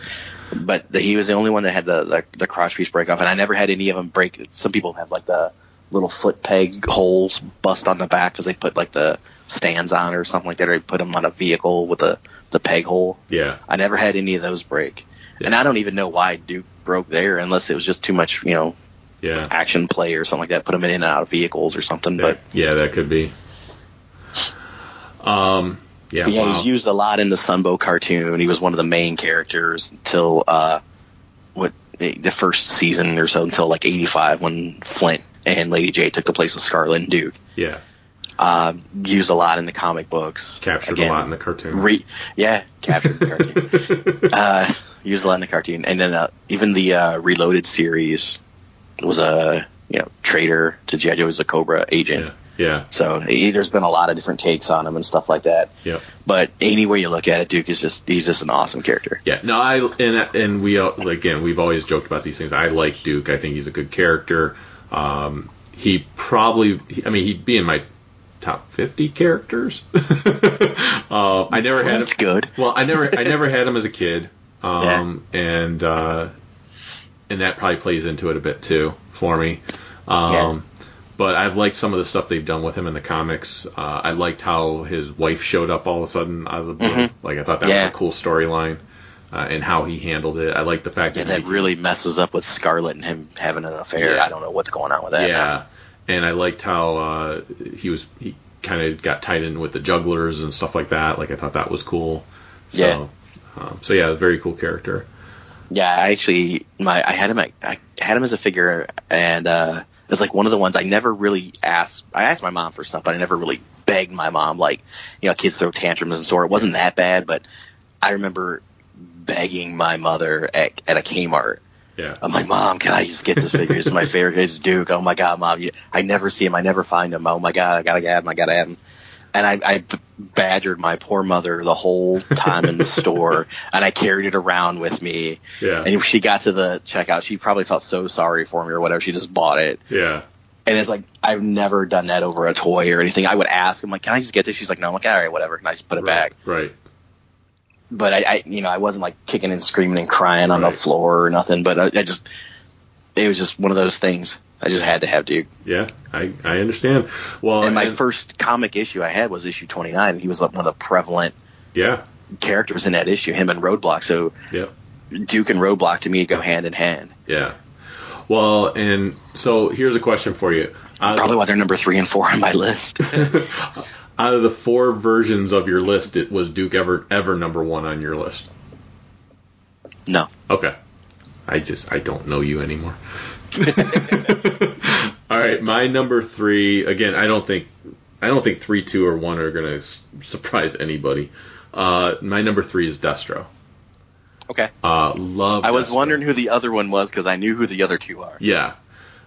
but the, he was the only one that had the, the the crotch piece break off, and I never had any of them break. Some people have like the little foot peg holes bust on the back because they put like the stands on or something like that, or they put them on a vehicle with the the peg hole.
yeah.
I never had any of those break,
Yeah.
and I don't even know why Duke broke there, unless it was just too much, you know,
Yeah.
action play or something like that. Put them in and out of vehicles or something,
That-
Uh, but.
yeah, that could be. Um, yeah,
Yeah,
wow.
he's used a lot in the Sunbow cartoon. He was one of the main characters until uh, what the first season or so until like '85 when Flint and Lady J took the place of Scarlet and Duke.
yeah,
Uh, used a lot in the comic books.
captured
Again,
a lot in the cartoon.
Re- yeah, captured in the cartoon. uh, used a lot in the cartoon, and then uh, even the uh, Reloaded series was a you know traitor to GI Joe was a Cobra agent.
yeah, yeah,
So he, there's been a lot of different takes on him and stuff like that.
yeah.
But any way you look at it, Duke is just he's just an awesome character.
Yeah, no, I and and we all- again we've always joked about these things. I like Duke. I think he's a good character. Um, he probably, I mean, he'd be in my top fifty characters. uh, I never had
That's good.
Well, I never I never had him as a kid, um, and uh, and that probably plays into it a bit too for me. Um, But I've liked some of the stuff they've done with him in the comics. Uh, I liked how his wife showed up all of a sudden out of the blue. Like I thought that
Mm-hmm. Yeah.
was a cool storyline, uh, and how he handled it. I like the fact
Yeah,
that
that
he-
really messes up with Scarlet and him having an affair.
Yeah.
I don't know what's going on with that.
yeah, and I liked how uh, he was he kind of got tied in with the jugglers and stuff like that. Like I thought that was cool. So,
Yeah.
Um, so yeah, very cool character.
Yeah, I actually my I had him at, I had him as a figure and uh it was like one of the ones I never really asked I asked my mom for stuff, but I never really begged my mom like, you know, kids throw tantrums in store. It wasn't that bad, but I remember begging my mother at at a Kmart
Yeah.
I'm like, Mom, can I just get this figure? It's my favorite. It's Duke. Oh my God, Mom, you, I never see him. I never find him. Oh my God, I gotta have him. I gotta have him. And I, I b- badgered my poor mother the whole time in the store, and I carried it around with me.
Yeah.
And if she got to the checkout, she probably felt so sorry for me or whatever. She just bought it.
Yeah.
And it's like, I've never done that over a toy or anything. I would ask, I'm like, can I just get this? She's like, no, I'm like, all right, whatever. And I just put it back.
Right.
but I, I you know I wasn't like kicking and screaming and crying on the
Right.
floor or nothing. But I, I just it was just one of those things. I just had to have Duke.
Yeah. I, I understand. Well,
And my
and-
first comic issue I had was issue 29, and he was like one of the prevalent
yeah.
characters in that issue, him and Roadblock. So
Yep.
Duke and Roadblock to me go hand in hand.
Yeah. Well, and so here's a question for you. Out
Probably
of,
why they're number three and four on my list.
out of the four versions of your list, it was Duke ever ever number one on your list.
No.
Okay. I just I don't know you anymore. All right, my number three again. I don't think I don't think three, two, or one are gonna s- surprise anybody. Uh, my number three is Destro.
Okay.
Uh, love.
I was
Destro.
wondering who the other one was because I knew who the other two are.
Yeah.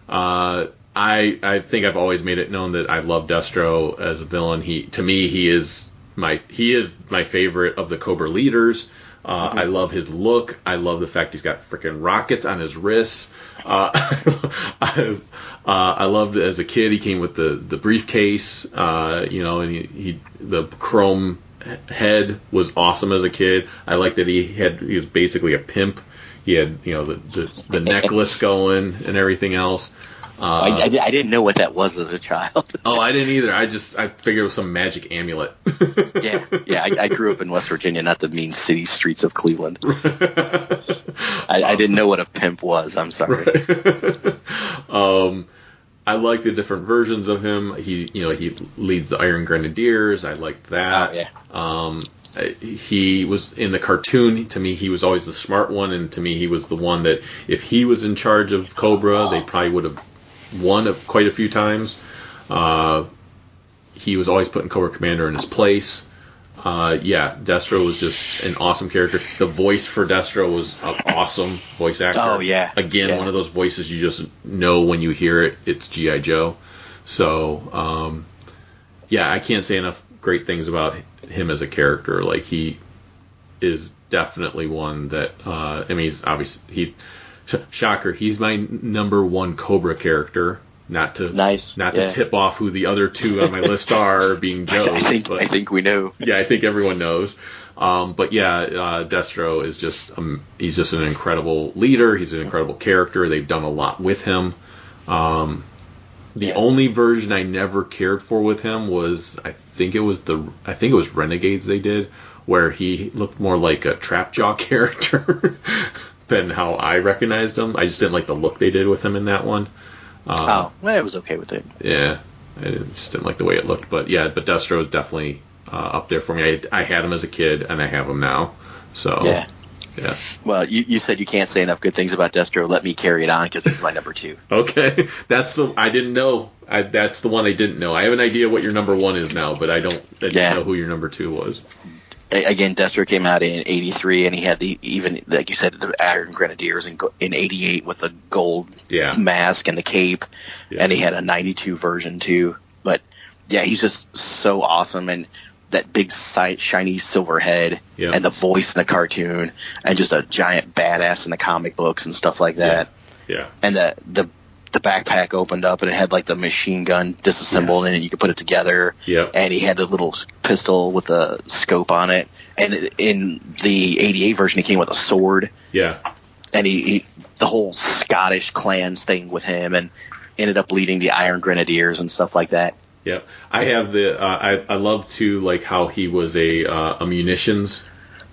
Uh, I I think I've always made it known that I love Destro as a villain. He to me he is my he is my favorite of the Cobra leaders. Uh, I love his look. I love the fact he's got freaking rockets on his wrists. Uh, I, uh, I loved as a kid he came with the the briefcase, uh, you know, and he, he the chrome head was awesome as a kid. I liked that he had he was basically a pimp. He had you know the the, the necklace going and everything else.
I, I, I didn't know what that was as a child.
Oh, I didn't either. I just I figured it was some magic amulet.
yeah, yeah. I, I grew up in West Virginia, not the mean city streets of Cleveland. I, I didn't know what a pimp was. I'm sorry.
um, I like the different versions of him. He you know he leads the Iron Grenadiers. I liked that.
Oh, yeah.
Um, I- he was in the cartoon. To me, he was always the smart one, and to me, he was the one that if he was in charge of Cobra, they probably would have won a, quite a few times. Uh, he was always putting Cobra Commander in his place. Uh, yeah, Destro was just an awesome character. The voice for Destro was an awesome voice actor.
Oh, yeah.
Again,
Yeah.
one of those voices you just know when you hear it. It's GI Joe. So um, yeah, I can't say enough great things about him as a character. Like he is definitely one that uh, I mean, he's obviously he sh- shocker. He's my number one Cobra character. Not to
Nice,
not
yeah.
to tip off who the other two on my list are, being Joe.
I think
but
I think we know.
yeah, I think everyone knows. Um, but yeah, uh, Destro is just um, he's just an incredible leader. He's an incredible character. They've done a lot with him. Um, the
Yeah.
only version I never cared for with him was I think it was the I think it was Renegades they did where he looked more like a trap jaw character than how I recognized him. I just didn't like the look they did with him in that one.
oh, well, I was okay with it.
Yeah, I didn't- just didn't like the way it looked, but yeah, but Destro is definitely uh, up there for me. I, I had him as a kid, and I have him now. So
Yeah.
yeah.
Well, you, you said you can't say enough good things about Destro. Let me carry it on because he's my number two.
Okay, that's the I didn't know. I, that's the one I didn't know. I have an idea what your number one is now, but I don't. I didn't
Yeah.
know who your number two was.
A- Again, Destro came out in '83, and he had the even like you said, the Iron Grenadiers in go- in '88 with the gold
Yeah.
mask and the cape,
Yeah.
and he had a '92 version too. But yeah, he's just so awesome, and that big si- shiny silver head,
Yeah.
and the voice in the cartoon, and just a giant badass in the comic books and stuff like that.
Yeah.
and the the the backpack opened up and it had like the machine gun disassembled
Yes.
in it. You could put it together.
Yep.
And he had a little pistol with a scope on it. And in the 88 version, he came with a sword.
Yeah.
And he, he the whole Scottish clans thing with him and ended up leading the Iron Grenadiers and stuff like that.
Yeah. I have the. Uh, I I love to like how he was a uh, a munitions.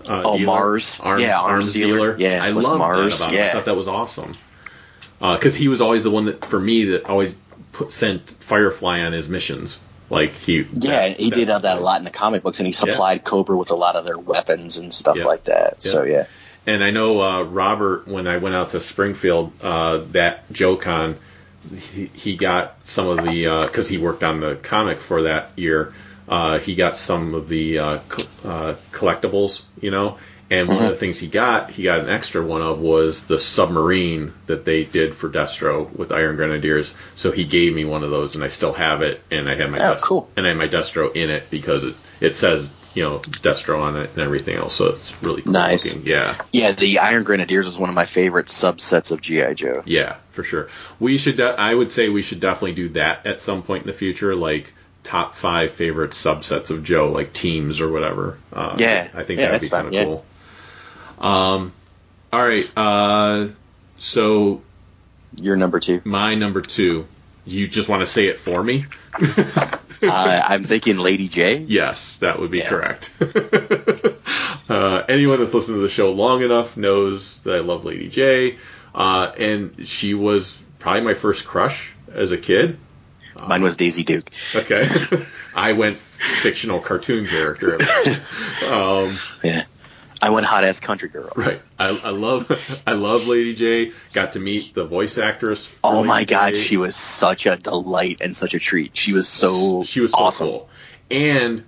Uh,
Oh,
dealer.
Mars.
Arms,
Yeah,
arms,
arms
dealer.
dealer. Yeah,
I
with
love
Mars,
that about him. I
yeah.
thought that was awesome. Because he was always the one that, for me, that always put, sent Firefly on his missions. Like he,
Yeah,
that's-
he did
that's-
have that a lot in the comic books, and he supplied Cobra with a lot of their weapons and stuff
Yeah.
like that. So yeah,
And I know uh, Robert, when I went out to Springfield, uh, that Joe-Con, he, he got some of the, because he worked on the comic for that year, uh, he got some of the uh, cl- uh, collectibles, you know. And one
Mm-hmm.
of the things he got, he got an extra one of was the submarine that they did for Destro with Iron Grenadiers. So he gave me one of those, and I still have it, and I have my
Oh,
Dest-
cool.
and I have my Destro in it because it it says you know Destro on it and everything else. So it's really cool
Nice.
looking. Yeah.
yeah. The Iron Grenadiers was one of my favorite subsets of GI Joe.
Yeah, for sure. We should. De- I would say we should definitely do that at some point in the future, like top five favorite subsets of Joe, like teams or whatever. Uh,
Yeah.
I think
Yeah,
that'd
that's
be kind of
fine, yeah.
cool. Um, all right. Uh, so
You're number two.
my number two. You just want to say it for me?
uh, I'm thinking Lady J.
Yes, that would be correct. uh, anyone that's listened to the show long enough knows that I love Lady J, uh, and she was probably my first crush as a kid.
Mine was Daisy Duke.
Okay, I went fictional cartoon character. um,
Yeah, I went hot ass country girl.
right, I, I love I love Lady J. Got to meet the voice actress. for
Oh
Lady
my god,
J.
she was such a delight and such a treat. She was so
she was so
awesome.
cool, and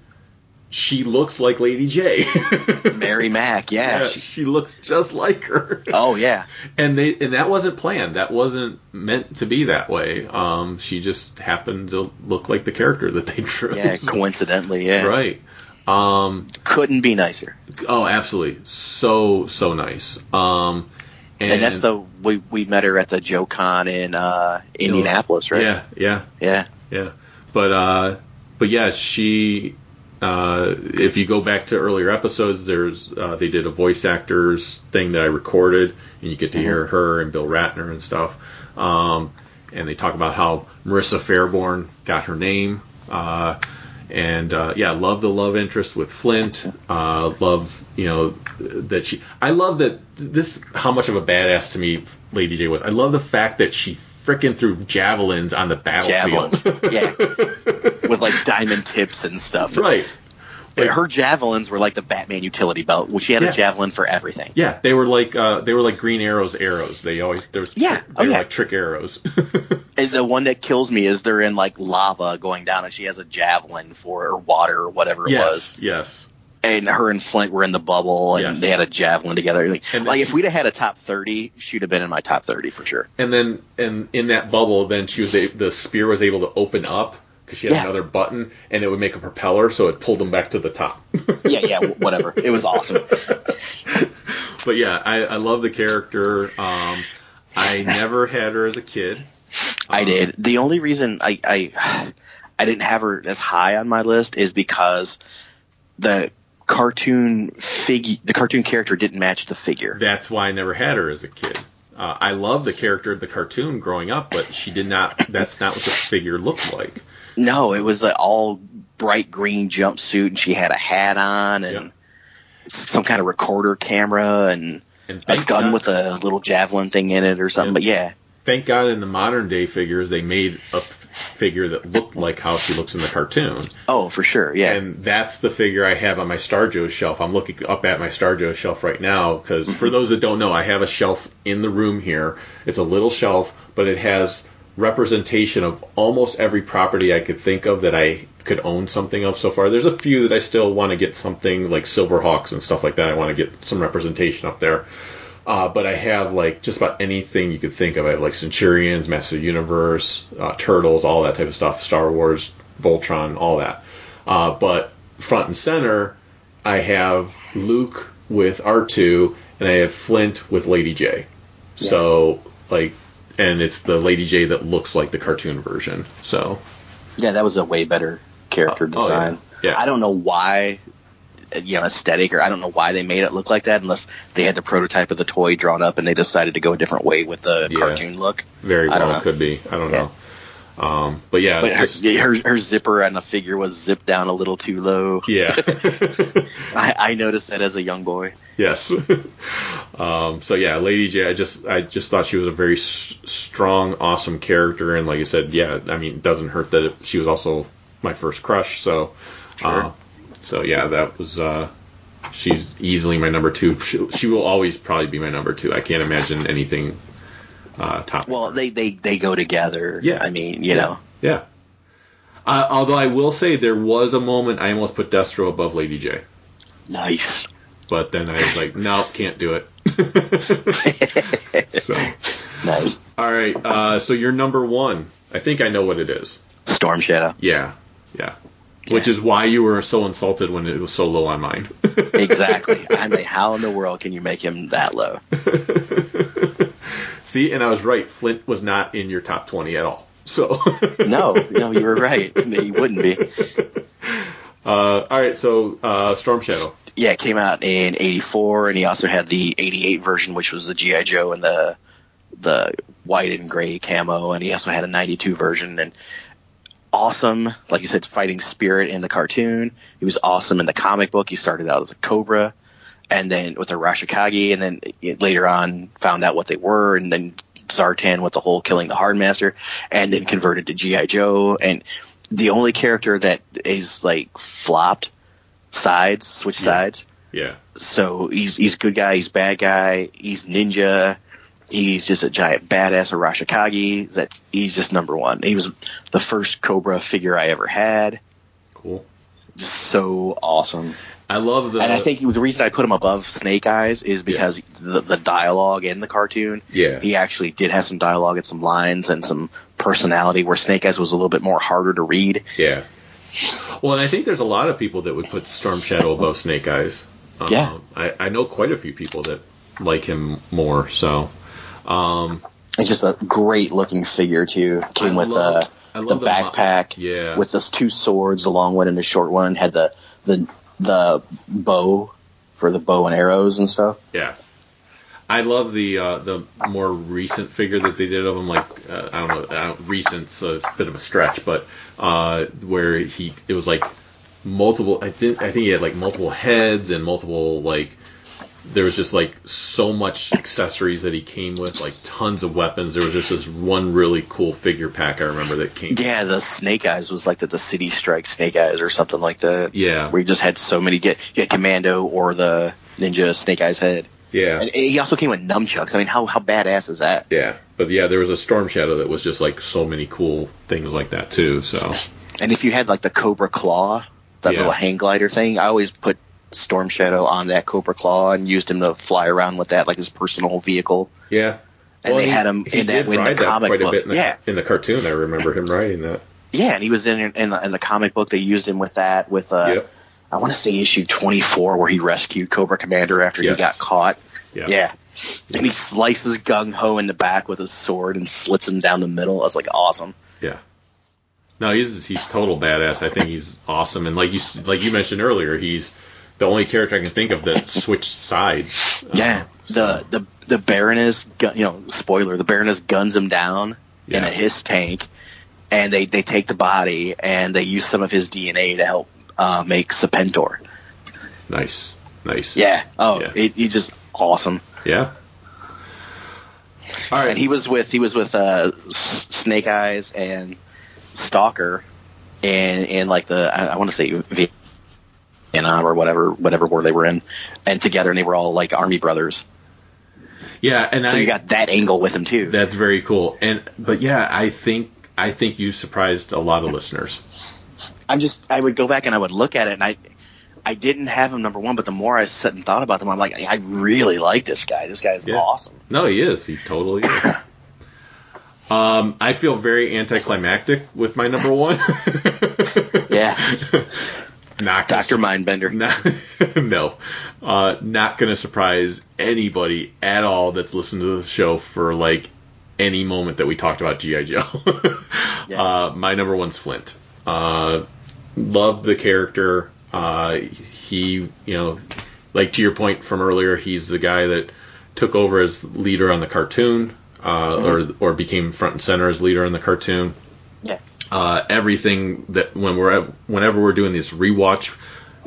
she looks like Lady J.
Mary Mack, yeah.
Yeah,
she-
she looks just like her.
oh yeah,
and they and that wasn't planned. That wasn't meant to be that way. Um, she just happened to look like the character that they drew.
yeah. Coincidentally, yeah.
right. Um,
Couldn't be nicer.
oh, absolutely. So so nice. Um, and,
And, that's the we we met her at the Joe Con in uh, Indianapolis, right?
yeah Oh, yeah
yeah.
yeah. But uh, but yeah, she. Uh, if you go back to earlier episodes, there's uh, they did a voice actors thing that I recorded, and you get to hear her and Bill Ratner and stuff. Um, and they talk about how Marissa Fairborn got her name. Uh, and uh, yeah, love the love interest with Flint. Uh, love you know that she. I love that this how much of a badass to me Lady J was. I love the fact that she frickin' threw javelins on the battlefield.
Javelins, yeah, with like diamond tips and stuff.
Right.
But her javelins were like the Batman utility belt. Which she had
Yeah.
a javelin for everything.
Yeah, they were like uh, they were like Green Arrow's arrows. They always there was
Yeah,
they
oh,
were
yeah.
like trick arrows.
And the one that kills me is they're in like lava going down, and she has a javelin for or water or whatever it was.
yes, yes.
and her and Flint were in the bubble, and
Yes.
they had a javelin together. Like,
And
like
then-
if we'd have had a top thirty, she'd have been in my top thirty for sure.
And then and in that bubble, then she was a, the spear was able to open up because she had
Yeah.
another button, and it would make a propeller, so it pulled them back to the top.
Yeah, yeah, wh- whatever. It was awesome.
but yeah, I, I love the character. Um, I never had her as a kid. Uh-huh.
I did. The only reason I, I I didn't have her as high on my list is because the cartoon fig the cartoon character didn't match the figure.
That's why I never had her as a kid. Uh, I loved the character of the cartoon growing up, but she did not. That's not what the figure looked like.
No, it was an all bright green jumpsuit, and she had a hat on, and
Yeah.
s- some kind of recorder camera, and
And
a
thank
gun
God-
with a little javelin thing in it or something. But yeah.
thank God in the modern day figures they made a f- figure that looked like how she looks in the cartoon,
Oh, for sure. Yeah.
and that's the figure I have on my Star Joe shelf. I'm looking up at my Star Joe shelf right now because for those that don't know, I have a shelf in the room here. It's a little shelf, but it has representation of almost every property I could think of that I could own something of so far. There's a few that I still want to get something like Silverhawks and stuff like that. I want to get some representation up there. Uh, but I have like just about anything you could think of. I have like Centurions, Master of the Universe, uh, Turtles, all that type of stuff, Star Wars, Voltron, all that. Uh, but front and center, I have Luke with R2, and I have Flint with Lady J. So like, and it's the Lady J that looks like the cartoon version. So
yeah, that was a way better character
Oh, oh, yeah.
design.
Yeah.
I don't know why, uh, you know, aesthetic, or I don't know why they made it look like that unless they had the prototype of the toy drawn up and they decided to go a different way with the
Yeah.
cartoon look.
very
I don't
well
know.
could be. I don't know. Um, but yeah,
But her,
just-
her, her zipper on the figure was zipped down a little too low.
yeah.
I, I noticed that as a young boy.
Yes. um, so yeah, Lady J. I just I just thought she was a very s- strong, awesome character, and like I said, yeah, I mean, it doesn't hurt that she was also my first crush. So, uh, so yeah, that was. Uh, she's easily my number two. She, she will always probably be my number two. I can't imagine anything uh, top.
Well, they, they, they go together.
Yeah.
I mean, you know.
yeah. Uh, although I will say there was a moment I almost put Destro above Lady J,
Nice.
but then I was like, nope, can't do it. so.
Nice.
All right. Uh, so you're number one. I think I know what it is.
Storm Shadow.
Yeah. Yeah. Which is why you were so insulted when it was so low on mine.
Exactly. I mean, how in the world can you make him that low?
See, and I was right. Flint was not in your top 20 at all. So,
No, no, you were right. He wouldn't be.
uh, all right. So, uh, Storm Shadow.
yeah, it came out in '84, and he also had the '88 version, which was the GI Joe and the the white and gray camo, and he also had a '92 version. And awesome, like you said, fighting spirit in the cartoon. He was awesome in the comic book. He started out as a cobra, and then with the Rashikagi, and then it- later on found out what they were, and then Zartan with the whole killing the Hardmaster, and then converted to GI Joe. And the only character that is like flopped sides, switch sides.
Yeah.
So he's he's good guy, he's bad guy, he's ninja, he's just a giant badass Arashikagi. That's he's just number one. He was the first Cobra figure I ever had.
Cool.
Just so awesome.
I love the.
and I think the reason I put him above Snake Eyes is because the, the dialogue in the cartoon.
Yeah.
He actually did have some dialogue and some lines and some personality where Snake Eyes was a little bit more harder to read.
Yeah. Well, and I think there's a lot of people that would put Storm Shadow above Snake Eyes. Um,
Yeah.
I, I know quite a few people that like him more. So
It's just a great looking figure too. Came
I
with
love-
uh,
I
the
love the mo-
backpack,
Yeah.
with those two swords, the long one and the short one. Had the the the bow for the bow and arrows and stuff.
yeah, I love the uh, the more recent figure that they did of him. Like uh, I don't know, I don't, recent's a bit of a stretch, but uh, where he it was like multiple. I think I think he had like multiple heads and multiple like. There was just like so much accessories that he came with, like tons of weapons. There was just this one really cool figure pack I remember that came.
Yeah, the Snake Eyes was like that. The City Strike Snake Eyes or something like that.
Yeah.
where he just had so many. Get you had Commando or the Ninja Snake Eyes head.
Yeah.
And he also came with nunchucks. I mean, how how badass is that?
Yeah, but yeah, there was a storm shadow that was just like so many cool things like that too. So
And if you had like the Cobra Claw, that
Yeah.
little hang glider thing, I always put Storm Shadow on that Cobra Claw and used him to fly around with that, like his personal vehicle.
yeah,
And they had him in that- in the comic
quite a
book.
bit in the,
Yeah.
in the cartoon. I remember him riding that.
Yeah, and he was in in the, in the comic book. They used him with that. With uh,
Yep.
I want to say issue twenty four, where he rescued Cobra Commander after
Yes.
he got caught.
Yeah.
Yeah. And he slices Gung Ho in the back with his sword and slits him down the middle. I was like, awesome.
Yeah. No, he's he's total badass. I think he's awesome, and like you s- like you mentioned earlier, he's the only character I can think of that switched sides. Uh,
Yeah, Um, the the the Baroness, gu- you know, spoiler, the Baroness guns him down in
Yeah.
a his tank, and they they take the body and they use some of his DNA to help uh, make Serpentor.
nice, nice.
Yeah, oh,
Yeah.
It, he just awesome.
yeah. All right,
And he was with he was with uh, S- Snake Eyes and Stalker, and in like the I, I want to say Vietnam or whatever whatever war they were in, and together and they were all like army brothers.
yeah, and
So
I
you got that angle with him too.
That's very cool. And but yeah, I think I think you surprised a lot of listeners.
I'm just I would go back and I would look at it and I I didn't have him number one, but the more I sat and thought about them, I'm like I really like this guy. This guy is
Yeah.
awesome.
No, he is. He totally is. Um, I feel very anticlimactic with my number one.
Yeah,
not gonna
Doctor Mindbender.
not, no, uh, not going to surprise anybody at all that's listened to the show for like any moment that we talked about GI Joe.
Yeah.
uh, my number one's Flint. Uh, love the character. Uh, he, you know, like to your point from earlier, he's the guy that took over as leader on the cartoon, uh, or or became front and center as leader on the cartoon
Yeah,
uh, everything that when we're whenever we're doing this rewatch,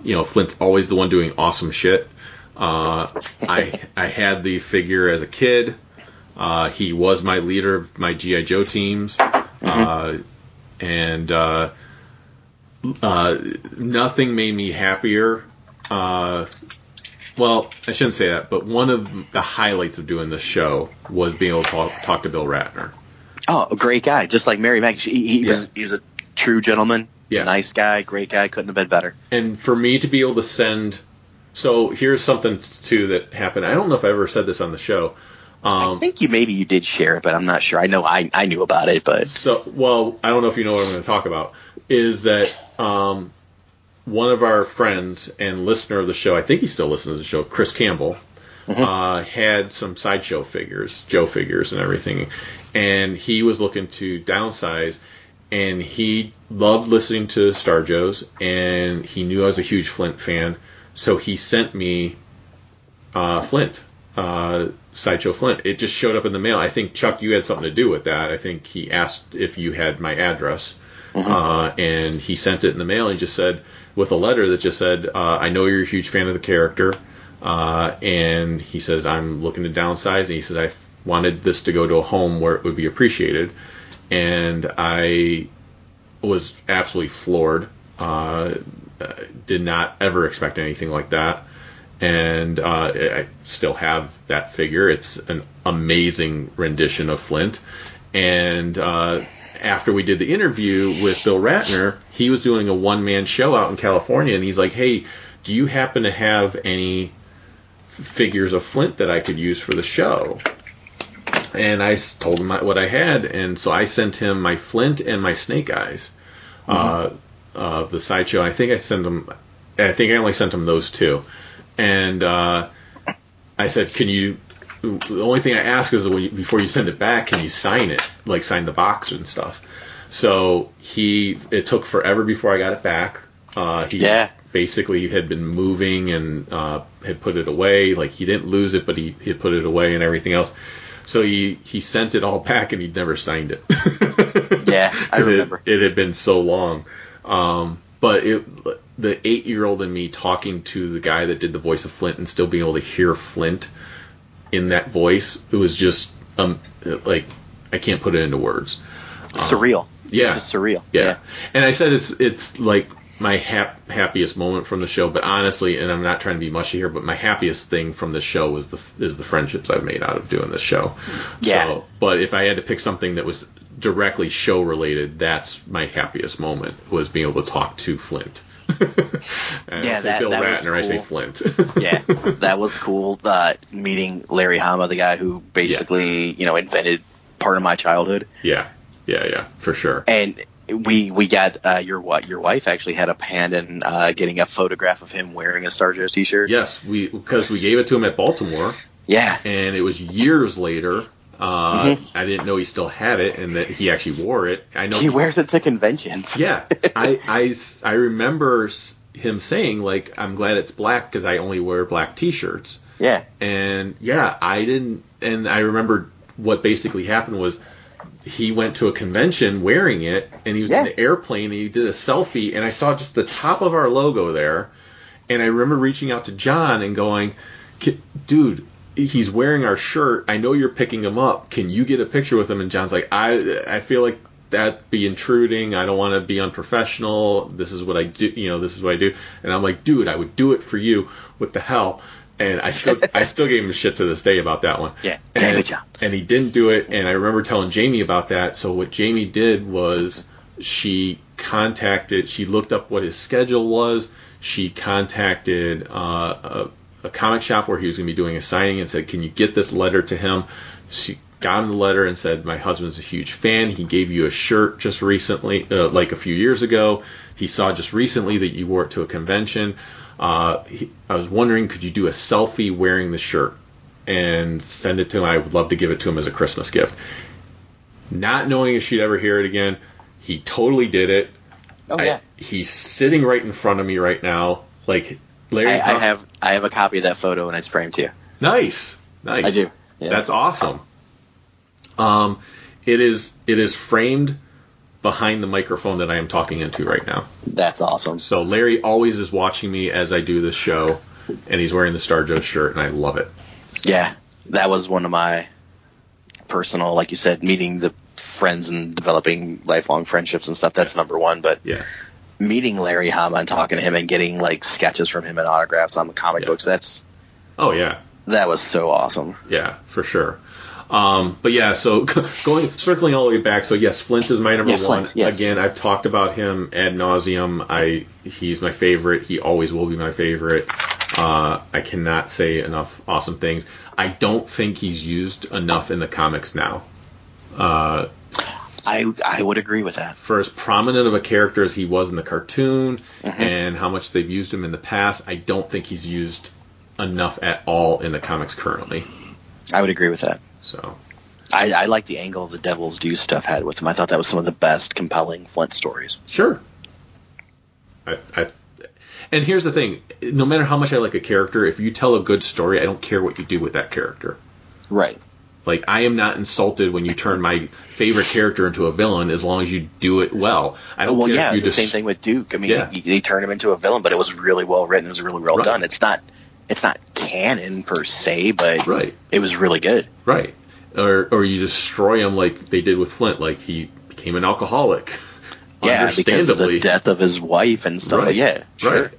you know, Flint's always the one doing awesome shit. Uh, I I had the figure as a kid. Uh, he was my leader of my GI Joe teams, uh, and uh, uh, nothing made me happier. Uh, well, I shouldn't say that, but one of the highlights of doing this show was being able to talk, talk to Bill Ratner.
Oh, a great guy. Just like Mary Mack. He, he,
Yeah.
was, he was a true gentleman.
Yeah.
Nice guy, great guy. Couldn't have been better.
and for me to be able to send so here's something too that happened i don't know if i ever said this on the show Um,
I think you maybe you did share it, but I'm not sure. I know I, I knew about it, but
so well i don't know if you know what i'm going to talk about is that um, one of our friends and listener of the show i think he still listens to the show chris campbell uh, had some sideshow figures joe figures and everything and he was looking to downsize and he loved listening to star joe's and he knew i was a huge flint fan so he sent me uh, Flint, uh, Sideshow Flint. It just showed up in the mail. I think Chuck, you had something to do with that. I think he asked if you had my address, uh, and he sent it in the mail. And he just said with a letter that just said, uh, "I know you're a huge fan of the character," uh, and he says, "I'm looking to downsize." And he says, "I wanted this to go to a home where it would be appreciated," and I was absolutely floored. Uh, did not ever expect anything like that. And uh, I still have that figure. It's an amazing rendition of Flint. And uh, after we did the interview with Bill Ratner, he was doing a one man show out in California. And he's like, hey, do you happen to have any figures of Flint that I could use for the show? And I s- told him what I had. And so I sent him my Flint and my Snake Eyes uh, of the sideshow. I think I sent him. I think I only sent him those two, and uh, I said, "Can you?" The only thing I ask is when you, before you send it back, can you sign it, like sign the box and stuff. So he, it took forever before I got it back. Uh, he
Yeah.
basically had been moving and uh, had put it away. Like he didn't lose it, but he, he had put it away and everything else. So he, he sent it all back and he'd never signed it.
Yeah, I
'Cause it-
remember.
It, had been so long. Um, but it, the eight year old in me talking to the guy that did the voice of Flint and still being able to hear Flint in that voice, it was just um, like I can't put it into words.
surreal.
uh, Yeah.
It's just surreal.
Yeah. And I said it's it's like my hap- happiest moment from the show, but honestly, and I'm not trying to be mushy here, but my happiest thing from the show was the is the friendships I've made out of doing this show.
Yeah.
So, but if I had to pick something that was directly show related, that's my happiest moment was being able to talk to Flint. And
Yeah,
I say
that-
Bill
that was
Ratner, I say
cool.
Flint.
yeah, that was cool. Uh, meeting Larry Hama, the guy who basically you know invented part of my childhood,
yeah. Yeah, yeah, for sure.
and we we got uh, your what your wife actually had a hand in uh, getting a photograph of him wearing a Star Joe's T-shirt.
Yes, we because we gave it to him at Baltimore.
Yeah,
and it was years later. Uh, I didn't know he still had it and that he actually wore it. I know
Mm-hmm. he wears it to conventions.
Yeah, I, I s- I remember s- him saying like, "I'm glad it's black because I only wear black t-shirts."
Yeah,
And yeah, I didn't. And I remember what basically happened was he went to a convention wearing it, and he was in
Yeah.
the airplane, and he did a selfie, and I saw just the top of our logo there, and I remember reaching out to John and going, "K- "Dude." He's wearing our shirt. I know you're picking him up. Can you get a picture with him? And John's like, I I feel like that be intruding. I don't want to be unprofessional. This is what I do. You know, this is what I do. And I'm like, dude, I would do it for you. What the hell? And I still I still gave him shit to this day about that one.
Yeah.
And-
Damn it, John.
and he didn't do it. And I remember telling Jamie about that. So what Jamie did was she contacted, she looked up what his schedule was. She contacted uh, a, a comic shop where he was going to be doing a signing and said, "Can you get this letter to him?" She got him the letter and said, "My husband's a huge fan. He gave you a shirt just recently, uh, like a few years ago. He saw just recently that you wore it to a convention. Uh, he, I was wondering, could you do a selfie wearing the shirt?" and send it to him. I would love to give it to him as a Christmas gift. Not knowing if she'd ever hear it again, he totally did it.
oh
I-
yeah.
he's sitting right in front of me right now. Like Larry,
I, I
Hama-
have I have a copy of that photo and it's framed too.
nice, nice.
I do. Yeah.
That's awesome. Um, it is it is framed behind the microphone that I am talking into right now.
That's awesome.
So Larry always is watching me as I do this show, and he's wearing the Star Joe shirt, and I love it.
Yeah, that was one of my personal, like you said, meeting the friends and developing lifelong friendships and stuff. That's number one. But
Yeah,
meeting Larry Hama and talking to him and getting like sketches from him and autographs on the comic
Yeah.
books. That's
oh yeah.
that was so awesome.
yeah, for sure. Um, but yeah, so going circling all the way back. So yes, Flint is my number
Yeah,
one.
Flint, yes.
Again, I've talked about him ad nauseum. I he's my favorite. He always will be my favorite. Uh, I cannot say enough awesome things. I don't think he's used enough in the comics now. Uh,
I I would agree with that.
for as prominent of a character as he was in the cartoon
Mm-hmm.
and how much they've used him in the past, I don't think he's used enough at all in the comics currently.
I would agree with that.
So
I, I like the angle the Devil's Due stuff had with him. I thought that was some of the best compelling Flint stories.
Sure. I, I, and here's the thing: no matter how much I like a character, if you tell a good story, I don't care what you do with that character.
Right.
Like I am not insulted when you turn my favorite character into a villain as long as you do it well. I don't
well,
care
yeah,
if you
the
just
same thing with Duke. I mean,
Yeah.
they, they turned him into a villain, but it was really well written. It was really well
Right.
done. It's not, it's not canon per se, but
right.
it was really good.
Right. Or or you destroy him like they did with Flint, like he became an alcoholic.
Yeah, because of the
understandably.
death of his wife and stuff.
Right.
Yeah, sure.
Right.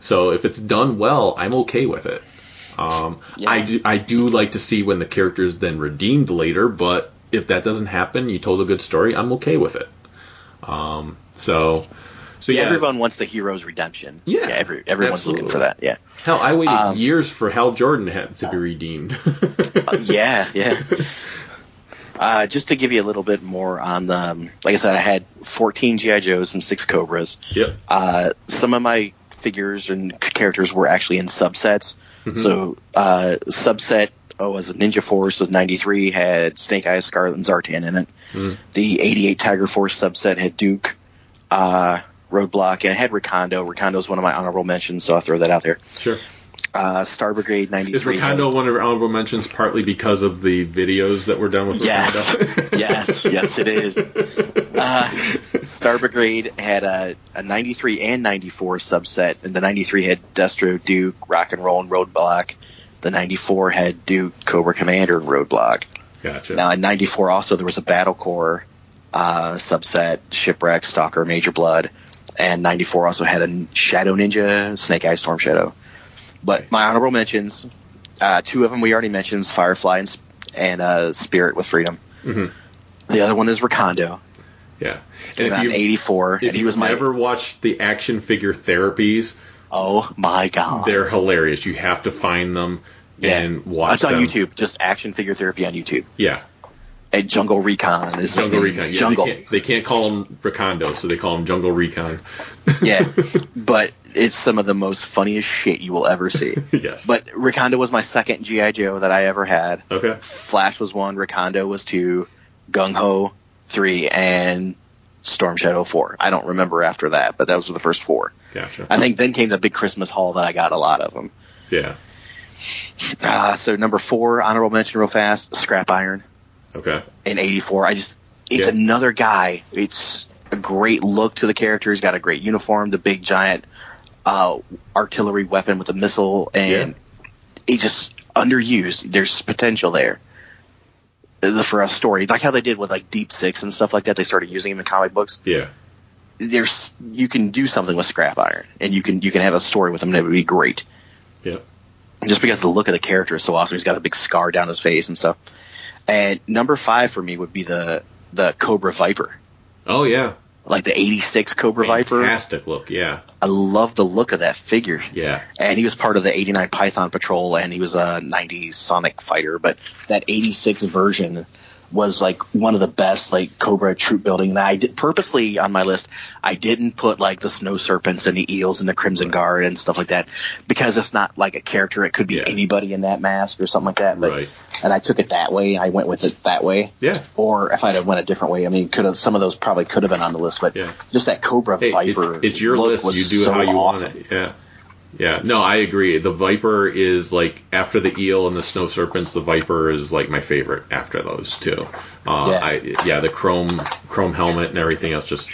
So if it's done well, I'm okay with it. Um,
Yeah.
I do I do like to see when the character is then redeemed later, but if that doesn't happen, you told a good story, I'm okay with it. Um, so so yeah,
Everyone wants the hero's redemption.
Yeah,
every, everyone's looking for that.
absolutely.
Yeah,
hell, I waited
um,
years for Hal Jordan to, have, to be redeemed.
yeah, yeah. Uh, just to give you a little bit more on the, um, like I said, I had 14 GI Joes and six Cobras.
yep.
Uh, some of my figures and c- characters were actually in subsets. So uh, subset oh was Ninja Force with 93 had Snake Eyes, Scarlet, and Zartan in it. The 88 Tiger Force subset had Duke, uh, Roadblock, and it had Recondo. Recondo's one of my honorable mentions, so I'll throw that out there.
Sure.
Uh, Star Brigade 93.
Is Ricondo one of your honorable mentions partly because of the videos that were done with
Yes,
Ricondo?
yes, yes, it is. Uh, Star Brigade had a, a 93 and 94 subset, and the 93 had Destro, Duke, Rock and Roll, and Roadblock. The 94 had Duke, Cobra Commander, and Roadblock.
gotcha.
Now, in 94 also, there was a Battle Corps uh, subset, Shipwreck, Stalker, Major Blood, and 94 also had a n- Shadow Ninja, Snake Eye, Storm Shadow. But my honorable mentions, uh, two of them we already mentioned, is Firefly and, Sp- and uh, Spirit with Freedom.
Mhm.
The other one is Recondo,
yeah. And
came out in 84, and
if
he
you
was my
never watched the action figure therapies,
Oh my god!
they're hilarious. You have to find them
Yeah.
and watch
It's on
them.
YouTube. Just action figure therapy on YouTube.
Yeah.
And Jungle Recon is his
Jungle
name.
Recon. Yeah,
Jungle.
They can't, they can't call him Ricondo, so they call him Jungle Recon.
yeah, but it's some of the most funniest shit you will ever see.
yes.
But Recondo was my second GI Joe that I ever had.
okay.
Flash was one. Recondo was two. Gung Ho three, and Storm Shadow four. I don't remember after that, but those were the first four.
Gotcha.
I think then came the big Christmas haul that I got a lot of them.
yeah.
Uh, so number four, honorable mention, real fast, Scrap Iron.
Okay.
in '84. I just it's
Yeah.
another guy. It's a great look to the character. He's got a great uniform, the big giant uh, artillery weapon with a missile, and he just underused. There's potential there uh, for a story, like how they did with like Deep Six and stuff like that. They started using him in comic books.
Yeah.
There's you can do something with Scrap Iron, and you can you can have a story with him that would be great
Yeah.
just because the look of the character is so awesome. He's got a big scar down his face and stuff. And number five for me would be the the Cobra Viper,
Oh yeah.
like the '86 Cobra Viper.
Fantastic look. Yeah.
I love the look of that figure.
Yeah.
And he was part of the '89 Python Patrol, and he was a '90s Sonic fighter. But that '86 version was like one of the best, like Cobra troop building. And I did, purposely on my list, I didn't put like the Snow Serpents and the Eels and the Crimson Guard and stuff like that because it's not like a character. It could be
Yeah.
anybody in that mask or something like that. But
Right.
and I took it that way. I went with it that way.
Yeah.
Or if I'd have went a different way, I mean, could have some of those probably could have been on the list, but
Yeah.
just that Cobra
Hey, it-
Viper.
it's your
look
list.
was
You do
so
how you
awesome.
want it. Yeah. Yeah. No, I agree. The Viper is like after the eel and the snow serpents. The Viper is like my favorite after those two. Uh,
Yeah.
yeah. I, yeah. The chrome chrome helmet and everything else just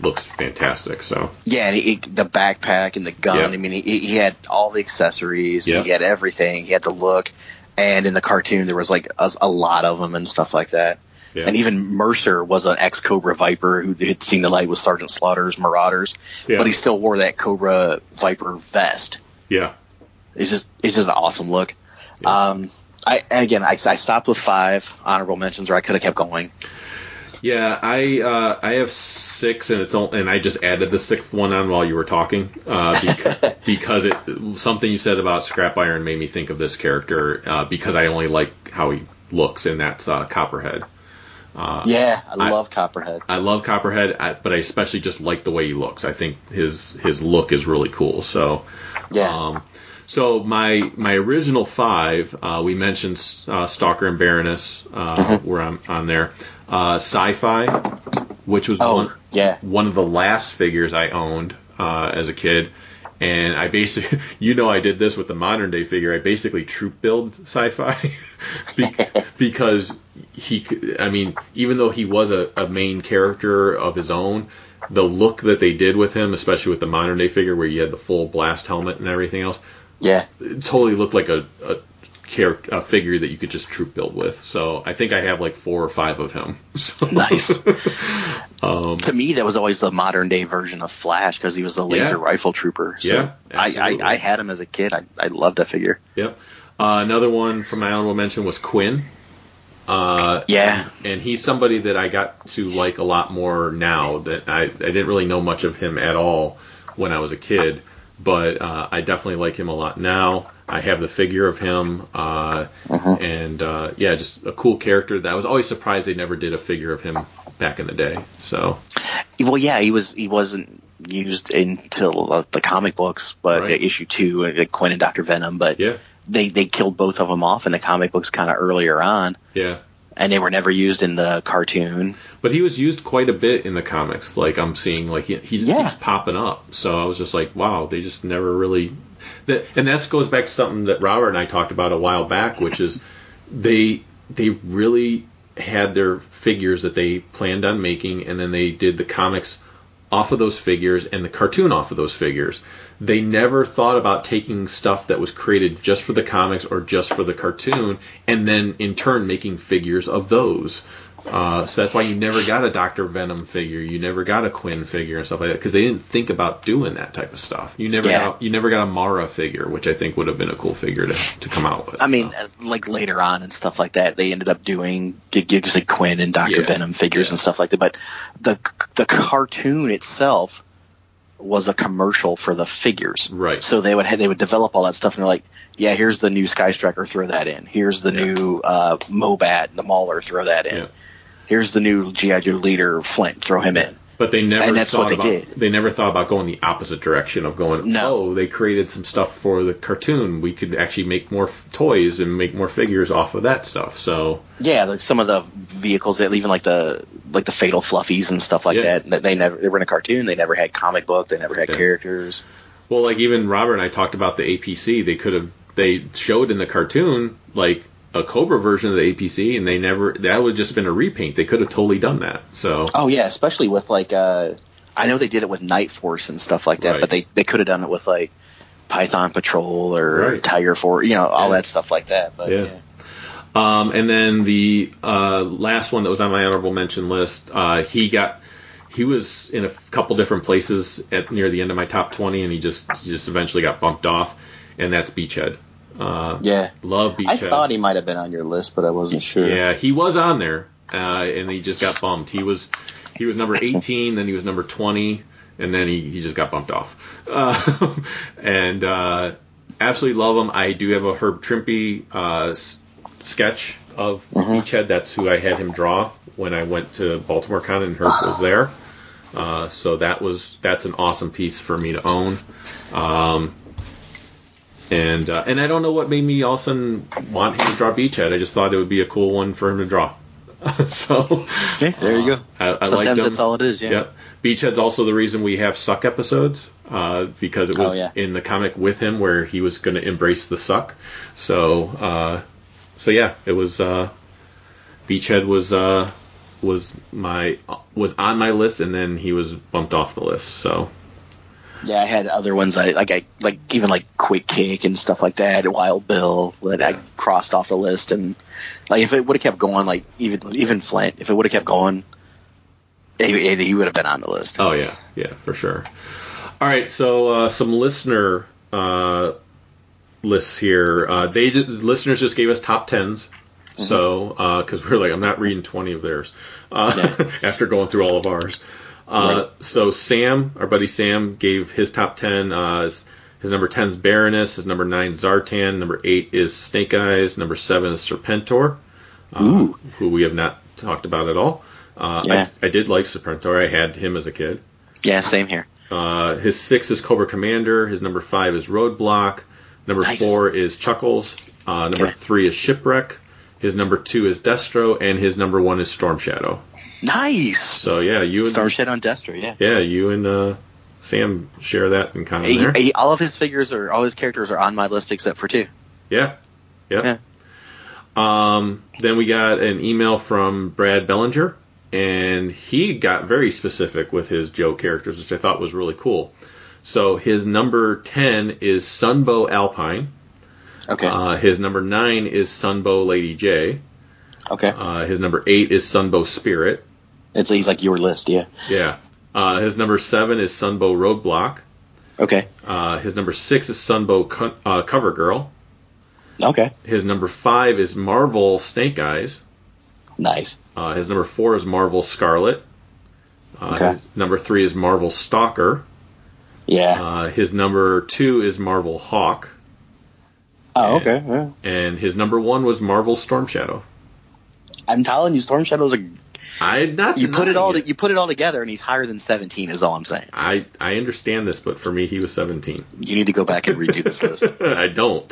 looks fantastic. So
Yeah, and he, the backpack and the gun.
Yeah.
I mean, he, he had all the accessories.
Yeah.
He had everything. He had the look. And in the cartoon, there was like a, a lot of them and stuff like that.
Yeah.
And even Mercer was an ex Cobra Viper who had seen the light with Sergeant Slaughter's Marauders,
Yeah.
but he still wore that Cobra Viper vest.
yeah.
It's just it's just an awesome look. Um, I and again I, I stopped with five honorable mentions, or I could have kept going.
Yeah, I uh, I have six, and it's all, and I just added the sixth one on while you were talking uh, because, because it something you said about Scrap Iron made me think of this character uh, because I only like how he looks, and that's uh, Copperhead.
yeah, I,
Uh, I-
love Copperhead.
I love Copperhead, I, but I especially just like the way he looks. I think his his look is really cool. So
Yeah,
um, so my my original five, uh, we mentioned uh, Stalker and Baroness uh, were on, on there. Uh, Sci-fi, which was
Oh,
one
yeah.
one of the last figures I owned uh, as a kid, And I basically, you know, I did this with the modern day figure. I basically troop build sci-fi Be- because he, c- I mean, even though he was a, a main character of his own, the look that they did with him, especially with the modern day figure where you had the full blast helmet and everything else,
Yeah.
it totally looked like a, a character, a figure that you could just troop build with. So I think I have like four or five of him. So-
Nice.
Um,
to me, that was always the modern day version of Flash because he was a laser
Yeah.
rifle trooper. So
Yeah,
I,
absolutely.
I, I had him as a kid. I, I loved that figure.
Yep. Uh, another one from my honorable mention was Quinn. Uh,
Yeah.
and he's somebody that I got to like a lot more now. That I, I didn't really know much of him at all when I was a kid, but uh, I definitely like him a lot now. I have the figure of him, uh, and uh, yeah, just a cool character. That I was always surprised they never did a figure of him back in the day. So
Well, yeah, he was he wasn't used until uh, the comic books, but
Right.
issue two, uh, Quinn and Doctor Venom. But
yeah,
they they killed both of them off in the comic books kind of earlier on,
yeah.
and they were never used in the cartoon.
But he was used quite a bit in the comics. Like I'm seeing, like he, he just
Yeah.
keeps popping up. So I was just like, wow, they just never really. That and that goes back to something that Robert and I talked about a while back, which is they they really had their figures that they planned on making, and then they did the comics off of those figures and the cartoon off of those figures. They never thought about taking stuff that was created just for the comics or just for the cartoon, and then in turn making figures of those. Uh, so that's why you never got a Doctor Venom figure, you never got a Quinn figure and stuff like that, because they didn't think about doing that type of stuff. You never
Yeah.
got you never got a Mara figure, which I think would have been a cool figure to, to come out with.
I mean, uh, like later on and stuff like that, they ended up doing gigs like Quinn and Doctor
Yeah.
Venom figures and stuff like that. But the the cartoon itself was a commercial for the figures,
Right.
So they would ha- they would develop all that stuff and they're like, yeah, here's the new Sky Striker, throw that in. Here's the
Yeah.
new uh, Mobat, the Mauler, throw that in.
Yeah.
Here's the new GI Joe leader, Flint, throw him in.
But they never
And that's
thought
what they
about,
did.
They never thought about going the opposite direction of going.
No.
Oh, they created some stuff for the cartoon. We could actually make more f- toys and make more figures off of that stuff. So
Yeah, like some of the vehicles that even like the like the Fatal Fluffies and stuff like
Yeah.
that. that They never they were in a cartoon. They never had comic book. They never had
Yeah.
characters.
Well, like even Robert and I talked about the APC. They could have they showed in the cartoon like a Cobra version of the APC, and they never that would have just been a repaint. They could have totally done that. So
Oh yeah, especially with like uh, I know they did it with Night Force and stuff like that,
Right.
but they they could have done it with like Python Patrol or
Right.
Tiger Force, you know, all
Yeah.
that stuff like that. But
Yeah.
yeah.
Um, and then the uh, last one that was on my honorable mention list, uh, he got he was in a couple different places at near the end of my top twenty, and he just he just eventually got bumped off, and that's Beachhead. Uh,
Yeah.
love
I
Beachhead.
thought he might have been on your list, but I wasn't sure.
Yeah, he was on there, uh, and he just got bumped. He was he was number 18, then he was number 20, and then he, he just got bumped off. Uh, and uh, absolutely love him. I do have a Herb Trimpe uh, s- sketch of Beachhead. That's who I had him draw when I went to Baltimore Con, and Herb was there. Uh, so that was that's an awesome piece for me to own. Um, and uh, and I don't know what made me all of a sudden want him to draw Beachhead. I just thought it would be a cool one for him to draw. so
there you go.
I, I liked
Sometimes
him.
that's all it is. Yeah.
Yep. Beachhead's also the reason we have suck episodes uh, because it was
Oh, yeah.
in the comic with him where he was going to embrace the suck. So uh, so yeah, it was uh, Beachhead was uh, was my was on my list and then he was bumped off the list. So
Yeah, I had other ones I like. I like even like Quick Kick and stuff like that. Wild Bill that I crossed off the list, and like if it would have kept going, like even even Flint, if it would have kept going, he, he would have been on the list.
Oh yeah, yeah, for sure. All right, so uh, some listener uh, lists here. Uh, they ju- listeners just gave us top 10s so because we're like, I'm not reading twenty of theirs uh, after going through all of ours. Uh, So Sam, our buddy Sam, gave his top ten. Uh, his, his number ten is Baroness. His number nine Zartan. Number eight is Snake Eyes. Number seven is Serpentor uh, who we have not talked about at all. Uh,
Yeah.
I, I did like Serpentor. I had him as a kid.
Yeah, same here.
Uh, his six is Cobra Commander. His number five is Roadblock. Number
Nice.
four is Chuckles. Uh, number
Okay.
three is Shipwreck. His number two is Destro, and his number one is Storm Shadow.
Nice.
So yeah, you and
Star Shed on Destro, yeah.
yeah, you and uh, Sam share that in common
He,
there.
he- all of his figures are all his characters are on my list except for two.
Yeah. Yep. Um, then we got an email from Brad Bellinger, and he got very specific with his Joe characters, which I thought was really cool. So his number 10 is Sunbow Alpine.
Okay.
Uh, his number 9 is Sunbow Lady J.
okay.
Uh, his number 8 is Sunbow Spirit.
It's he's like your list, yeah.
Yeah. Uh, his number 7 is Sunbow Roadblock.
Okay.
Uh, his number 6 is Sunbow Co- uh, Cover Girl.
Okay.
His number 5 is Marvel Snake Eyes.
Nice.
Uh, his number four is Marvel Scarlet. Uh,
Okay.
his number three is Marvel Stalker.
Yeah.
Uh, his number two is Marvel Hawk,
oh, okay. yeah.
and his number one was Marvel Storm Shadow.
I'm telling you, Storm Shadow's a
I not
you put it
denying
all you put it all together, and he's higher than 17. Is all I'm saying.
I I understand this, but for me, he was seventeen.
You need to go back and redo this list.
I don't.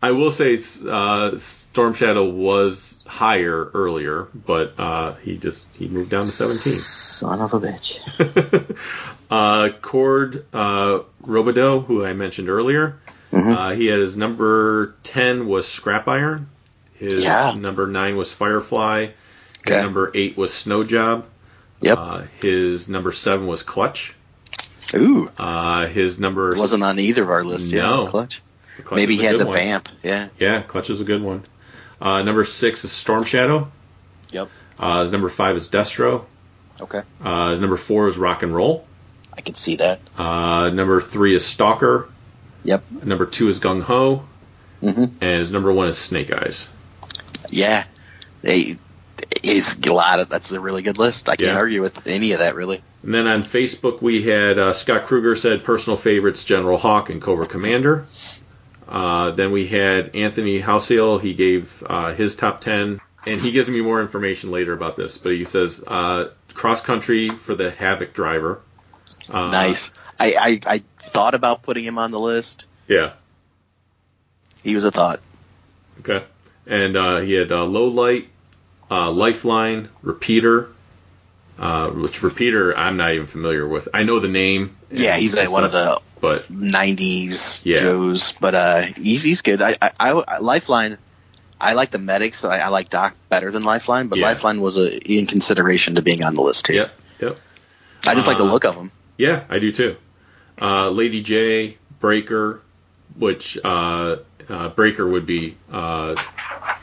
I will say uh, Storm Shadow was higher earlier, but uh, he just he moved down to seventeen.
Son of a bitch.
Uh, Cord uh, Robideau, who I mentioned earlier,
Mm-hmm.
uh, he had his number 10 was Scrap Iron. His
Yeah.
number 9 was Firefly. His
Okay.
number 8 was Snow Job.
Yep.
Uh, his number 7 was Clutch.
Ooh,
Uh, his number.
it wasn't on either of our lists.
No.
Yeah, clutch.
Clutch
Maybe
is
he
a
had
good
the
one.
vamp. Yeah.
Yeah, Clutch is a good one. Uh, number 6 is Storm Shadow.
Yep.
Uh, his number 5 is Destro.
Okay.
Uh, his number 4 is Rock and Roll.
I can see that.
Uh, number 3 is Stalker.
Yep.
Number two is Gung Ho,
Mhm.
and his number one is Snake Eyes.
Yeah. They. He's a lot of. That's a really good list. I can't
Yeah.
argue with any of that really.
And then on Facebook, we had uh, Scott Kruger said personal favorites General Hawk and Cobra Commander. Uh, then we had Anthony Houseel. He gave uh, his top 10, and he gives me more information later about this, but he says uh, cross country for the Havoc driver. Uh,
nice. I, I I thought about putting him on the list.
Yeah.
He was a thought.
Okay. And uh, he had uh, low light, uh, lifeline, repeater. Uh, which repeater I'm not even familiar with. I know the name. and-
Yeah, he's
and
like one of
stuff,
the
But
'90s
Yeah.
Joes, but uh, he's he's good. I, I, I Lifeline. I like the medics. I, I like Doc better than Lifeline, but
Yeah.
Lifeline was a, in consideration to being on the list too.
yep, yep,
I just like the
Uh,
look of him.
yeah, I do too. Uh, Lady J, Breaker, which uh, uh, Breaker would be. Uh,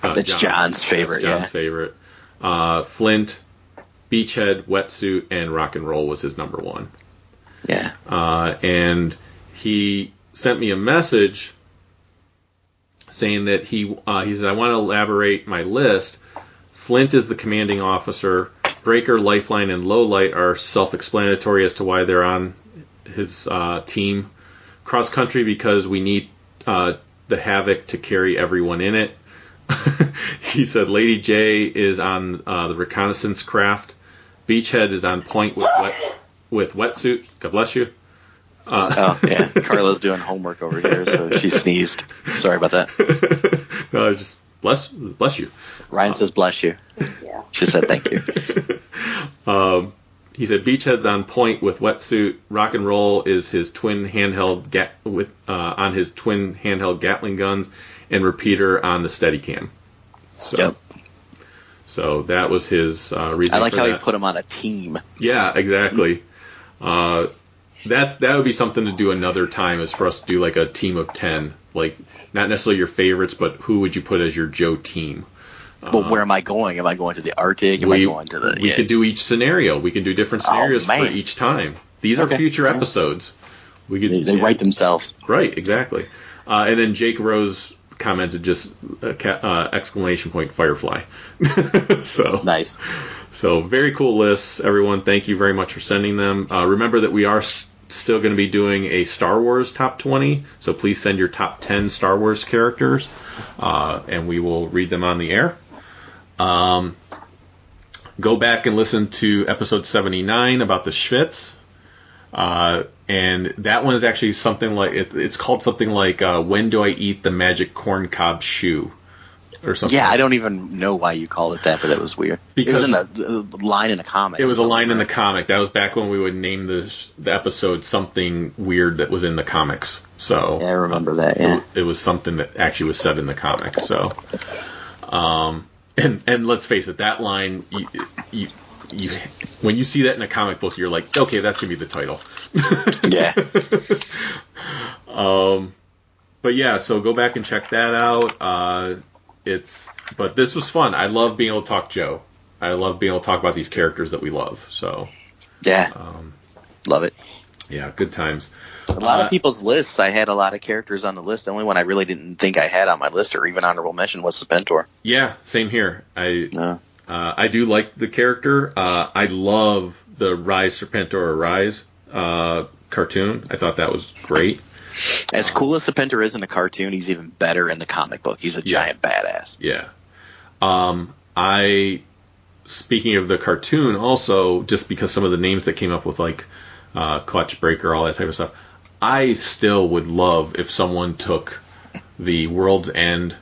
uh,
It's John's favorite,
That's John's
yeah.
favorite. Uh, Flint, Beachhead, Wetsuit, and Rock and Roll was his number one.
Yeah,
uh, and he sent me a message saying that he uh, he said I want to elaborate my list. Flint is the commanding officer. Breaker, Lifeline, and Lowlight are self-explanatory as to why they're on his uh, team. Cross country because we need uh, the Havoc to carry everyone in it. he said Lady J is on uh, the reconnaissance craft. Beachhead is on point with wet, with wetsuit. God bless you. Uh-huh.
oh yeah. Carla's doing homework over here, so she sneezed. Sorry about that.
Uh, just bless bless you.
Ryan says, "Bless you." She said, "Thank you."
He said Beachhead's on point with wetsuit. Rock and roll is his twin handheld ga- with uh, on his twin handheld Gatling guns, and repeater on the Steadicam. So,
Yep.
so that was his uh, reason.
I like
for
how
that.
he put him on a team.
Yeah, exactly. Uh, that that would be something to do another time is for us to do like a team of ten, like not necessarily your favorites, but who would you put as your Joe team?
But where am I going? Am I going to the Arctic? Am I going to the?
Uh-huh. we
yeah.
could do each scenario. We can do different
Oh,
scenarios for
man.
each time. These are
Okay.
future
Yeah.
episodes. We could
they, they
yeah.
write themselves.
right exactly. Uh, and then Jake Rose commented just uh, ca- uh, exclamation point Firefly. so
Nice.
so very cool lists, everyone. Thank you very much for sending them. Uh, remember that we are s- still going to be doing a Star Wars top 20, so please send your top 10 Star Wars characters, uh, and we will read them on the air. Um, go back and listen to episode 79 about the Schwitz. Uh, and that one is actually something like it, it's called something like uh, when do I eat the magic corn cob shoe? or something.
Yeah, I don't even know why you called it that, but that was weird.
Because-
it was in a, a line in a comic.
It was a line in the comic. That was back when we would name the, sh- the episode something weird that was in the comics. So
Yeah, I remember that. Yeah.
it was something that actually was said in the comic. So, um, and and let's face it, that line, you, you, you, when you see that in a comic book, you're like, okay, that's gonna be the title.
yeah.
But yeah, so go back and check that out. Uh, it's but this was fun. I love being able to talk Joe. I love being able to talk about these characters that we love. So
Yeah. Love it.
yeah, good times.
A lot
Um, Uh,
of people's lists. I had a lot of characters on the list. The only one I really didn't think I had on my list or even honorable mention was Serpentor.
Yeah, same here. I
No.
Uh, I do like the character. Uh, I love the Rise Serpentor Rise uh, cartoon. I thought that was great.
As cool as Serpentor is in the cartoon, he's even better in the comic book. He's a
Yeah.
giant badass.
Yeah. Um, I speaking of the cartoon, also just because some of the names that came up with like uh, Clutch Breaker, all that type of stuff, I still would love if someone took the World's End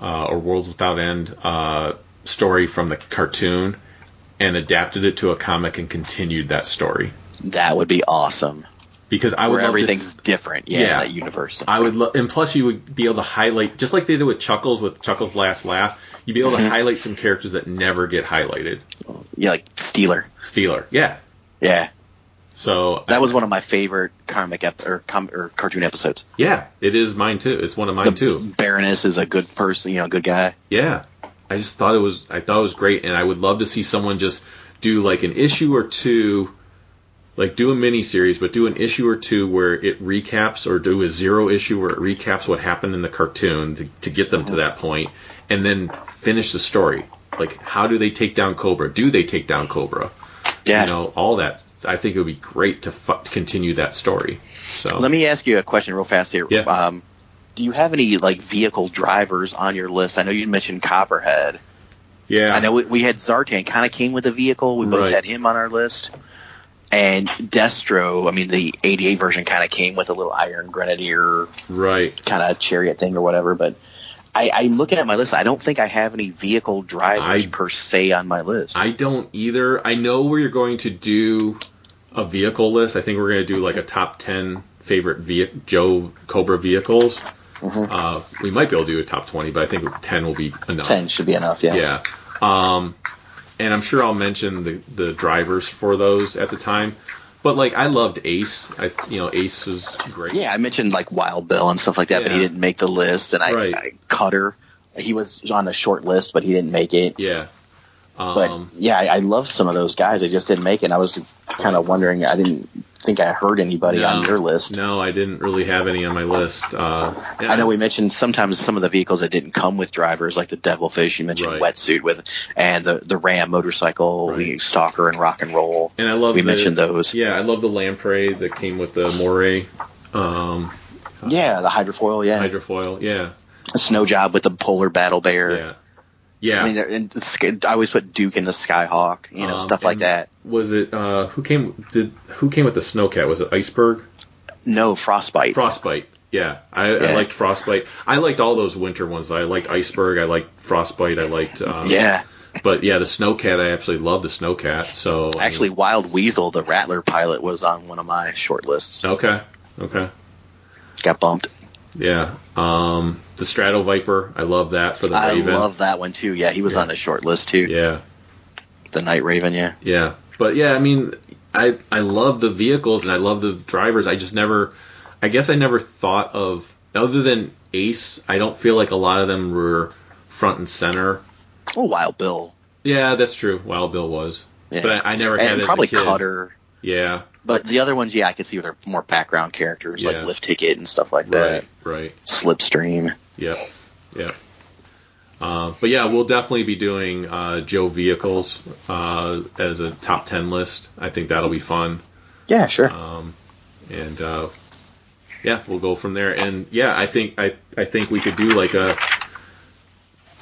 uh, or Worlds Without End uh, story from the cartoon and adapted it to a comic and continued that story.
That would be awesome.
because I would
Where
love to
everything's
s-
different. Yeah, in
Yeah.
that universe.
I would love, and plus you would be able to highlight just like they did with Chuckles with Chuckles Last Laugh. You'd be able
Mm-hmm.
to highlight some characters that never get highlighted.
yeah, like Steeler.
Steeler, yeah.
Yeah.
So
That was one of my favorite comic ep- or, com- or cartoon episodes.
yeah, it is mine too. It's one of mine
the
too.
Baroness is a good person, you know, good guy.
Yeah, I just thought it was I thought it was great, and I would love to see someone just do like an issue or two, like do a mini series, but do an issue or two where it recaps, or do a zero issue where it recaps what happened in the cartoon to, to get them to that point, and then finish the story. Like, how do they take down Cobra? Do they take down Cobra?
Yeah.
You know, all that. I think it would be great to, fu- to continue that story. So
Let me ask you a question real fast here.
uh, Yeah.
Um, do you have any like vehicle drivers on your list? I know you mentioned Copperhead.
Yeah.
I know we, we had Zartan kind of came with a vehicle. We both
Right.
had him on our list. And Destro, I mean, the 88 version kind of came with a little Iron Grenadier
Right.
kind of chariot thing or whatever. But I, I'm looking at my list. I don't think I have any vehicle drivers
I-
per se on my list.
I don't either. I know where you're going to do a vehicle list. I think we're going to do like a top 10 favorite ve- Joe Cobra vehicles.
Mm-hmm.
Uh, we might be able to do a top 20, but I think 10 will be enough.
10 should be enough, yeah.
Yeah. Um, and I'm sure I'll mention the, the drivers for those at the time. But like, I loved Ace. I, you know, Ace was great.
Yeah, I mentioned like Wild Bill and stuff like that, but he
Yeah.
didn't make the list. And I,
Right.
I Cutter, he was on the short list, but he didn't make it.
Yeah. Um,
But yeah, I, I love some of those guys. I just didn't make it. And I was kind of wondering. I didn't think I heard anybody on your list.
No, I didn't really have any on my list. Uh, and
I know we mentioned sometimes some of the vehicles that didn't come with drivers, like the Devilfish. You mentioned
Right.
wetsuit with, and the the Ram motorcycle, the
Right.
Stalker, and Rock and Roll.
And I love
we
the-
mentioned those. Yeah,
Yeah, I love the lamprey that came with the moray um,
the hydrofoil. Yeah,
hydrofoil. Yeah,
snow job with the polar battle bear.
yeah, yeah.
I mean, they're- and it's, I always put Duke in the Skyhawk, you know,
Um,
stuff like
and
that.
Was it uh, who came? Did who came with the snowcat? Was it iceberg?
No frostbite.
Frostbite. Yeah, I, I
Yeah.
liked frostbite. I liked all those winter ones. I liked iceberg. I liked frostbite. I liked. Um,
yeah,
But yeah, the snowcat. I absolutely love the snowcat. So I mean-
actually, Wild Weasel, the Rattler pilot, was on one of my short lists.
okay, okay,
Got bumped.
yeah. Um, the strato viper. I love that for the
I
raven.
love that one too. Yeah, he was on the short list too.
yeah.
The Night Raven. Yeah,
Yeah, but yeah, I mean, I I love the vehicles and I love the drivers. I just never, I guess I never thought of other than Ace. I don't feel like a lot of them were front and center.
oh, Wild Bill.
Yeah, that's true. Wild Bill was,
Yeah.
but I, I never had
and
it
probably
as a kid.
Cutter.
Yeah,
But the other ones, yeah, I could see they're more background characters
Yeah.
like Lift Ticket and stuff like that.
right, right.
Slipstream.
Yep. Yep. Uh, but yeah, we'll definitely be doing uh, Joe vehicles uh, as a top ten list. I think that'll be fun.
Yeah, sure.
Um, and uh, yeah, we'll go from there. And yeah, I think I, I think we could do like a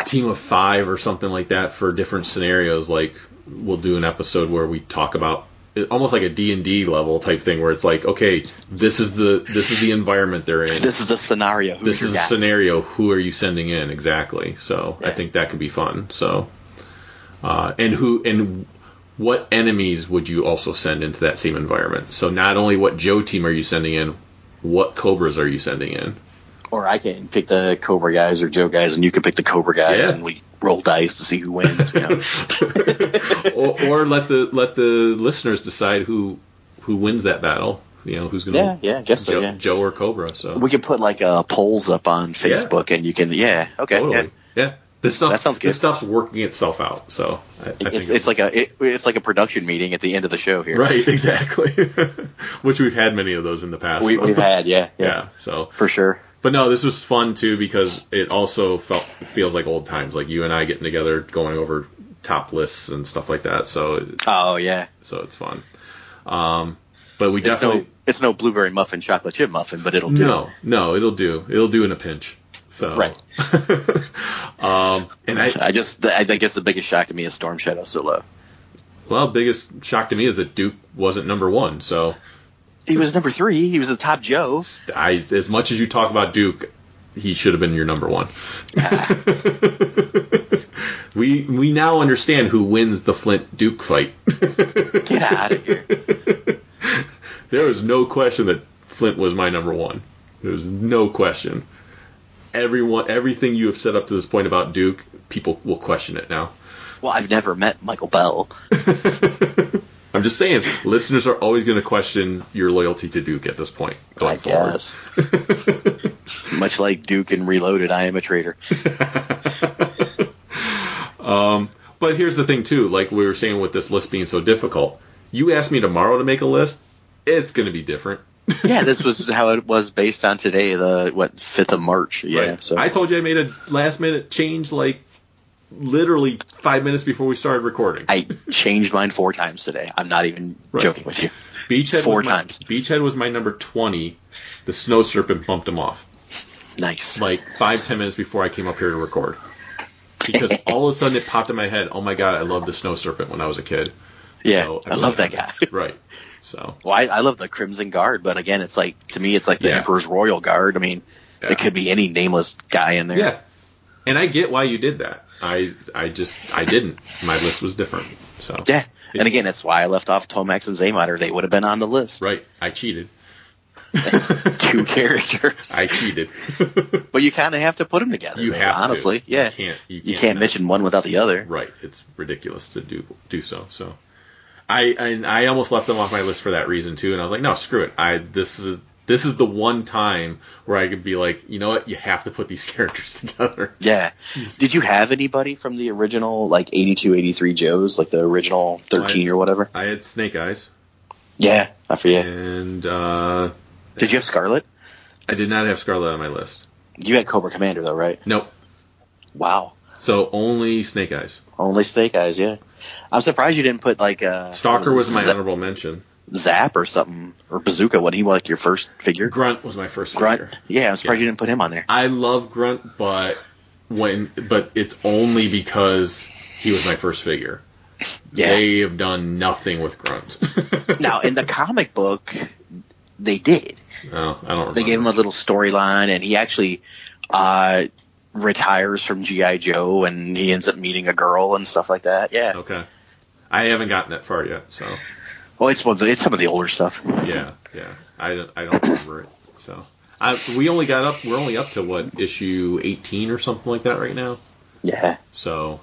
team of five or something like that for different scenarios. Like we'll do an episode where we talk about almost like a D&D level type thing where it's like, okay, this is the this is the environment they're in.
This is the scenario. Who's
This
your
is a
guys?
scenario. Who are you sending in exactly? So I think that could be fun. So, uh, and who and what enemies would you also send into that same environment? So not only what Joe team are you sending in, what Cobras are you sending in?
Or I can pick the Cobra guys or Joe guys, and you can pick the Cobra guys,
Yeah.
and we roll dice to see who wins. You know?
or, or let the let the listeners decide who who wins that battle. You know who's going
yeah, yeah, I guess so.
Joe,
yeah.
Joe or Cobra. So
We can put like uh, polls up on Facebook, and you can yeah, okay,
totally.
yeah.
Yeah. This stuff
That sounds good.
This stuff's working itself out. So I, I think
It's, it's like a it, it's like a production meeting at the end of the show here.
right, exactly. Which we've had many of those in the past.
We,
so.
we've had yeah, yeah,
yeah. So,
for sure.
but no, this was fun too because it also felt feels like old times, like you and I getting together, going over top lists and stuff like that. So
Oh yeah,
so it's fun. Um, but we
it's
definitely
no it's no blueberry muffin, chocolate chip muffin, but it'll do.
No, no, it'll do. It'll do in a pinch. So
Right.
um, and I
I just I, I guess the biggest shock to me is Storm Shadow Solo.
well, biggest shock to me is that Duke wasn't number one. So
He was number three. He was the top Joe.
I, as much as you talk about Duke, he should have been your number one. we we now understand who wins the Flint Duke fight.
Get out of here.
there was no question that Flint was my number one. There was no question. Everyone, everything you have set up to this point about Duke, people will question it now.
Well, I've never met Michael Bell.
I'm just saying, listeners are always going to question your loyalty to Duke at this point.
I
Going forward.
guess. Much like Duke and Reloaded, I am a traitor.
But here's the thing too, like we were saying with this list being so difficult. You ask me tomorrow to make a list, it's going to be different.
Yeah, this was how it was based on today, the what fifth of March. Yeah,
Right?
so
I told you I made a last minute change, like literally five minutes before we started recording.
I changed mine four times today. I'm not even
Right.
joking with you.
Beachhead
four
was my,
times.
Beachhead was my number twenty. The snow serpent bumped him off
Nice.
like five ten minutes before I came up here to record because all of a sudden it popped in my head. Oh my god, I loved the snow serpent when I was a kid.
yeah,
So
I love that guy.
Right. So
Well, I, I love the Crimson Guard, but again, it's like to me, it's like the
Yeah.
Emperor's Royal Guard. I mean,
Yeah.
it could be any nameless guy in there.
Yeah, and I get why you did that. I I just I didn't. My list was different. So
Yeah. And again, that's why I left off Tomax and Zaymot, or they would have been on the list.
right. I cheated.
Two characters.
I cheated.
But you kind of have to put them together.
You
though,
have to.
honestly. Yeah,
You can't- you can't not.
mention one without the other.
right. It's ridiculous to do do so. So I and I almost left them off my list for that reason too. And I was like, no, screw it. I this is. This is the one time where I could be like, you know what, you have to put these characters together.
Yeah. Did you have anybody from the original like 82, 83 Joes, like the original thirteen or whatever?
I had Snake Eyes,
Yeah, I forget.
and uh,
Did you have Scarlet?
I did not have Scarlet on my list.
You had Cobra Commander though, right?
Nope.
Wow.
So only Snake Eyes.
Only Snake Eyes, yeah. I'm surprised you didn't put like uh
Stalker was my
Zap-
honorable mention.
Zap or something or Bazooka when he was like your first figure.
Grunt was my first
Grunt.
figure.
Yeah, I'm surprised you didn't put him on there.
I love Grunt, but when but it's only because he was my first figure.
Yeah.
They have done nothing with Grunt.
now in the comic book, they did.
no, Oh, I don't. Remember.
They gave him a little storyline, and he actually uh, retires from GI Joe, and he ends up meeting a girl and stuff like that. Yeah.
okay. I haven't gotten that far yet, so
Well, it's one of the, it's some of the older stuff.
yeah, yeah. I don't, I don't remember it. So I, we only got up. We're only up to what issue eighteen or something like that right now.
Yeah.
So,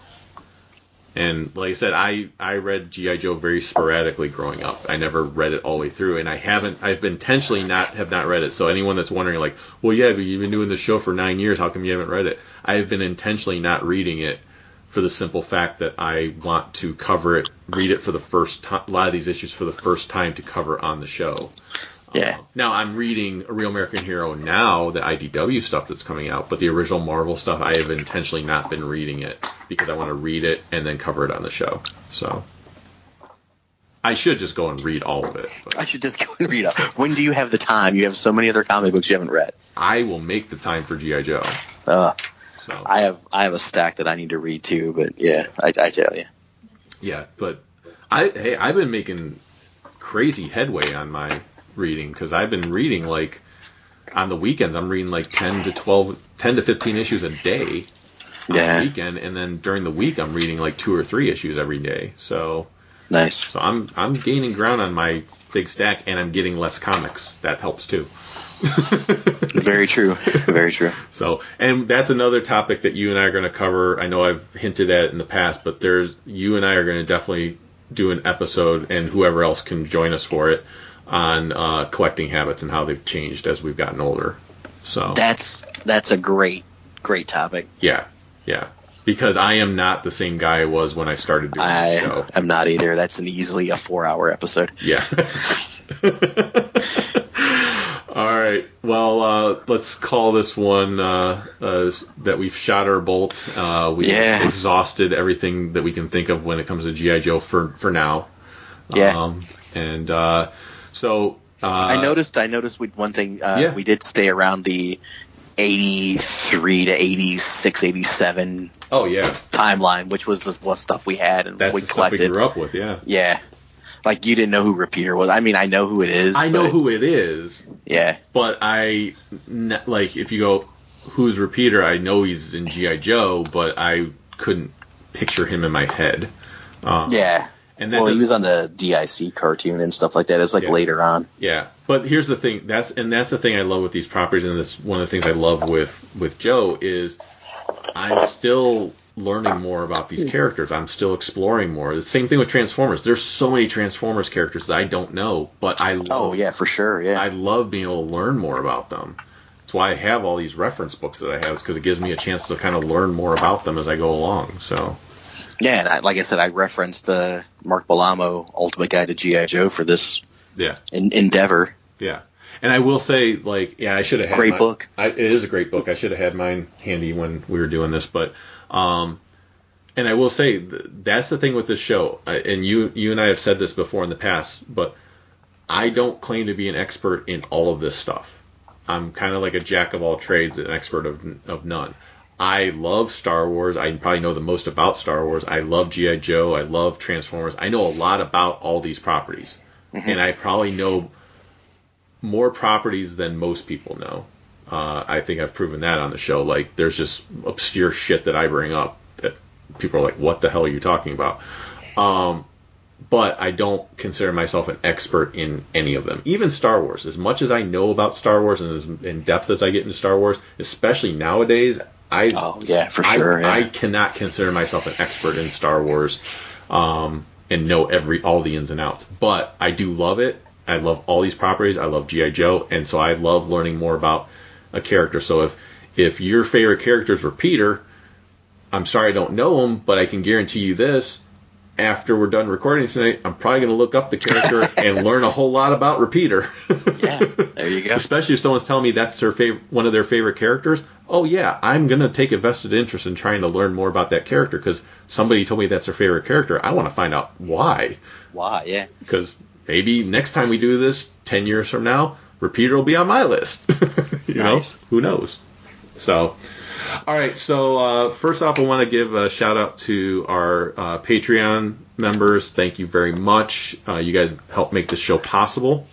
and like I said, I I read GI Joe very sporadically growing up. I never read it all the way through, and I haven't. I've intentionally not have not read it. So anyone that's wondering, like, well, yeah, but you've been doing this show for nine years. How come you haven't read it? I have been intentionally not reading it for the simple fact that I want to cover it, read it for the first time, a lot of these issues for the first time to cover on the show. Oh.
Yeah.
Now I'm reading A Real American Hero now, the IDW stuff that's coming out, but the original Marvel stuff I have intentionally not been reading it because I want to read it and then cover it on the show. So I should just go and read all of it.
I
But
should just go and read up. When do you have the time? You have so many other comic books you haven't read.
I will make the time for GI Joe.
Uh,
So
I have I have a stack that I need to read too, but yeah, I, I tell you.
yeah, but I hey I've been making crazy headway on my reading because I've been reading like on the weekends. I'm reading like 10 to 12, 10 to 15 issues a day on
Yeah.
the weekend, and then during the week I'm reading like two or three issues every day. So
Nice.
so I'm I'm gaining ground on my big stack, and I'm getting less comics. That helps too.
Very true. Very true.
So, and that's another topic that you and I are going to cover. I know I've hinted at it in the past, but there's you and I are going to definitely do an episode, and whoever else can join us for it on uh, collecting habits and how they've changed as we've gotten older. So
That's that's a great great topic.
yeah, yeah, because I am not the same guy I was when I started doing
I
this show.
am not either. That's an easily a four hour episode.
Yeah. All right. Well, uh, let's call this one uh, uh, that we've shot our bolt. Uh, we
Yeah.
exhausted everything that we can think of when it comes to GI Joe for for now.
Yeah.
Um, and uh, so uh,
I noticed. I noticed we, one thing. Uh,
Yeah.
We did stay around the eighty-three to 86, 87
Oh yeah,
timeline, which was the what stuff we had and
that's
we
the stuff
collected.
we grew up with. Yeah.
Yeah, like you didn't know who Repeater was. I mean, I know who it is.
I know
but-
who it is,
Yeah,
but I n- like if you go who's Repeater. I know he's in GI Joe, but I couldn't picture him in my head. Uh-huh.
yeah.
And that
Well, he
doesn't-
was on the DIC cartoon and stuff like that. It's like
Yeah.
later on.
Yeah, but here's the thing. That's and that's the thing I love with these properties, and that's one of the things I love with with Joe is I'm still learning more about
Hmm.
these characters. I'm still exploring more. The same thing with Transformers. There's so many Transformers characters that I don't know, but I love.
Oh yeah, for sure. Yeah,
I love being able to learn more about them. That's why I have all these reference books that I have, because it gives me a chance to kind of learn more about them as I go along. So
yeah. And I, like I said, I referenced the Mark Balamo Ultimate Guide to GI Joe for this
yeah.
en- endeavor.
Yeah. And I will say, like, yeah, I should have had
Great
my-
book.
I, it is a great book. I should have had mine handy when we were doing this, but, um, and I will say th- that's the thing with this show, I, and you, you and I have said this before in the past, but I don't claim to be an expert in all of this stuff. I'm kind of like a jack of all trades, an expert of of none. I love Star Wars. I probably know the most about Star Wars. I love GI Joe. I love Transformers. I know a lot about all these properties,
Mm-hmm.
and I probably know more properties than most people know. Uh, I think I've proven that on the show. Like, there's just obscure shit that I bring up that people are like, "What the hell are you talking about?" Um, but I don't consider myself an expert in any of them. Even Star Wars, as much as I know about Star Wars and as in depth as I get into Star Wars, especially nowadays, I
Oh yeah, for
I,
sure. yeah.
I cannot consider myself an expert in Star Wars um, and know every all the ins and outs, but I do love it. I love all these properties. I love GI Joe, and so I love learning more about a character. So if if your favorite characters were Peter, I'm sorry I don't know him, but I can guarantee you this: after we're done recording tonight, I'm probably going to look up the character and learn a whole lot about Repeater.
yeah, there you go.
especially if someone's telling me that's their favorite, one of their favorite characters. Oh yeah, I'm gonna take a vested interest in trying to learn more about that character because somebody told me that's their favorite character. I want to find out why,
Why? Yeah.
because maybe next time we do this, ten years from now, Repeater will be on my list. you
Nice.
know, who knows? So, all right. So uh, first off, I want to give a shout out to our uh, Patreon members. Thank you very much. Uh, you guys help make this show possible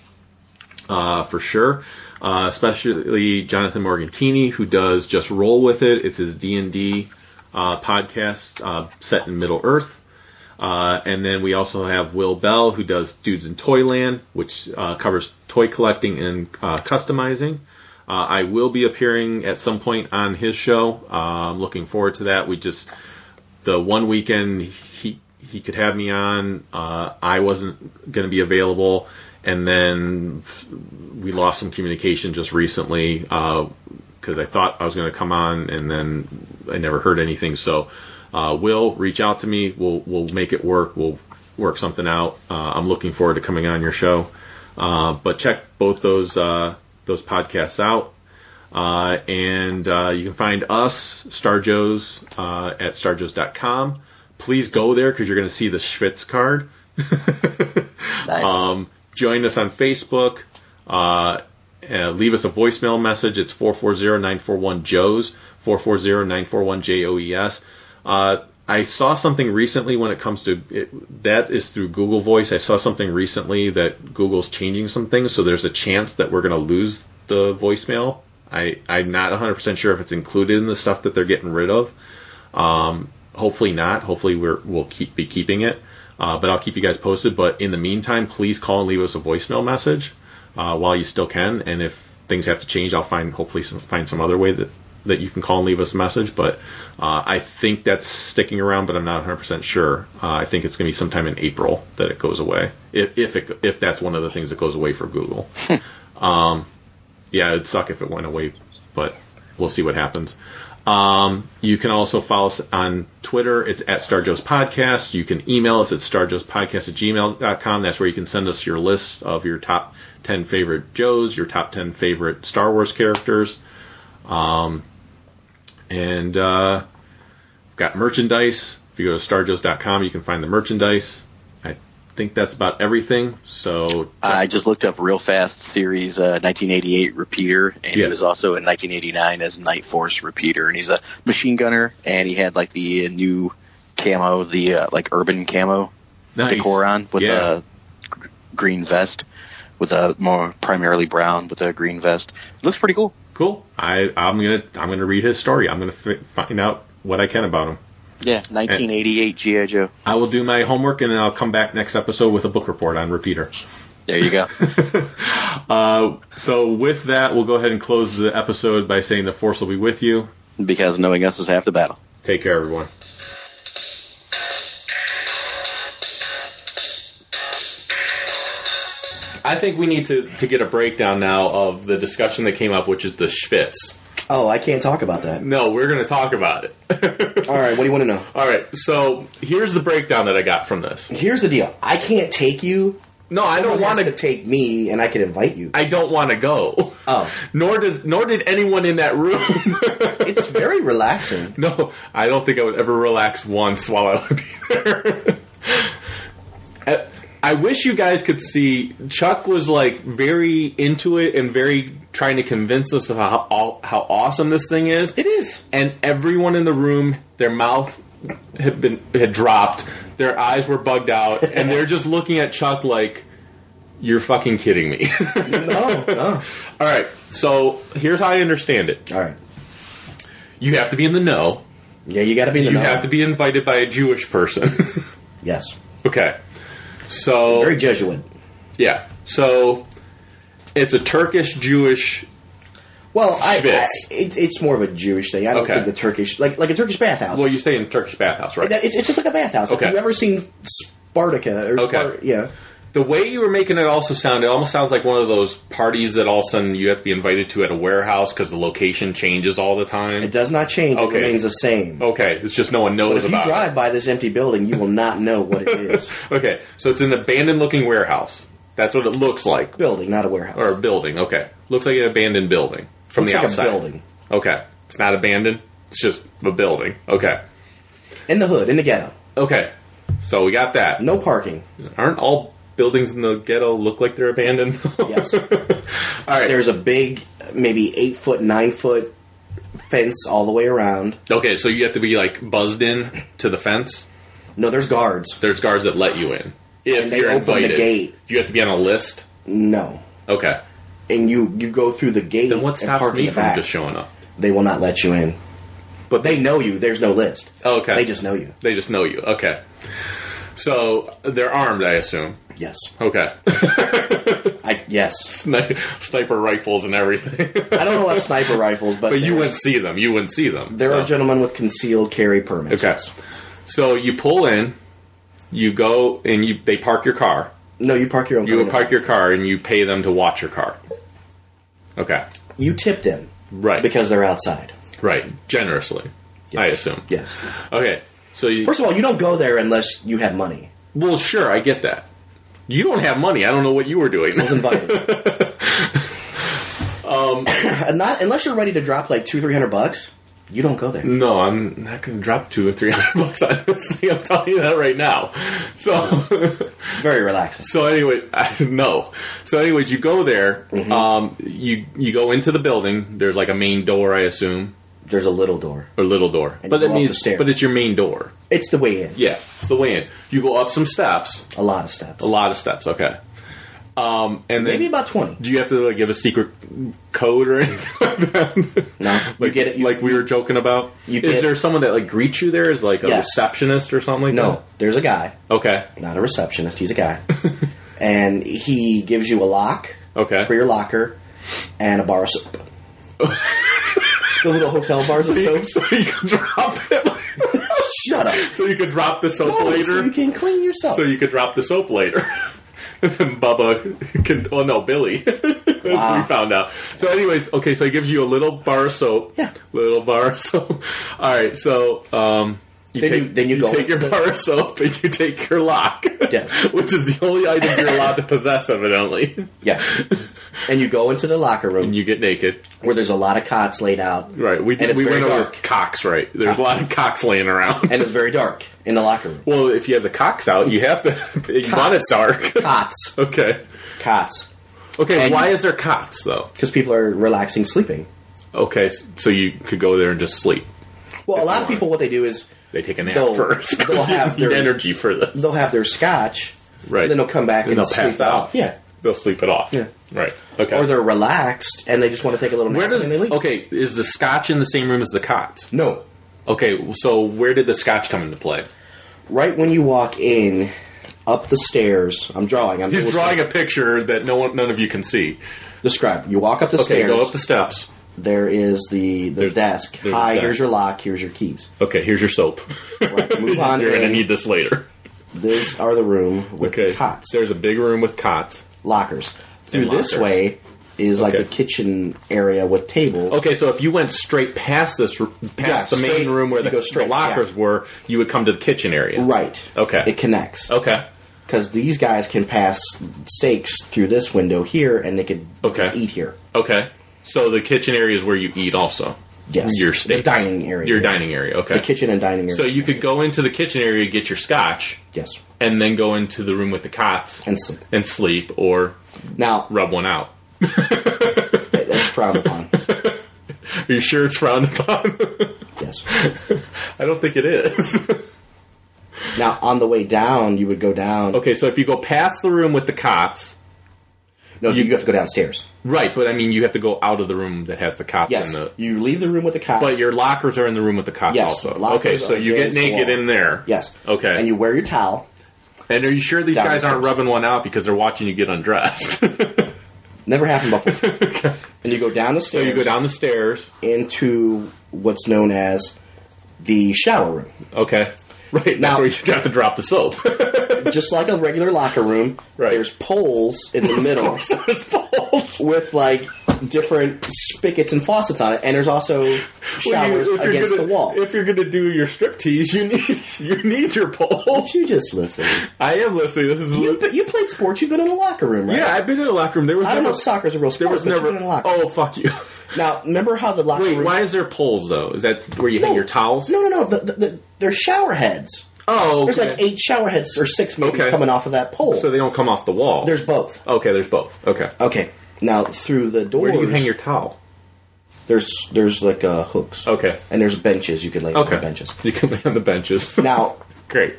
uh, for sure. Uh, especially Jonathan Morgantini, who does just roll with it. It's his D and D podcast uh, set in Middle Earth. Uh, and then we also have Will Bell, who does Dudes in Toyland, which uh, covers toy collecting and uh, customizing. Uh, I will be appearing at some point on his show. Uh, I'm looking forward to that. We just the one weekend he he could have me on, uh, I wasn't going to be available, and then we lost some communication just recently uh, because I thought I was going to come on, and then I never heard anything. So, uh, Will, reach out to me. We'll we'll make it work. We'll work something out. Uh, I'm looking forward to coming on your show. Uh, but check both those uh, those podcasts out. Uh, and uh, you can find us, Star Joes, uh, at starjoes.com. Please go there because you're going to see the Schwitz card.
Nice.
Um, join us on Facebook. Uh, uh, leave us a voicemail message. E It's 440-941-JOES, 440-941-JOES. E Uh, I saw something recently when it comes to it, that is through Google Voice. I saw something recently that Google's changing some things, so there's a chance that we're going to lose the voicemail. I, I'm not 100% sure if it's included in the stuff that they're getting rid of. Um, hopefully not. Hopefully we're, we'll keep be keeping it. Uh, but I'll keep you guys posted. But in the meantime, please call and leave us a voicemail message uh, while you still can. And if things have to change, I'll find hopefully some, find some other way that that you can call and leave us a message. But uh, I think that's sticking around, but I'm not 100% sure. Uh, I think it's going to be sometime in April that it goes away, if if, it, if that's one of the things that goes away for Google. um, yeah, it'd suck if it went away, but we'll see what happens. Um, you can also follow us on Twitter. It's at Star Joe's Podcast. You can email us at starjoespodcast at gmail.com. That's where you can send us your list of your top 10 favorite Joes, your top 10 favorite Star Wars characters. Um, and uh, got merchandise. If you go to starjoes.com, you can find the merchandise. I think that's about everything. So
I just looked up real fast series uh, 1988 repeater, and
Yeah.
he was also in 1989 as Night Force repeater, and he's a machine gunner, and he had like the uh, new camo, the uh, like urban camo
nice.
decor on with uh,
yeah.
a gr- green vest, with a more primarily brown with a green vest. looks pretty cool.
cool. I I'm gonna I'm gonna read his story. I'm gonna f- find out what I can about him.
Yeah, 1988 GI Joe.
I will do my homework and then I'll come back next episode with a book report on repeater.
There you go.
Uh, so with that, we'll go ahead and close the episode by saying the force will be with you.
because knowing us is half the battle.
Take care, everyone. I think we need to, to get a breakdown now of the discussion that came up, which is the schvitz.
Oh, I can't talk about that.
No, we're going to talk about it.
All right, what do you want to know?
All right, so here's the breakdown that I got from this.
Here's the deal. I can't take you.
No, I don't
Someone
want
has
to.
to take me, and I could invite you.
I don't want to go.
Oh.
Nor does nor did anyone in that room.
It's very relaxing.
No, I don't think I would ever relax once while I would be there. I, I wish you guys could see. Chuck was like very into it and very trying to convince us of how how awesome this thing is.
It is.
and everyone in the room, their mouth had been had dropped, their eyes were bugged out, and they're just looking at Chuck like, "You're fucking kidding me."
No, no.
All right, so here's how I understand it.
All right.
You have to be in the know.
Yeah, you got to be in the
You
know.
have to be invited by a Jewish person.
Yes.
okay. So
Very Jesuit.
yeah. So it's a Turkish Jewish
Well, I, I
Schvitz.
it, it's more of a Jewish thing. I don't
Okay.
think the Turkish like like a Turkish bathhouse.
well you say in Turkish bathhouse, right?
That- it's, it's just like a bathhouse.
Okay.
If you've ever seen Spartica or
Okay.
Spar- yeah,
the way you were making it also sound it almost sounds like one of those parties that all of a sudden you have to be invited to at a warehouse because the location changes all the
it
time.
does not change.
Okay.
It remains the same.
Okay, it's just no one knows
But if you
about
drive by this empty building, you will not know what it is.
it. Okay, so it's an abandoned looking warehouse. That's what it looks like,
building, not a warehouse.
or a building. Okay, looks like an abandoned building from
Looks
the
like
outside.
a building
Okay, it's not abandoned. It's just a building. Okay,
in the hood, in the ghetto,
okay. So we got that.
no parking.
Aren't all buildings in the ghetto look like they're abandoned?
Yes.
all right.
There's a big, maybe eight foot, nine foot fence all the way around.
okay, so you have to be like buzzed in to the fence.
No, there's guards.
there's guards that let you in if
And they
you're
open the
invited.
gate.
You have to be on a list.
No,
Okay.
and you you go through the gate.
Then what
and
stops
park in
me
the
from
back.
just showing up?
They will not let you in.
But Oh,
They know you. There's no list.
Okay.
They just know you.
they just know you. Okay. So they're armed, I assume.
Yes.
Okay.
I yes.
Sni- Sniper rifles and everything.
I don't know about sniper rifles, but,
but you
there's-
wouldn't see them. You wouldn't see them.
There
so.
are gentlemen with concealed carry permits.
Okay.
yes.
So you pull in, you go and you they park your car.
No, you park your own.
You
car.
park your car and you pay them to watch your car. Okay.
You tip them
Right.
because they're outside.
right. Generously. I assume.
Yes.
Okay. So you
First of all, you don't go there unless you have money.
Well, sure, I get that. You don't have money. I don't know what you were doing.
I was invited. um,
Um,
and not unless you're ready to drop like two, three hundred bucks, you don't go there.
no, I'm not going to drop two or three hundred bucks on this thing. I'm telling you that right now. So,
Very relaxing.
so anyway, I, no. So, anyways,
Mm-hmm.
you go there. Um, you you go into the building. There's like a main door, I assume.
there's a little door.
or little door,
And
but that
you go up the
means
stairs.
but it's your main door.
It's the way in.
Yeah, it's the way in. You go up some steps,
A lot of steps.
a lot of steps. Okay, um, and then
Maybe about twenty.
do you have to like give a secret code or anything like that?
No, you
like,
get it. You,
like we were joking about.
You
is
get-
there someone that like greets you there? Is like a
Yes.
receptionist or something? Like
no, there's a guy,
That? Okay.
not a receptionist. He's a guy, and he gives you a lock
Okay.
for your locker and a bar of soap. Those little hotel bars of soap.
so you can drop it.
Shut up.
so you could drop the soap
No,
later.
so you can clean yourself.
so you could drop the soap later. And Bubba can. Oh no, Billy. That's what
Wow.
we found out. So, anyways, okay. So it gives you a little bar of soap.
Yeah.
Little bar of soap. All right. So um, you
Then
take
you- then you go
take your
into the-
bar of soap and you take your lock.
Yes.
Which is the only item you're allowed to possess, evidently.
yes. And you go into the locker room
And you get naked.
where there's a lot of cots laid out.
Right. We
and it's
we
very
went over
dark.
cocks. Right. There's a lot of cocks laying around.
and it's very dark in the locker room.
well, if you have the cocks out, you have to. you want it dark.
Cots,
okay.
cots,
Okay.
And-
why is there cots though?
because people are relaxing, sleeping.
Okay, s- so you could go there and just sleep.
Well, a lot of people, what they do is
They take a nap
They'll-
1st
they'll have
you need
their-
energy for this.
they'll have their scotch,
right.
then they'll come back
Then
and
they'll
sleep
pass
it
out.
off. Yeah,
They'll sleep it off.
Yeah.
Right. Okay.
or they're relaxed and they just want to take a little nap
where does
and they leave.
okay is the scotch in the same room as the cot?
No,
Okay, so where did the scotch come into play?
right when you walk in, up the stairs. I'm drawing. I'm
He's drawing a picture that no one, none of you can see.
Describe. You walk up the
Okay,
stairs.
go up the steps.
there is the the
There's-
desk.
there's a
Hi,
desk.
here's your lock. Here's your keys.
Okay, here's your soap.
Right, move on.
You're gonna
in.
need this later.
These are the room with
Okay,
cots.
There's a big room with cots.
lockers. Through
And
this
lockers.
way is like
Okay. Oh.
the kitchen area with tables.
Okay, so if you went straight past this, r-
Yeah,
past the main
straight-
room where
you
the,
go straight,
the lockers
yeah.
were, you would come to the kitchen area.
Right.
Okay. Oh.
It connects.
Okay.
Because these guys can pass steaks through this window here and they could
Okay.
eat here.
Okay. So the kitchen area is where you eat, also.
Yes.
Your
The
steaks.
dining area.
Your dining area. Okay.
The kitchen and dining area.
So you could go into the kitchen area, get your scotch,
Yes.
and then go into the room with the cots
And sleep.
and sleep or
Now,
rub one out.
that's frowned upon.
Are you sure it's frowned upon?
Yes.
I don't think it is.
Now, on the way down, you would go down.
okay, so if you go past the room with the cots,
No, you,
you-
you have to go downstairs.
right? But I mean, you have to go out of the room that has the cots
Yes.
and the.
you leave the room with the cops.
But your lockers are in the room with the cots
Yes,
also.
lockers
Okay, so
are
you get
against the
naked
wall.
in there.
Yes.
Okay.
And you wear your towel.
And are you sure these
Down
guys
the
aren't
steps.
rubbing one out because they're watching you get undressed? so
Never happened before. And you go down the stairs.
you go down the stairs.
into what's known as the shower room.
Okay. Right.
Now-
That's where you got to drop the soap.
Just like a regular locker room,
Right.
there's poles in the middle
There's balls.
with like different spigots and faucets on it, and there's also
Well, you-
showers
if you're
against
gonna-
the wall.
If you're gonna do your strip tease, you need you need your pole.
Don't you just listen?
I am listening. This is
You, but you played sports. You've been in a locker room, right?
yeah. I've been in a locker room. There was
I don't
never,
know if soccer's a real
there
sport,
was
but
never.
you've been in a locker room.
Oh fuck you!
Now, remember how the locker
Wait,
room...
why is there poles though? Is that where you
No.
hang your towels?
No, no, no. The, the, the, they're shower heads.
Oh,
There's
okay.
like eight shower heads or six maybe
Okay.
coming off of that pole.
So they don't come off the wall.
there's both.
okay. There's both. Okay.
Okay. Now, through the doors...
Where do you hang your towel?
There's there's like uh, hooks.
Okay.
And there's benches you can lay
Okay.
on benches.
You can lay on the benches.
Now,
Great.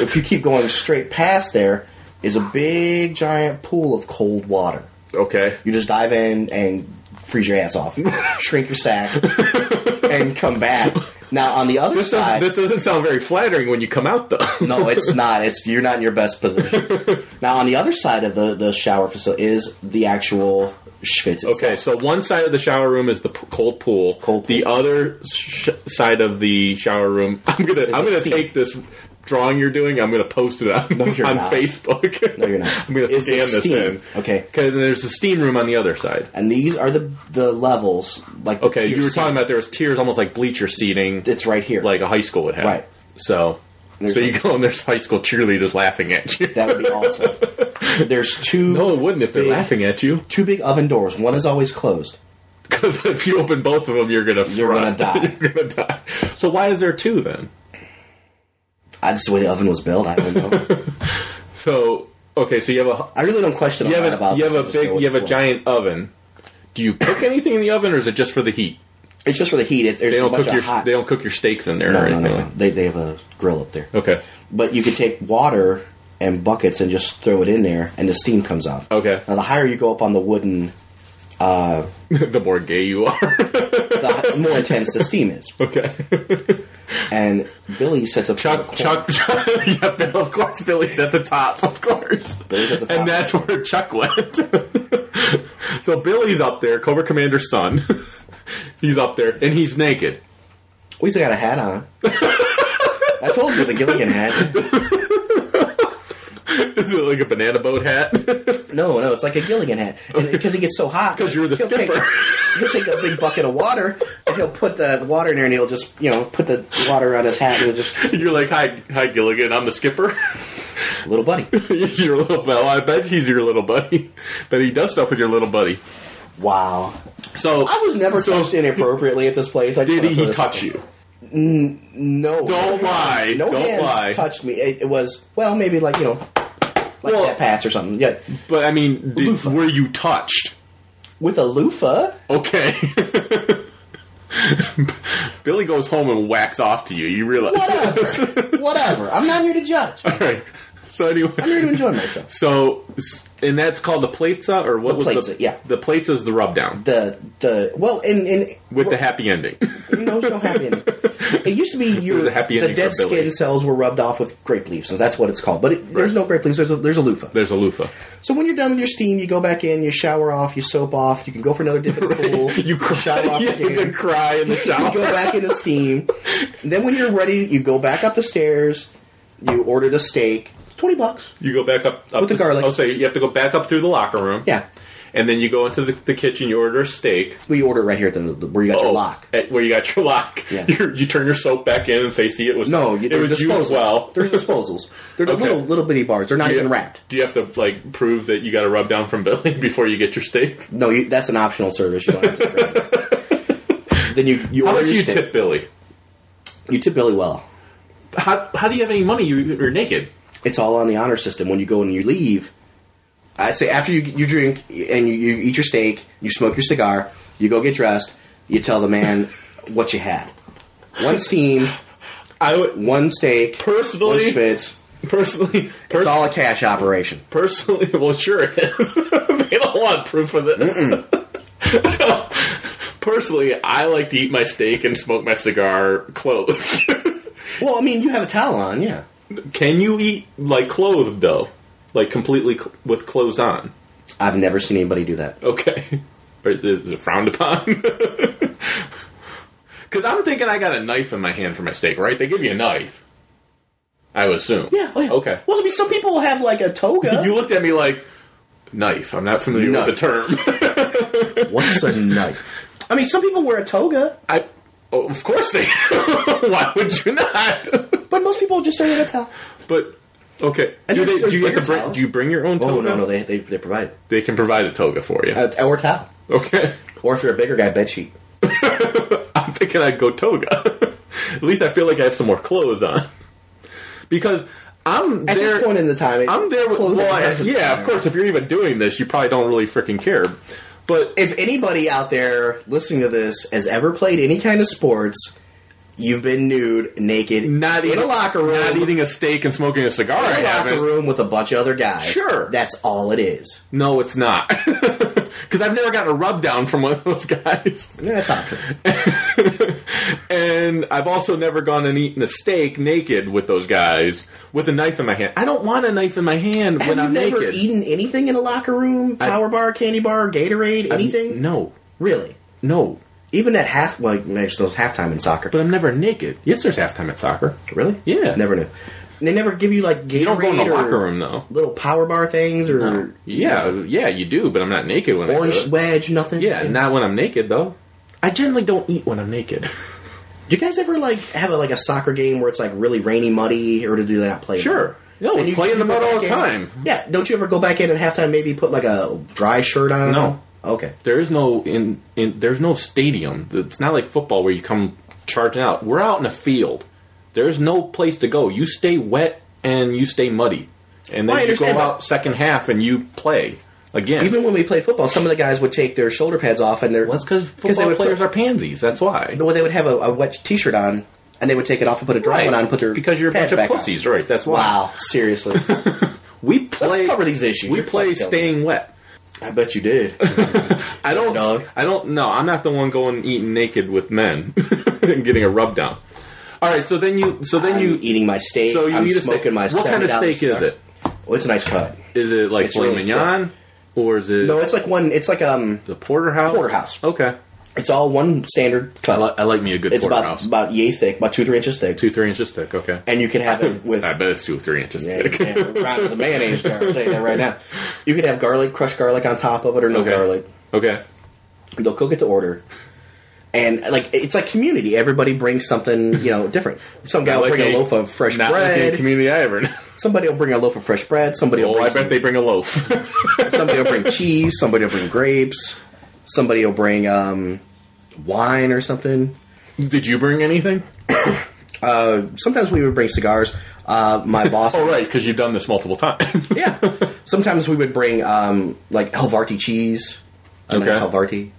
if you keep going straight past there is a big giant pool of cold water.
Okay.
You just dive in and freeze your ass off, shrink your sack, and come back. Now on the other
This doesn't,
side,
this doesn't sound very flattering when you come out though.
no, it's not. It's you're not in your best position. now on the other side of the the shower facility is the actual schwitz. Itself.
Okay, so one side of the shower room is the p- cold pool.
Cold
The
pool.
other sh- side of the shower room. I'm gonna I'm
a
gonna
steam.
take this drawing you're doing. I'm gonna post it on,
No, you're
on
not.
Facebook.
No, you're not.
I'm gonna
Is
scan
the
this
steam.
in.
Okay.
Okay. Then there's the steam room on the other side.
And these are the the levels like the
Okay.
tier
You were
seat.
talking about there was tiers, almost like bleacher seating,
it's right here.
like a high school would have.
Right.
So.
There's
so you
like-
go and there's high school cheerleaders laughing at you.
That would be awesome. There's two
no, it wouldn't if they're
big-
laughing at you.
two big oven doors. One is always closed.
Because if you open both of them, you're gonna
You're gonna
front.
die.
you're gonna die. So why is there two then?
That's the way the oven was built. I don't know.
So okay, so you have a
I really don't question a
you have
lot
a,
about.
you have
this. I
a
just
big
go with
you have
the
a
flow.
giant oven. Do you cook anything in the oven, or is it just for the heat?
It's just for the heat. It's, there's
They
a
don't
bunch
cook
of
your
hot.
they don't cook your steaks in there
no,
or
no,
anything.
no,
like
no. They they have a grill up there.
Okay.
But you could take water and buckets and just throw it in there, and the steam comes off.
Okay.
Now the higher you go up on the wooden,
the more gay you are.
the hi- more intense the steam is.
okay.
And Billy sets up
Chuck, Chuck, Chuck, yeah, Bill, of course, Billy's at the top, of course.
Billy's at the top.
And that's where Chuck went. so Billy's up there, Cobra Commander's son. he's up there, and he's naked.
We still got a hat on. I told you the Gilligan hat.
Is it like a banana boat hat?
No, no, it's like a Gilligan hat because it gets so hot.
'Cause you're the
he'll
skipper.
Take, he'll take that big bucket of water and he'll put the water in there, and he'll just you know put the water on his hat and he'll just
You're like, hi, hi, Gilligan, I'm the skipper.
little buddy.
he's your little, well, I bet he's your little buddy. But he does stuff with your little buddy.
Wow,
So
I was never
so
touched inappropriately at this place. I just
Did
wanna throw
he
this out
touch
there.
you?
No.
Don't
no
lie.
hands. No
Don't
hands
lie.
touched me. It, it was well, maybe like you know, like
Well-
that pats or something. Yeah,
But I mean, did,
Loofah.
were you touched?
with a loofah.
Okay. Billy goes home and whacks off to you. You realize?
Whatever. Whatever. I'm not here to judge. I'm
All right. So
here to
anyway,
enjoy myself.
so s- and that's called the platza, or what
The
was
plaitza,
the
yeah.
The platza is the rub down
The the well, and and
with the happy ending.
no, it's no happy ending. It used to be your
was a happy
the
ending
dead
for Billy.
skin cells were rubbed off with grape leaves, so that's what it's called. But it, there's
Right.
no grape leaves. There's a, there's a loofah.
There's a loofah.
So when you're done with your steam, you go back in, you shower off, you soap off, you can go for another dip in the pool.
You cry.
shower off
yeah,
again.
you cry in the
you go
shower.
back into steam. And then when you're ready, you go back up the stairs. You order the steak. Twenty bucks.
You go back up, up
With the
s-
garlic.
Oh, so you have to go back up through the locker room.
Yeah.
And then you go into the, the kitchen. You order a steak.
We order it right here at the, the- where you got your
Oh,
lock.
at- where you got your lock.
Yeah.
You, you turn your soap back in and say, "See, it was
No, you,
it
they're
was
disposals.
used well."
There's disposals. They're the
Okay.
little little bitty bars. They're not
Do you-
even wrapped.
Do you have to like prove that you got a rub down from Billy before you get your steak?
No, you, that's an optional service. You don't have to grab it. then you you
How
order
much do
your
you
steak.
tip Billy?
You tip really well.
How, how do you have any money? You, you're naked.
It's all on the honor system. When you go and you leave, I'd say after you you drink and you, you eat your steak, you smoke your cigar, you go get dressed, you tell the man what you had. One steam,
I would
one steak,
Personally-
one Schmitz.
personally,
It's
pers-
all a cash operation.
personally. Well, sure it is. they don't want proof of this. personally, I like to eat my steak and smoke my cigar clothed.
Well, I mean, you have a towel on, yeah.
Can you eat like clothed though? Like completely cl- with clothes on?
I've never seen anybody do that.
Okay. Or is it frowned upon? Because I'm thinking I got a knife in my hand for my steak, right? They give you a knife. I would assume.
Yeah. oh, yeah.
Okay.
Well, I mean, some people have like a toga.
You looked at me like, knife. I'm not familiar with
Knife.
the term.
What's a knife? I mean, some people wear a toga,
I, oh, of course they Why would you not?
but most people just don't have a towel.
but, okay.
And
Do,
there's-
they, do you have
there's
to
bigger
bring,
towels.
do you bring your own toga?
Oh no, no, they they, they provide
They can provide a toga for you.
a, or a towel,
okay.
or if you're a bigger guy, bed sheet.
I'm thinking I'd go toga. At least I feel like I have some more clothes on. Because I'm
At
there.
this point in the time, it-
I'm there with.
clothing
Well, I-
doesn't
yeah, of
matter.
course. If you're even doing this, you probably don't really freaking care. But
If anybody out there listening to this has ever played any kind of sports, you've been nude, naked,
not
in
eating
a locker room,
not eating a steak and smoking a cigar. I
in a locker
haven't.
room with a bunch of other guys.
Sure.
that's all it is.
No, it's not. Because I've never gotten a rub down from one of those guys.
That's optional.
and I've also never gone and eaten a steak naked with those guys with a knife in my hand. I don't want a knife in my hand
Have
when
you
I'm
never
naked.
eaten anything in a locker room? Power bar, candy bar, Gatorade, anything?
No,
Really?
no.
Even at half, well, there's those halftime in soccer.
But I'm never naked. Yes, there's halftime at soccer.
really?
Yeah.
Never knew. They never give you like Gatorade
You don't go in the
or
locker room though.
little power bar things or
Yeah, yeah, you do, but I'm not naked when I
orange
do it.
wedge, nothing.
Yeah, not when I'm naked though. I generally don't eat when I'm naked.
Do you guys ever like have a, like a soccer game where it's like really rainy, muddy, or do they not play? in
Sure.
mud?
No,
Then
we play in the
go
mud all
back
the
in-
time.
Yeah, don't you ever go back in at halftime? Maybe put like a dry shirt on.
No.
Okay.
There is no in, in there's no stadium. It's not like football where you come charging out. We're out in a field. There's no place to go. You stay wet and you stay muddy. And then
Well, I
you go
understand, but-
out second half and you play. Again,
Even when we played football, some of the guys would take their shoulder pads off and their
well, that's because
they
football
would
players
put-
are pansies. That's why.
well, they would have a, a wet T-shirt on, and they would take it off and put a dry
Right,
one on, and put their
because you're a
pads
bunch of
back on.
pussies, right? That's why.
Wow, seriously,
We play.
cover these issues.
We
You're
play
fucked, Elton.
staying wet.
I bet you did.
I don't.
Dog.
I don't. No, I'm not the one going eating naked with men and getting a rub down. All right. So then you. So then
I'm
you.
eating my steak.
so you
I'm
eat a
smoking
steak.
my.
what kind of
$70
steak is
cigar.
it?
Well, it's a nice cut.
Is it like
It's
filet
really
mignon, or is it
No, it's like one. It's like um.
the porterhouse?
Porterhouse.
Okay.
It's all one standard
I,
cut.
li- I like me a good
it's about
porterhouse.
about yay thick, about two three inches thick,
two, three inches thick. Okay.
and you can have it with.
I bet it's two, three inches
Yeah,
thick.
yeah, round as a mayonnaise jar. I'll tell you that right now. You could have garlic, crushed garlic on top of it, or no
Okay.
garlic.
Okay.
They'll cook it to order. And like it's like community. Everybody brings something, you know, different. Some guy will
Not like
bring a,
a-
loaf of fresh
Not like
bread.
a community I ever. know.
somebody will bring a loaf of fresh bread. Somebody will
Oh,
bring
I bet
some-
they bring a loaf.
somebody will bring cheese. Somebody will bring grapes. Somebody will bring um, wine or something.
Did you bring anything?
Sometimes we would bring cigars. Uh, my boss.
Oh, right, because you've done this multiple times.
Yeah. Sometimes we would bring um, like Helvarti cheese. A nice
Okay.
Helvarti.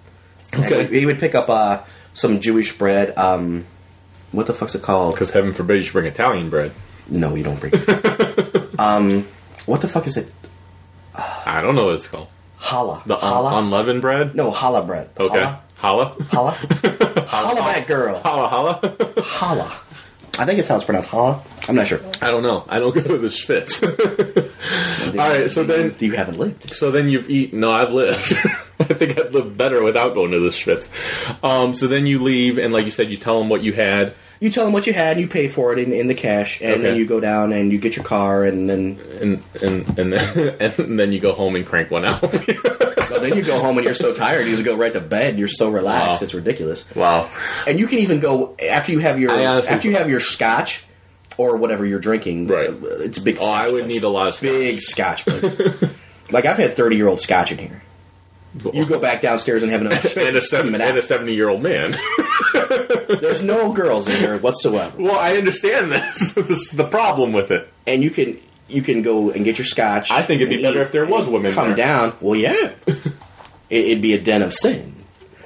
Okay.
And we, we would pick up uh, some Jewish bread. Um, what the fuck's it called?
Because heaven forbid you should bring Italian bread.
No, you don't bring. um, what the fuck is it?
I don't know what it's called.
Challah.
The un-
Challah?
unleavened bread?
no, challah bread.
Okay.
Challah?
Holla?
Challah? Challah that girl.
Holla, holla?
Challah. I think it's how it's pronounced. Challah? I'm not sure.
I don't know. I don't go to the schwitz. All right, so then
You haven't lived.
So then you've eaten. No, I've lived. I think I'd live better without going to the Schwitz. Um, so then you leave, and like you said, you tell them what you had.
You tell them what you had, and you pay for it in, in the cash, and then
Okay.
you go down and you get your car, and then
and and and then, and then you go home and crank one out.
Well, then you go home and you're so tired, you just go right to bed. You're so relaxed,
Wow.
it's ridiculous.
wow.
And you can even go after you have your
I honestly-
after you have your scotch or whatever you're drinking. uh,
Right.
it's a big.
Oh, I
scotch
would
place.
need a lot of stuff.
big scotch. Place. like I've had thirty year old scotch in here. You go back downstairs and have another
and a seven
Steam it
and a
out.
seventy year old man.
There's no girls in here whatsoever,
well, I understand this. this is the problem with it.
and you can you can go and get your scotch.
I think it'd be
and
better
eat,
if there was
and
women
Come
there.
down. Well, yeah, it, it'd be a den of sin.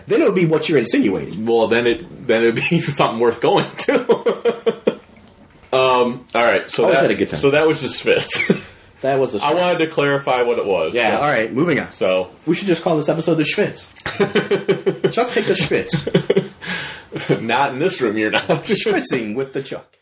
Then it would be what you're insinuating.
Well, then it then it'd be something worth going to. um. All right. So
Always
that
had a good time.
so that was just fits.
That was the
I wanted to clarify what it was.
yeah.
So-
All right, moving on.
So
We should just call this episode the Schwitz. Chuck takes a Schwitz.
not in this room. You're not.
Schwitzing with the Chuck.